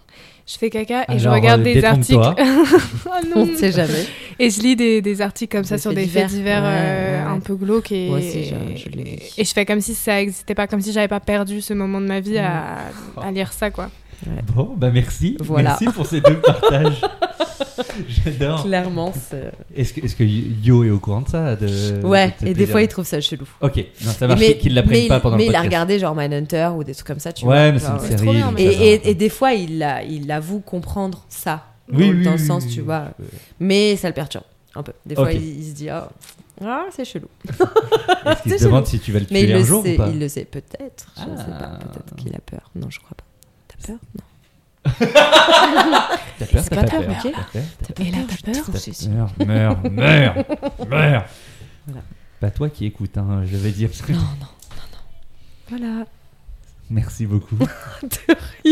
je fais caca et je
Alors,
regarde
euh,
des articles.
détrompe-toi. [laughs]
Oh
On [laughs]
non.
ne sait
[laughs]
jamais.
Et je lis des, des articles comme ça
Des
sur
faits
des faits divers
divers,
euh,
ouais, ouais,
un
ouais.
peu glauques et,
Moi aussi, je- je les lis.
et je fais comme si ça n'existait pas, comme si j'avais pas perdu ce moment de ma vie à, à lire ça quoi.
Bon, bah merci.
Voilà.
Merci pour ces deux
[laughs]
partages.
Ah.
J'adore.
Clairement, c'est- euh,
Est-ce que, est-ce que Yo est au courant de ça de-
Ouais,
de ce
et des
délire
fois, il trouve ça chelou.
Ok, non, Euh, ça marche
mais
qu'il ne
mais
l'apprenne
il-
pas pendant
mais
le
il a
podcast.
regardé genre Manhunter ou des trucs comme ça, tu vois.
ouais, mais c'est
genre,
une
euh, ouais.
trop
série.
bien,
donc
mais-
Et,
ça va.
et- et des fois, il, a- il avoue comprendre ça.
Oui,
dans,
oui,
dans le
oui,
sens,
oui,
tu
oui.
vois. Mais ça le perturbe un peu. Des fois,
Ok.
il, il se dit Ah, ah, c'est chelou.
Est-ce qu'il
C'est
se demande si tu vas le
Mais il
tuer un
le,
jour
sait,
ou pas
il le sait peut-être. Je ne sais
Ah.
pas. Peut-être qu'il a peur. Non, je crois pas. T'as peur Non.
T'as peur,
C'est
t'as
pas
pas
peur,
peur.
ok.
t'as peur,
T'as pas
Et là,
peur,
t'as
je
peur
trouve, c'est sûr.
Meurs, meurs,
[laughs]
meurs, meurs.
Voilà.
Bah toi qui écoutes, hein, je vais dire.
Non, non, non, non. Voilà.
[laughs] Merci beaucoup.
Oh,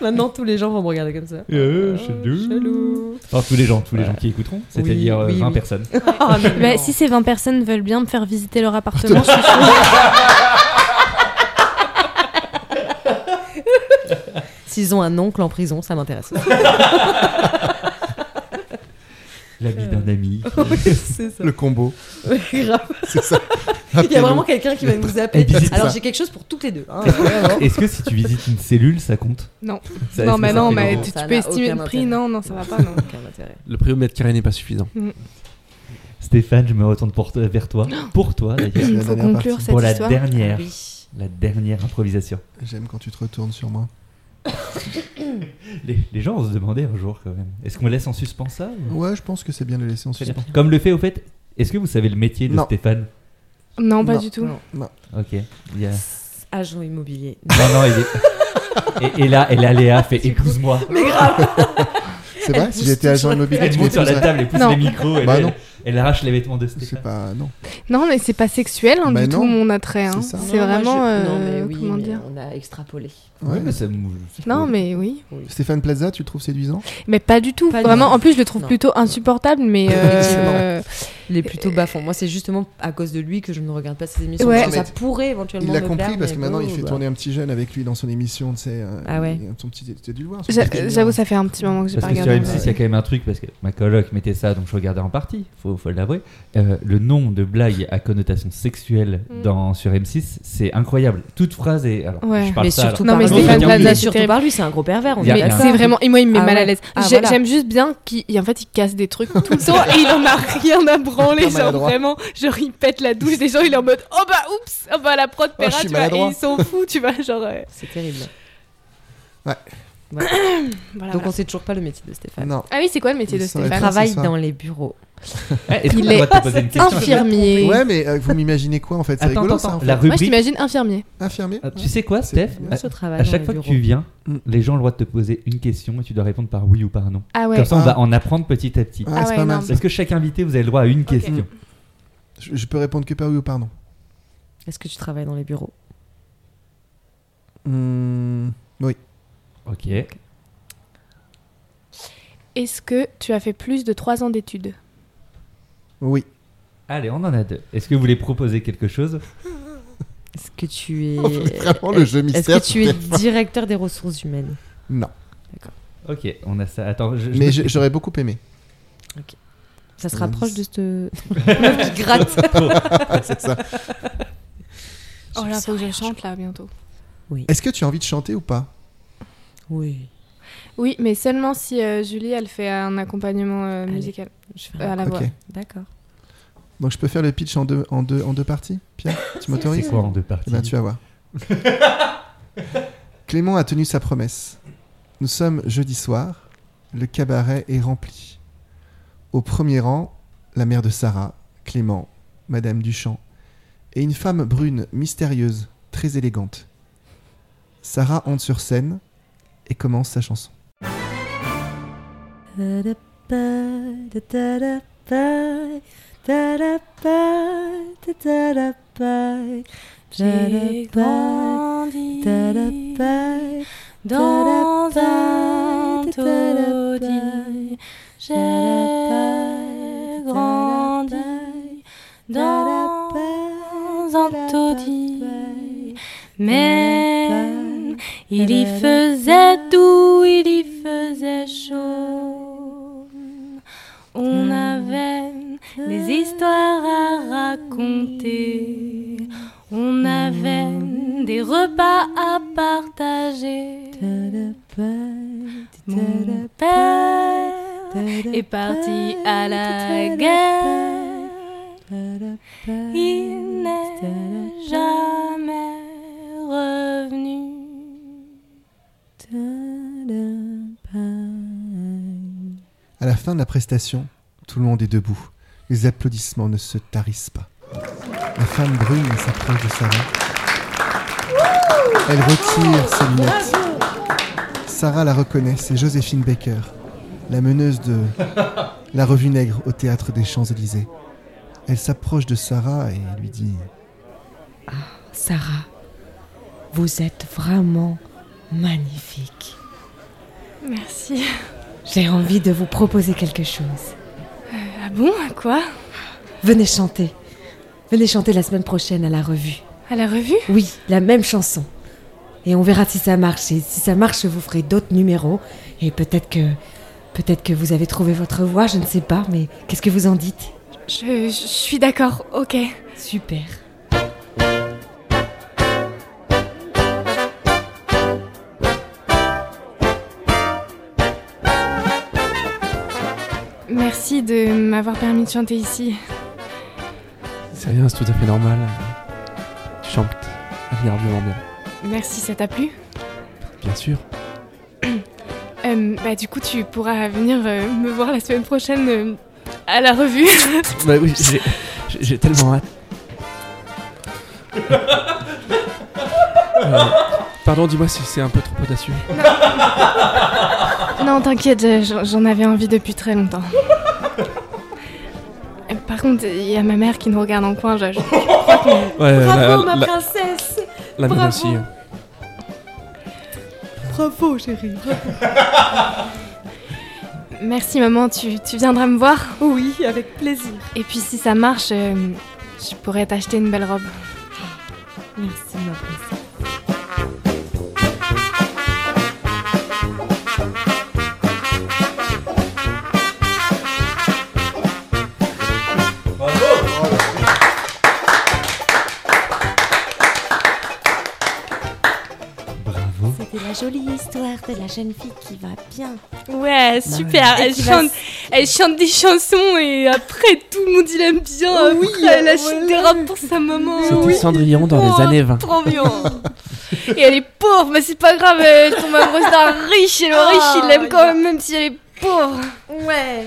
Maintenant, tous les gens vont me regarder comme ça.
Euh,
Ah,
chelou.
chelou.
Enfin, tous les gens, tous les gens qui écouteront, c'est-à-dire
Oui,
euh,
oui,
20
oui.
personnes.
Ah, mais non.
Bah, si ces 20 personnes veulent bien me faire visiter leur appartement, je suis
S'ils ont un oncle en prison,
[laughs]
ça m'intéresse.
L'ami d'un
Euh. [laughs]
ami.
c'est ça.
Le combo.
Grave.
C'est ça.
[laughs] Il y a vraiment quelqu'un qui va nous appeler.
visite
Alors,
ça.
j'ai quelque chose pour toutes les deux.
[laughs]
hein, vraiment.
Est-ce que si tu visites une cellule, ça compte
Non.
Ça- est-ce
non,
que
mais
ça
non,
fait
mais
gros
tu, tu
Ça
peux
n'a
estimer le
aucun
prix,
intérêt.
non, non, ça
[laughs]
va pas, non.
Aucun intérêt.
Le prix au mètre carré n'est pas suffisant.
Stéphane, je me retourne pour toi- vers
[gasps]
toi, pour toi d'ailleurs,
la
Il faut
dernière
conclure
partie.
cette
pour la
histoire. Ah
dernière,
Ah Oui.
la dernière improvisation.
J'aime quand tu te retournes sur moi.
Les, les gens vont se demander un jour quand même. Est-ce qu'on laisse en suspens ça ou-
Ouais, je pense que c'est bien de le laisser en
Très bien.
suspens.
Comme le fait au fait. Est-ce que vous savez le métier de
Non.
Stéphane
Non, pas
Non,
du tout.
non.
Non.
Ok. il y a-
Agent immobilier.
Non, non, il
[laughs]
est- Et, et là, et là, Léa fait épouse-moi.
C'est vrai Si j'étais agent immobilier,
Elle
tu
monte sur la
m'épouserais.
table, elle pousse
Non.
les micros, elle,
Bah
elle-
non.
elle arrache les vêtements de
C'est
Stéphane.
pas. Non.
Non, mais c'est pas sexuel hein,
Bah
du
non,
tout mon attrait. hein.
c'est ça.
C'est
Non, moi,
vraiment.
je- non,
euh,
mais oui,
comment
mais euh,
dire
On a extrapolé.
Ouais.
mais ça me-
Non, mais oui.
Stéphane Plaza, tu le trouves séduisant
Mais pas du tout.
Pas du
vraiment,
tout.
en plus, je le trouve
Non.
plutôt insupportable, mais. euh,
Il est plutôt bas fond. Moi, c'est justement à cause de lui que je ne regarde pas ses émissions.
Ouais.
parce que
Non, mais
ça pourrait éventuellement.
Il l'a
me
compris
plaire,
parce
mais
que maintenant
bon,
il fait
bah.
tourner un petit jeune avec lui dans son émission, tu sais. euh,
Ah ouais.
il- Son petit. Tu as dû le voir son
j'a-
petit délire.
J'avoue, ça fait un petit moment que j'ai pas
Parce que sur
regardé.
M6, il y a quand même un truc, parce que ma coloc mettait ça, donc je regardais en partie, faut, faut l'avouer. Euh, le nombre de blagues à connotation sexuelle
Mm.
dans, sur M6, c'est incroyable. Toute phrase est. Alors,
Ouais.
je parle
Mais
ça,
surtout,
alors.
Non,
par
mais
lui,
Stéphane
mais
Plaza, c'est
surtout
terrible.
par lui, c'est un gros pervers. On
Il y a- il
est
y a un-
d'accord.
C'est vraiment, et moi il me met
Ah
mal à
ouais.
l'aise.
Ah,
J'ai-
voilà.
J'aime juste bien qu'il et en fait il casse des trucs tout
[laughs]
le temps et il en a rien à branler.
Hyper
Genre
maladroit.
vraiment, genre il pète la douche des gens, il est en mode oh bah oups, oh bah la prod
Oh, je
paiera,
suis
tu vois, et
maladroit.
ils s'en fout, tu vois, genre. euh,
C'est terrible. [coughs]
voilà,
Donc,
voilà.
on sait toujours pas le métier de Stéphane.
Non.
Ah oui, c'est quoi le métier
Il
de
saurait
Stéphane
pas.
Travaille
c'est ça.
dans les bureaux.
Eh, Est-ce qu'on
Il
a le droit de
est
te poser une question
Infirmier.
Ouais, mais euh, vous m'imaginez quoi en fait C'est
Attends,
rigolo
attends,
ça en
la
fait.
Moi je
rubrique.
t'imagine infirmier.
Infirmier
Ah, Tu sais quoi,
C'est-
Steph
Bien
à,
sûr, travaille
à
dans
chaque
les
fois que
bureaux.
tu viens,
Mm.
les gens ont le droit de te poser une question et tu dois répondre par oui ou par non.
Ah ouais.
Comme ça, on
Ah.
va en apprendre petit à petit.
Ouais,
Ah
c'est
ouais,
pas mal.
non.
ça.
Parce que chaque invité, vous avez le droit à une question.
Mm.
Je, je peux répondre que par oui ou par non.
Est-ce que tu travailles dans les bureaux
Hmm,
Ok.
Et
Est-ce que tu as fait plus de 3 ans d'études
Oui.
Allez, on en a deux. Est-ce que vous voulez proposer quelque chose
Est-ce
[laughs]
que tu es.
Vraiment le jeu
Est-ce
mystère.
que tu es directeur des ressources humaines
Non.
Ok, on a ça. Attends, je, je-
Mais je- j'aurais beaucoup aimé.
Ça se
Euh,
[laughs]
rapproche de cette. meuf qui gratte.
C'est ça.
Oh
Je
là,
sens
faut que je
rien,
chante là bientôt.
Est-ce que tu as envie de chanter ou pas
Oui,
Oui, mais seulement si euh, Julie, elle fait un accompagnement euh,
Allez.
musical
je fais
euh,
un-
à la
Ok.
voix.
D'accord.
Donc je peux faire le pitch en deux, en deux, en deux parties, Pierre Tu
C'est
m'autorises
quoi en deux parties
Eh ben, tu vas voir.
[laughs]
Clément a tenu sa promesse. Nous sommes jeudi soir. Le cabaret est rempli. Au premier rang, la mère de Sarah, Clément, Madame Duchamp, et une femme brune, mystérieuse, très élégante. Sarah entre sur scène et commence sa chanson.
J'ai grandi dans un taudis. J'ai grandi dans un taudis. Mais il y faisait doux, il y faisait chaud. On avait des histoires à raconter. On avait des repas à partager. Mon père est parti à la guerre. Il n'est jamais revenu.
À la fin de la prestation, tout le monde est debout. Les applaudissements ne se tarissent pas. La femme brune s'approche de Sarah. Elle retire ses lunettes. Sarah la reconnaît, c'est Joséphine Baker, la meneuse de la revue Nègre au théâtre des Champs-Élysées. Elle s'approche de Sarah et lui dit
Sarah, vous êtes vraiment magnifique.
Merci.
J'ai envie de vous proposer quelque chose.
Ah bon Quoi
Venez chanter. Venez chanter la semaine prochaine à la revue.
À la revue
Oui, la même chanson. Et on verra si ça marche. Et si ça marche, vous ferez d'autres numéros. Et peut-être que. Peut-être que vous avez trouvé votre voix, je ne sais pas, mais qu'est-ce que vous en dites
je, je suis d'accord, ok.
Super.
Merci de m'avoir permis de chanter ici.
C'est rien, c'est tout à fait normal. Tu chantes admirablement bien.
Merci, ça t'a plu
Bien sûr.
Euh, Bah du coup, tu pourras venir euh, me voir la semaine prochaine euh, à la revue. [laughs]
Bah oui, j'ai- j'ai- j'ai tellement hâte. Euh, pardon, dis-moi si c'est un peu trop audacieux.
non, t'inquiète, je- j'en j'en avais envie depuis très longtemps. Euh, Par contre, il y a ma mère qui nous regarde en coin. je- [laughs] je-
Ouais,
Bravo,
la,
ma
la-
princesse
la mienne
bravo.
aussi. hein.
Bravo, chérie.
Merci maman, tu, tu viendras me voir.
Oui, avec
[laughs]
plaisir.
Et puis si ça marche, euh, je pourrais t'acheter une belle robe.
Merci, ma princesse.
Bravo.
C'était la jolie histoire de la jeune fille qui va bien.
Ouais, super. Elle chante, elle chante des chansons et après tout le monde il aime
Oh
bien. Oui, elle achète des robes pour sa maman.
C'était Cendrillon dans
Oh,
les années 20.
Trop bien. et elle est pauvre, mais c'est pas grave. Elle tombe amoureuse d'un riche et
Oh
le riche il l'aime quand même, même si elle est pauvre.
Ouais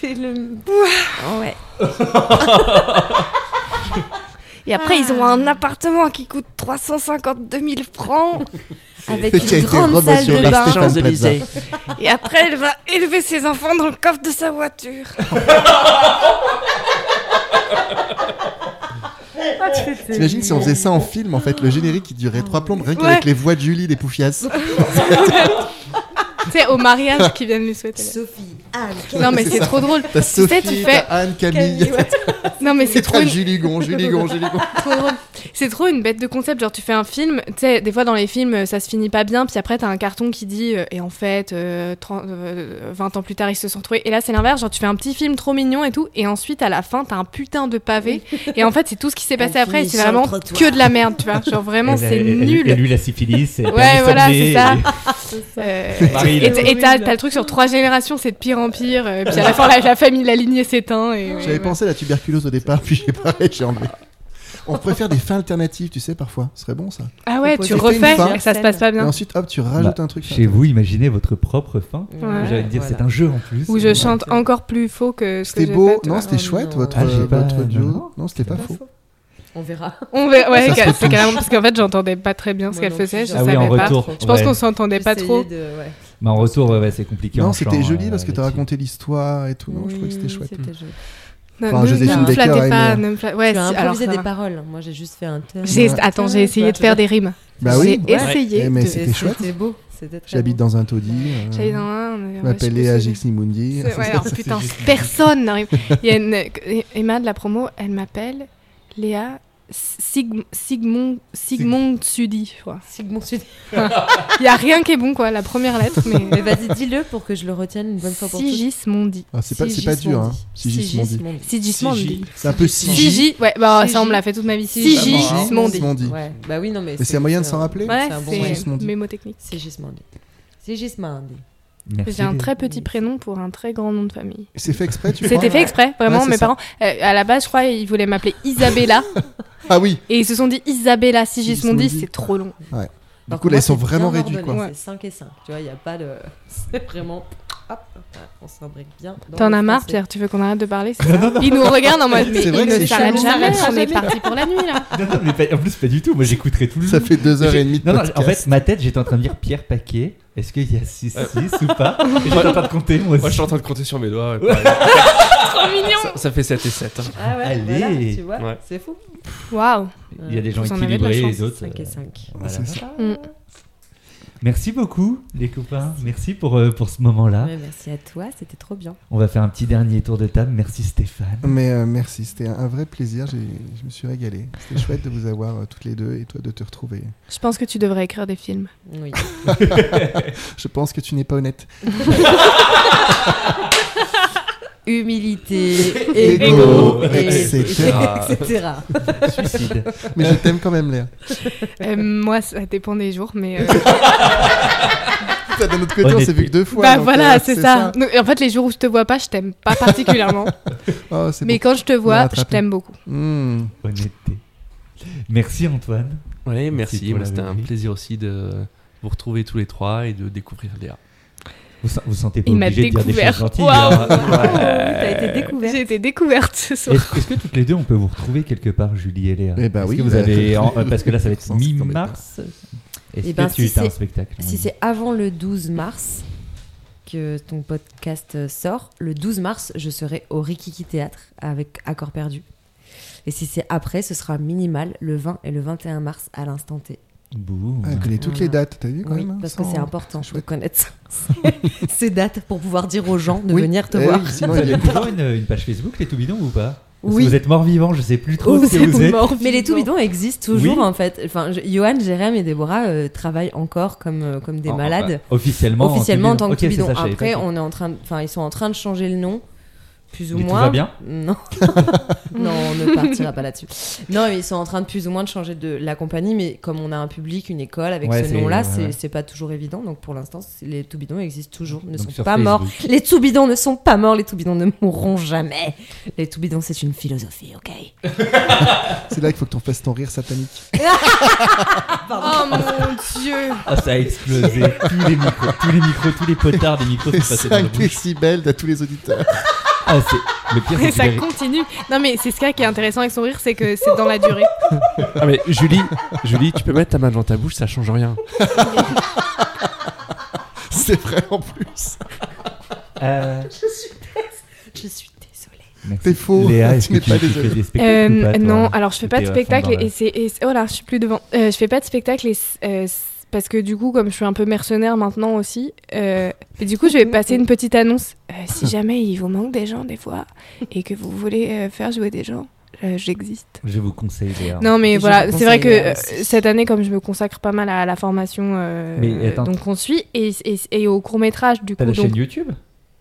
C'est le...
Oh
ouais.
Et après ils ont un appartement qui coûte 352 000 francs.
Avec
Qui a
une
été
grande salle
remotionné.
de bain.
Stéphane Plaza.
Et après elle va élever ses enfants dans le coffre de sa voiture.
T'imagines si on faisait ça en film, en fait, le générique qui durait trois plombes, rien qu'avec les voix de Julie des Poufias.
Tu sais, au mariage qui viennent lui souhaiter. la-
Sophie, Anne,
Non, mais c'est trop drôle.
T'as
sais,
Sophie,
tu fais-
t'as Anne, Camille,
Non, mais c'est trop
t'as
une-
Julie Gon, Julie Gon, Julie Gon.
trop drôle. C'est trop une bête de concept. Genre, tu fais un film, tu sais, des fois dans les films, euh, ça se finit pas bien, puis après, t'as un carton qui dit, euh, et en fait, euh, 30, euh, 20 ans plus tard, ils se sont retrouvés. Et là, c'est l'inverse. Genre, tu fais un petit film trop mignon et tout, et ensuite, à la fin, t'as un putain de pavé. Et en fait, c'est tout ce qui s'est passé
Elle
après, et
finit
c'est
sur le
vraiment
trottoir.
que de la merde, tu vois. Genre, vraiment,
Et la-
c'est
et- et-
nul.
Et lui, la syphilis. c'est
Ouais, voilà,
fermé,
c'est ça.
et-
Euh,
Marie,
et
là.
t- et t'as t'as le truc [laughs] sur trois générations, c'est de pire en pire. euh, puis à la fin, la, la famille, la lignée s'éteint. et-
J'avais
ouais,
pensé à la tuberculose au départ, [laughs] puis j'ai parlé, j'ai enlevé. On préfère des fins alternatives, tu sais, parfois. Ce serait bon, ça.
ouais. Ah ouais,
Faut
tu
poser une
refais,
fin.
et ça se passe pas
Et
bien.
ensuite, hop, tu rajoutes
Bah,
un truc.
Chez vous, imaginez votre propre fin. J'allais dire, c'est un jeu en plus.
Où je
Voilà.
chante encore plus faux que ce que
C'était
j'ai
beau,
fait, tu
non,
vois.
c'était
Oh,
chouette,
non.
votre, euh,
Ah, j'ai pas-
votre duo.
non,
Non,
non.
c'était pas faux.
On verra.
On verra- ouais,
Ça se
ca-
retouche.
c'est carrément parce qu'en fait, j'entendais pas très bien ce
Moi
qu'elle
non plus,
faisait, je
j'en
Ah oui, en
savais pas.
retour.
Je pense
ouais.
qu'on s'entendait pas trop.
J'essayais de- ouais.
Mais en retour, ouais, ouais, c'est compliqué. en
Non, c'était
chant,
joli
euh,
parce que t'as
là-dessus.
raconté l'histoire et tout. Non, je trouvais que c'était
Oui,
chouette. hein.
joli.
Non,
Enfin,
ne-
Joséphine
ne me
Baker a
flattez
aimé,
pas,
hein.
ne me flattez Ouais,
Tu as
si- alors
improvisé
ça
des
va.
paroles. Moi, j'ai juste fait un thème.
J'ai-
Ouais.
Attends, j'ai essayé de faire des rimes.
Bah oui,
J'ai
Ouais.
essayé.
Eh, mais
de-
c'était chouette.
C'était beau. C'était très
j'habite
beau.
dans un taudis. euh,
J'allais dans un. on est-
Je
ouais, je suis
m'appelle Léa
désolée.
Giximondi. [laughs]
C'est- ouais, alors, putain, personne n'arrive. Il y a une- que- Emma de la promo, elle m'appelle Léa Sig- Sigmund Sigmund Sudi. je crois.
Sigmund Sud.
Il y a rien qui est bon quoi, la première lettre,
Mais
mais
vas-y, dis-le pour que je le retienne une [laughs] bonne fois pour toutes.
Sigismondi.
Ah, c'est pas, c'est pas dur, hein. Sigismondi.
Sigismondi.
Sigismondi.
C'est un peu Sigi.
Sigi, ouais, bah ça on
Sigi.
me l'a fait toute ma vie.
Sigi.
Sigi Smondi.
Sigismondi.
Ouais. Bah oui, non, mais
Mais c'est un moyen de s'en rappeler
Ouais,
C'est un bon moyen.
c'est
Sigismondi.
mémotechnique.
Sigismondi. Sigismondi.
Merci,
J'ai un
Léa.
très petit prénom pour un très grand nom de famille.
C'est fait exprès, tu crois
C'était fait exprès,
Ouais,
vraiment.
c'est
mes
ça.
parents, euh, à la base, je crois, ils voulaient m'appeler Isabella.
Ah oui.
et ils se sont dit Isabella Sigismondi,
Sigismondi.
c'est trop long.
Du coup, là, ils sont vraiment réduits, quoi.
C'est 5 et 5. Tu vois, il n'y a pas de. [laughs] C'est vraiment. Hop, voilà, on s'imbrique bien. dans
T'en
le
as marre,
français.
Pierre Tu veux qu'on arrête de parler
[laughs]
c'est ça Ils nous regardent en mode, mais
C'est vrai
ils
que
ne
c'est
s'arrêtent
chelou.
jamais.
Ça
On est
s'arrête
parti pour la nuit là.
Non, non, mais pas- en plus, pas du tout. Moi, j'écouterai tout le
Ça
long.
fait deux heures et demie de
Non, non, en fait,
podcast.
ma tête, j'étais en train de dire Pierre Paquet. Est-ce qu'il y a 6-6 ou pas Et J'étais en train de compter, moi
Moi, je
aussi.
suis en train de compter sur mes [laughs] doigts. ouais,
Ouais.
pareil.
Trop mignon.
ça, ça fait 7 et 7.
Ah ouais,
Allez.
voilà, tu vois,
Ouais.
c'est fou.
[laughs] Waouh.
Il y a des gens
Vous en avez de la
équilibrés,
chance,
les autres.
5 et
euh,
5.
voilà.
C'est ça.
Mm.
Merci beaucoup, les copains. Merci pour, euh, pour ce moment-là.
merci à toi, c'était trop bien.
On va faire un petit dernier tour de table. Merci, Stéphane.
[laughs]
Mais euh, merci, c'était un- un vrai plaisir. j'ai- Je me suis régalé. [laughs] C'était chouette de vous avoir euh, toutes les deux et toi de te retrouver.
Je pense que tu devrais écrire
[laughs]
des films.
Oui.
Je pense que tu n'es pas honnête.
Humilité,
Égo,
égo,
etc.
etc.
Suicide.
Mais [laughs] je t'aime quand même, Léa.
Euh, moi, ça dépend des jours, mais. euh,
[laughs] Putain, D'un autre côté, on s'est vu que deux fois.
bah
donc,
voilà,
euh,
c'est ça. Donc, en fait, les jours où je te vois pas, je t'aime pas particulièrement.
Oh, [laughs] c'est
mais
bon.
quand je te vois, je
rattraper.
t'aime beaucoup.
Hmm.
Honnêteté. Merci, Antoine.
Oui,
Merci
merci.
pour
Moi,
la
C'était un
rubrique.
plaisir aussi de vous retrouver tous les trois et de découvrir Léa.
Vous, sen- vous sentez pas
Il m'a
obligé de dire des
découvert.
choses gentilles.
Waouh.
hein.
T'as été découvert.
J'ai été découverte ce soir.
Est-ce est-ce que toutes les deux, on peut vous retrouver quelque part, Julie et Léa
Eh ben
Est-ce
oui,
que vous
bah, [laughs]
avez- en- euh, parce que là, ça va être
Sans se tomber
mi-mars. Est-ce
Eh ben,
que tu
si
as un
c'est-
spectacle
Si c'est avant le 12 mars que ton podcast euh, sort, le 12 mars, je serai au Rikiki Théâtre avec Accord Perdu. Et si c'est après, ce sera minimal le 20 et le 21 mars à l'instant T.
Boum.
Ah, elle connaît toutes les
Voilà.
dates, t'as vu quand
Oui,
même hein,
parce que
sans-
Oh,
c'est important
c'est
de
chouette.
connaître ça.
[laughs]
C'est- ces dates pour pouvoir dire aux gens de
Oui.
venir te
Eh
voir.
oui,
[laughs]
sinon,
Vous
il y
avez
a-
toujours une, une page Facebook, les Toubidons, ou pas Parce que
Oui.
Vous êtes mort-vivant, je sais plus trop
Oh,
ce que
c'est
vous êtes.
mort
Mais les
vivant.
Toubidons existent toujours
Oui.
en fait. Enfin, je- Johan, Jérém et Déborah euh, travaillent encore comme, euh, comme des
En- en-
malades.
Oh, officiellement,
officiellement en tant que
Ok, c'est
Toubidon.
ça, je savais
Après,
pas.
on est en train, de- enfin, ils sont en train de changer le nom, plus ou
Mais tout
moins.
va bien
[laughs]
[laughs]
Non, non, on ne partira pas là-dessus. Non, mais ils sont en train de plus ou moins de changer de la compagnie, mais comme on a un public, une école avec
Ouais,
ce
c'est-
nom-là,
ouais, ouais.
c'est c'est pas toujours évident. Donc pour l'instant, c'est- les Toubidons existent toujours, ne
Donc
sont
sur
pas
Facebook.
morts. Les Toubidons ne sont pas morts. Les Toubidons ne mourront jamais. Les Toubidons, c'est une philosophie, ok.
C'est là qu'il faut que t'en fasses ton rire satanique.
Oh mon [laughs] dieu.
Ah, ça a explosé. tous les micros, tous les micros, tous les potards des micros sont passés dans la
5
bouche.
décibels à tous les [laughs] auditeurs.
Ah, c'est- le pire, c'est
Et
que vous
ça
avez-
continue. Non, mais c'est ce cas qui est intéressant avec son rire, c'est que c'est dans
[laughs]
la durée.
Ah mais Julie, Julie, tu peux mettre ta main dans ta bouche, ça change rien.
C'est vrai en plus.
[laughs]
Euh,
Je suis désolée.
merci.
T'es faux,
Léa, est-ce
tu
que
n'es
tu,
pas
tu
désolée.
fais des spectacles ou
Euh,
pas, toi
non, alors je fais pas de
T'étais à fond
spectacle
dans la-
et c'est. et c'est- Oh là, je suis plus devant. Euh, je fais pas de spectacle et. c'est- euh, c'est- Parce que du coup, comme je suis un peu mercenaire maintenant aussi, euh, et du coup, je vais passer une petite annonce. Euh,
[laughs]
si jamais il vous manque des gens des fois et que vous voulez euh, faire jouer des gens, euh, j'existe.
Je vous conseille d'ailleurs.
Non, mais
Je
voilà,
vous
c'est vrai que
conseille, euh,
euh,
aussi.
cette année, comme je me consacre pas mal à la formation, euh,
Mais attends.
donc on suit et, et- et au court métrage du coup.
T'as la
donc-
chaîne YouTube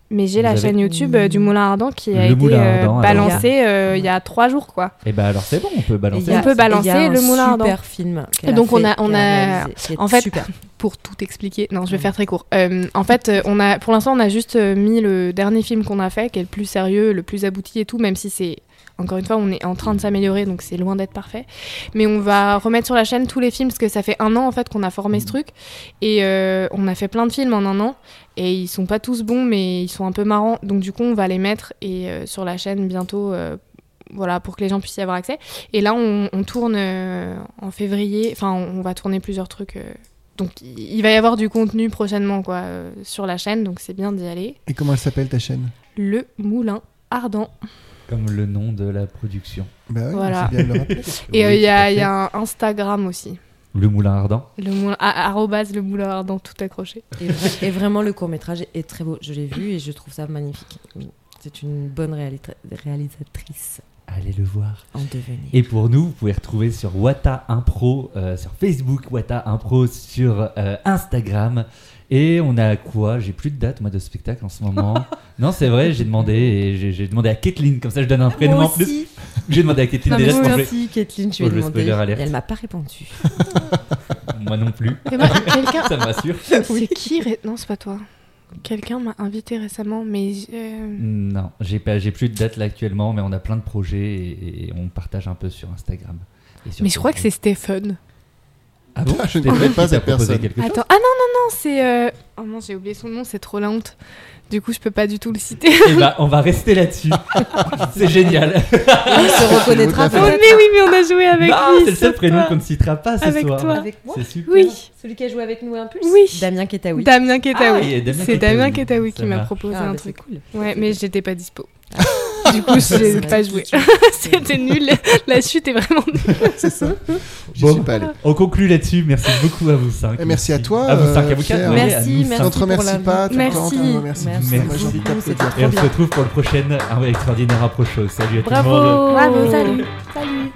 mais j'ai
Vous
la
avez-
chaîne YouTube euh, du Moulin Ardent qui
Le
a été
Moulin
euh,
Ardent, alors.
balancée euh, il y a trois jours, quoi.
Eh ben alors c'est bon, on peut
Et
balancer.
il y a-
On peut balancer
et il y a un
le moulin ardent.
Super film. qu'elle
Et donc,
fait,
on a-
qu'elle
on a-
réalisé, qui est
en fait,
super.
pour tout expliquer. Non, je vais faire très court. Euh, en fait, euh, on a, pour l'instant, on a juste euh, mis le dernier film qu'on a fait, qui est le plus sérieux, le plus abouti et tout, même si c'est. Encore une fois, on est en train de s'améliorer, donc c'est loin d'être parfait. Mais on va remettre sur la chaîne tous les films, parce que ça fait un an en fait qu'on a formé ce truc. Et euh, on a fait plein de films en un an. Et ils sont pas tous bons, mais ils sont un peu marrants. Donc du coup, on va les mettre et, euh, sur la chaîne bientôt, euh, voilà, pour que les gens puissent y avoir accès. Et là, on, on tourne euh, en février. Enfin, on, on va tourner plusieurs trucs. euh, donc il il va y avoir du contenu prochainement quoi euh, sur la chaîne, donc c'est bien d'y aller.
Et comment elle s'appelle ta chaîne
Le Moulin Ardent.
Comme le nom de la production.
Bah oui,
Voilà.
c'est bien de le rappeler.
Et euh,
Oui,
il y,
tout
a-
à
il y
fait.
a un Instagram aussi.
Le Moulin Ardent.
Le moulin, ah, arrobase le Moulin Ardent, tout accroché.
Et, vra- et vraiment, le court métrage est très beau. Je l'ai vu et je trouve ça magnifique. C'est une bonne réalita- réalisatrice
Allez le voir.
en devenir.
Et pour nous, vous pouvez retrouver sur Wata Impro, euh, sur Facebook, Wata Impro, sur euh, Instagram. Et on a quoi J'ai plus de date, moi, de spectacle en ce moment. non, c'est vrai, j'ai demandé et j'ai- j'ai demandé à Kathleen, comme ça je donne un prénom
Moi
en plus.
aussi,
J'ai demandé à Kathleen
Non, mais
déjà
moi
ce qu'on
merci Kathleen,
Oh, je
je lui ai
vais
demandé.
spoiler alert.
Et elle m'a pas répondu.
fait. Moi non plus,
[laughs] Et moi, [laughs] quelqu'un,
ça me rassure.
c'est qui ré- Non, c'est pas toi. Quelqu'un m'a invité récemment, mais euh,
Non, j'ai pas- j'ai plus de date là actuellement, mais on a plein de projets et, et on partage un peu sur Instagram. et sur
mais je crois que c'est
Facebook.
Stephen.
Ah bon
Je ne
T'es
connais
prête
pas
qui t'a
cette
proposé
personne.
quelque chose
Attends, ah non non non, c'est euh, oh non j'ai oublié son nom, c'est trop la honte. Du coup, je peux pas du tout le citer.
Eh ben, on va rester
[laughs]
là-dessus. c'est génial.
Et on se reconnaîtra
Ah,
Oh,
peut-être.
[laughs] mais oui, mais on a joué avec
Ah,
lui.
c'est le seul
sauf
prénom
toi.
qu'on ne citera pas ce
Avec
soir.
toi.
Avec moi
C'est super.
Oui,
Celui qui a joué avec nous à Impulse
Oui.
Damien Ketaoui.
Damien
Ah, il y a
Ketaoui.
Damien
c'est
Ketaoui.
Damien Ketaoui qui
Ça
m'a
marche.
proposé
Ah,
un
bah, c'est
truc.
cool.
Ouais, mais j'étais pas dispo. [laughs]
Ah.
du coup, j'ai
C'est
pas joué. C'était nul. La chute est vraiment nulle.
C'est ça Je
Bon.
suis pas allé.
On conclut là-dessus. Merci beaucoup à vous cinq.
Et merci à toi,
À vous cinq, à
euh,
vous quatre.
Pierre.
ouais,
Merci,
à nous
merci.
On
cinq.
te remercie
pour
pas, tout le
l'invitation.
temps, on te remercie.
Merci.
Moi, j'ai envie de
beaucoup,
t'applaudir.
c'était
Et on se
Trop bien.
retrouve pour le prochain Un vrai extraordinaire approche. Salut à tout le monde.
Bravo.
Bravo, salut. Salut.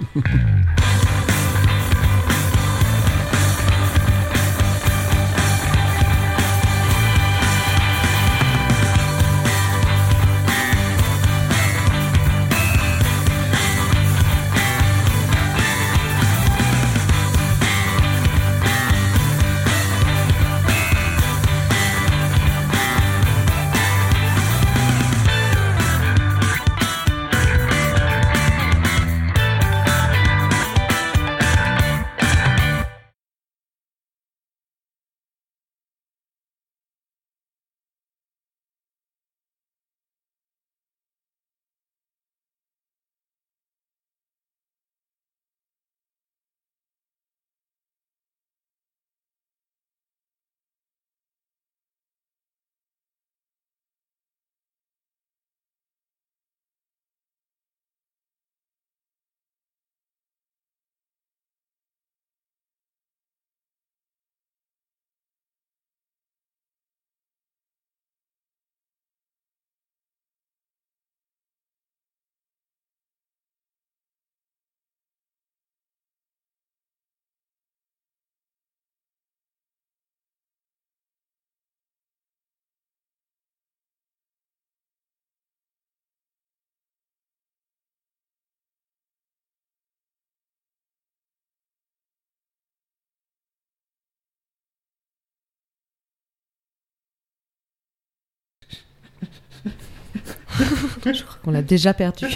Je crois qu'on l'a déjà perdu.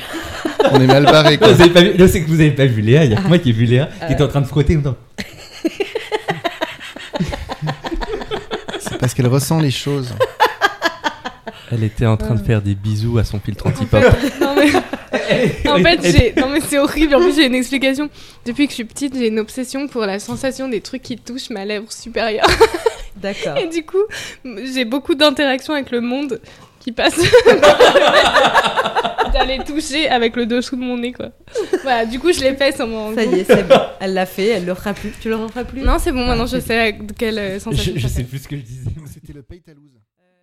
On est mal barré quoi.
Vous avez pas vu- Là, c'est que vous avez pas vu Léa. Il y a que moi qui ai vu Léa
Euh.
qui était en train de frotter. en disant,
C'est parce qu'elle ressent les choses.
Elle était en train de faire des bisous à son filtre anti-pop.
Non, mais en fait,
[laughs] Eh,
j'ai- non, mais c'est horrible. En plus, j'ai une explication. Depuis que je suis petite, j'ai une obsession pour la sensation des trucs qui touchent ma lèvre supérieure.
D'accord.
Ah. Et du coup, j'ai beaucoup d'interactions avec le monde qui [laughs] passent. D'aller toucher avec le dessous de mon nez, quoi. Voilà, du coup, je l'ai fait sans m'en rendre
Ça y est, c'est bon. Elle l'a fait, elle le fera plus. Tu le referas plus
Ah,
compte. Non, c'est bon, maintenant je sais à quelle euh, sensation
Je, je
ça
sais
fait.
plus ce que je disais.
C'était le Paytalouz.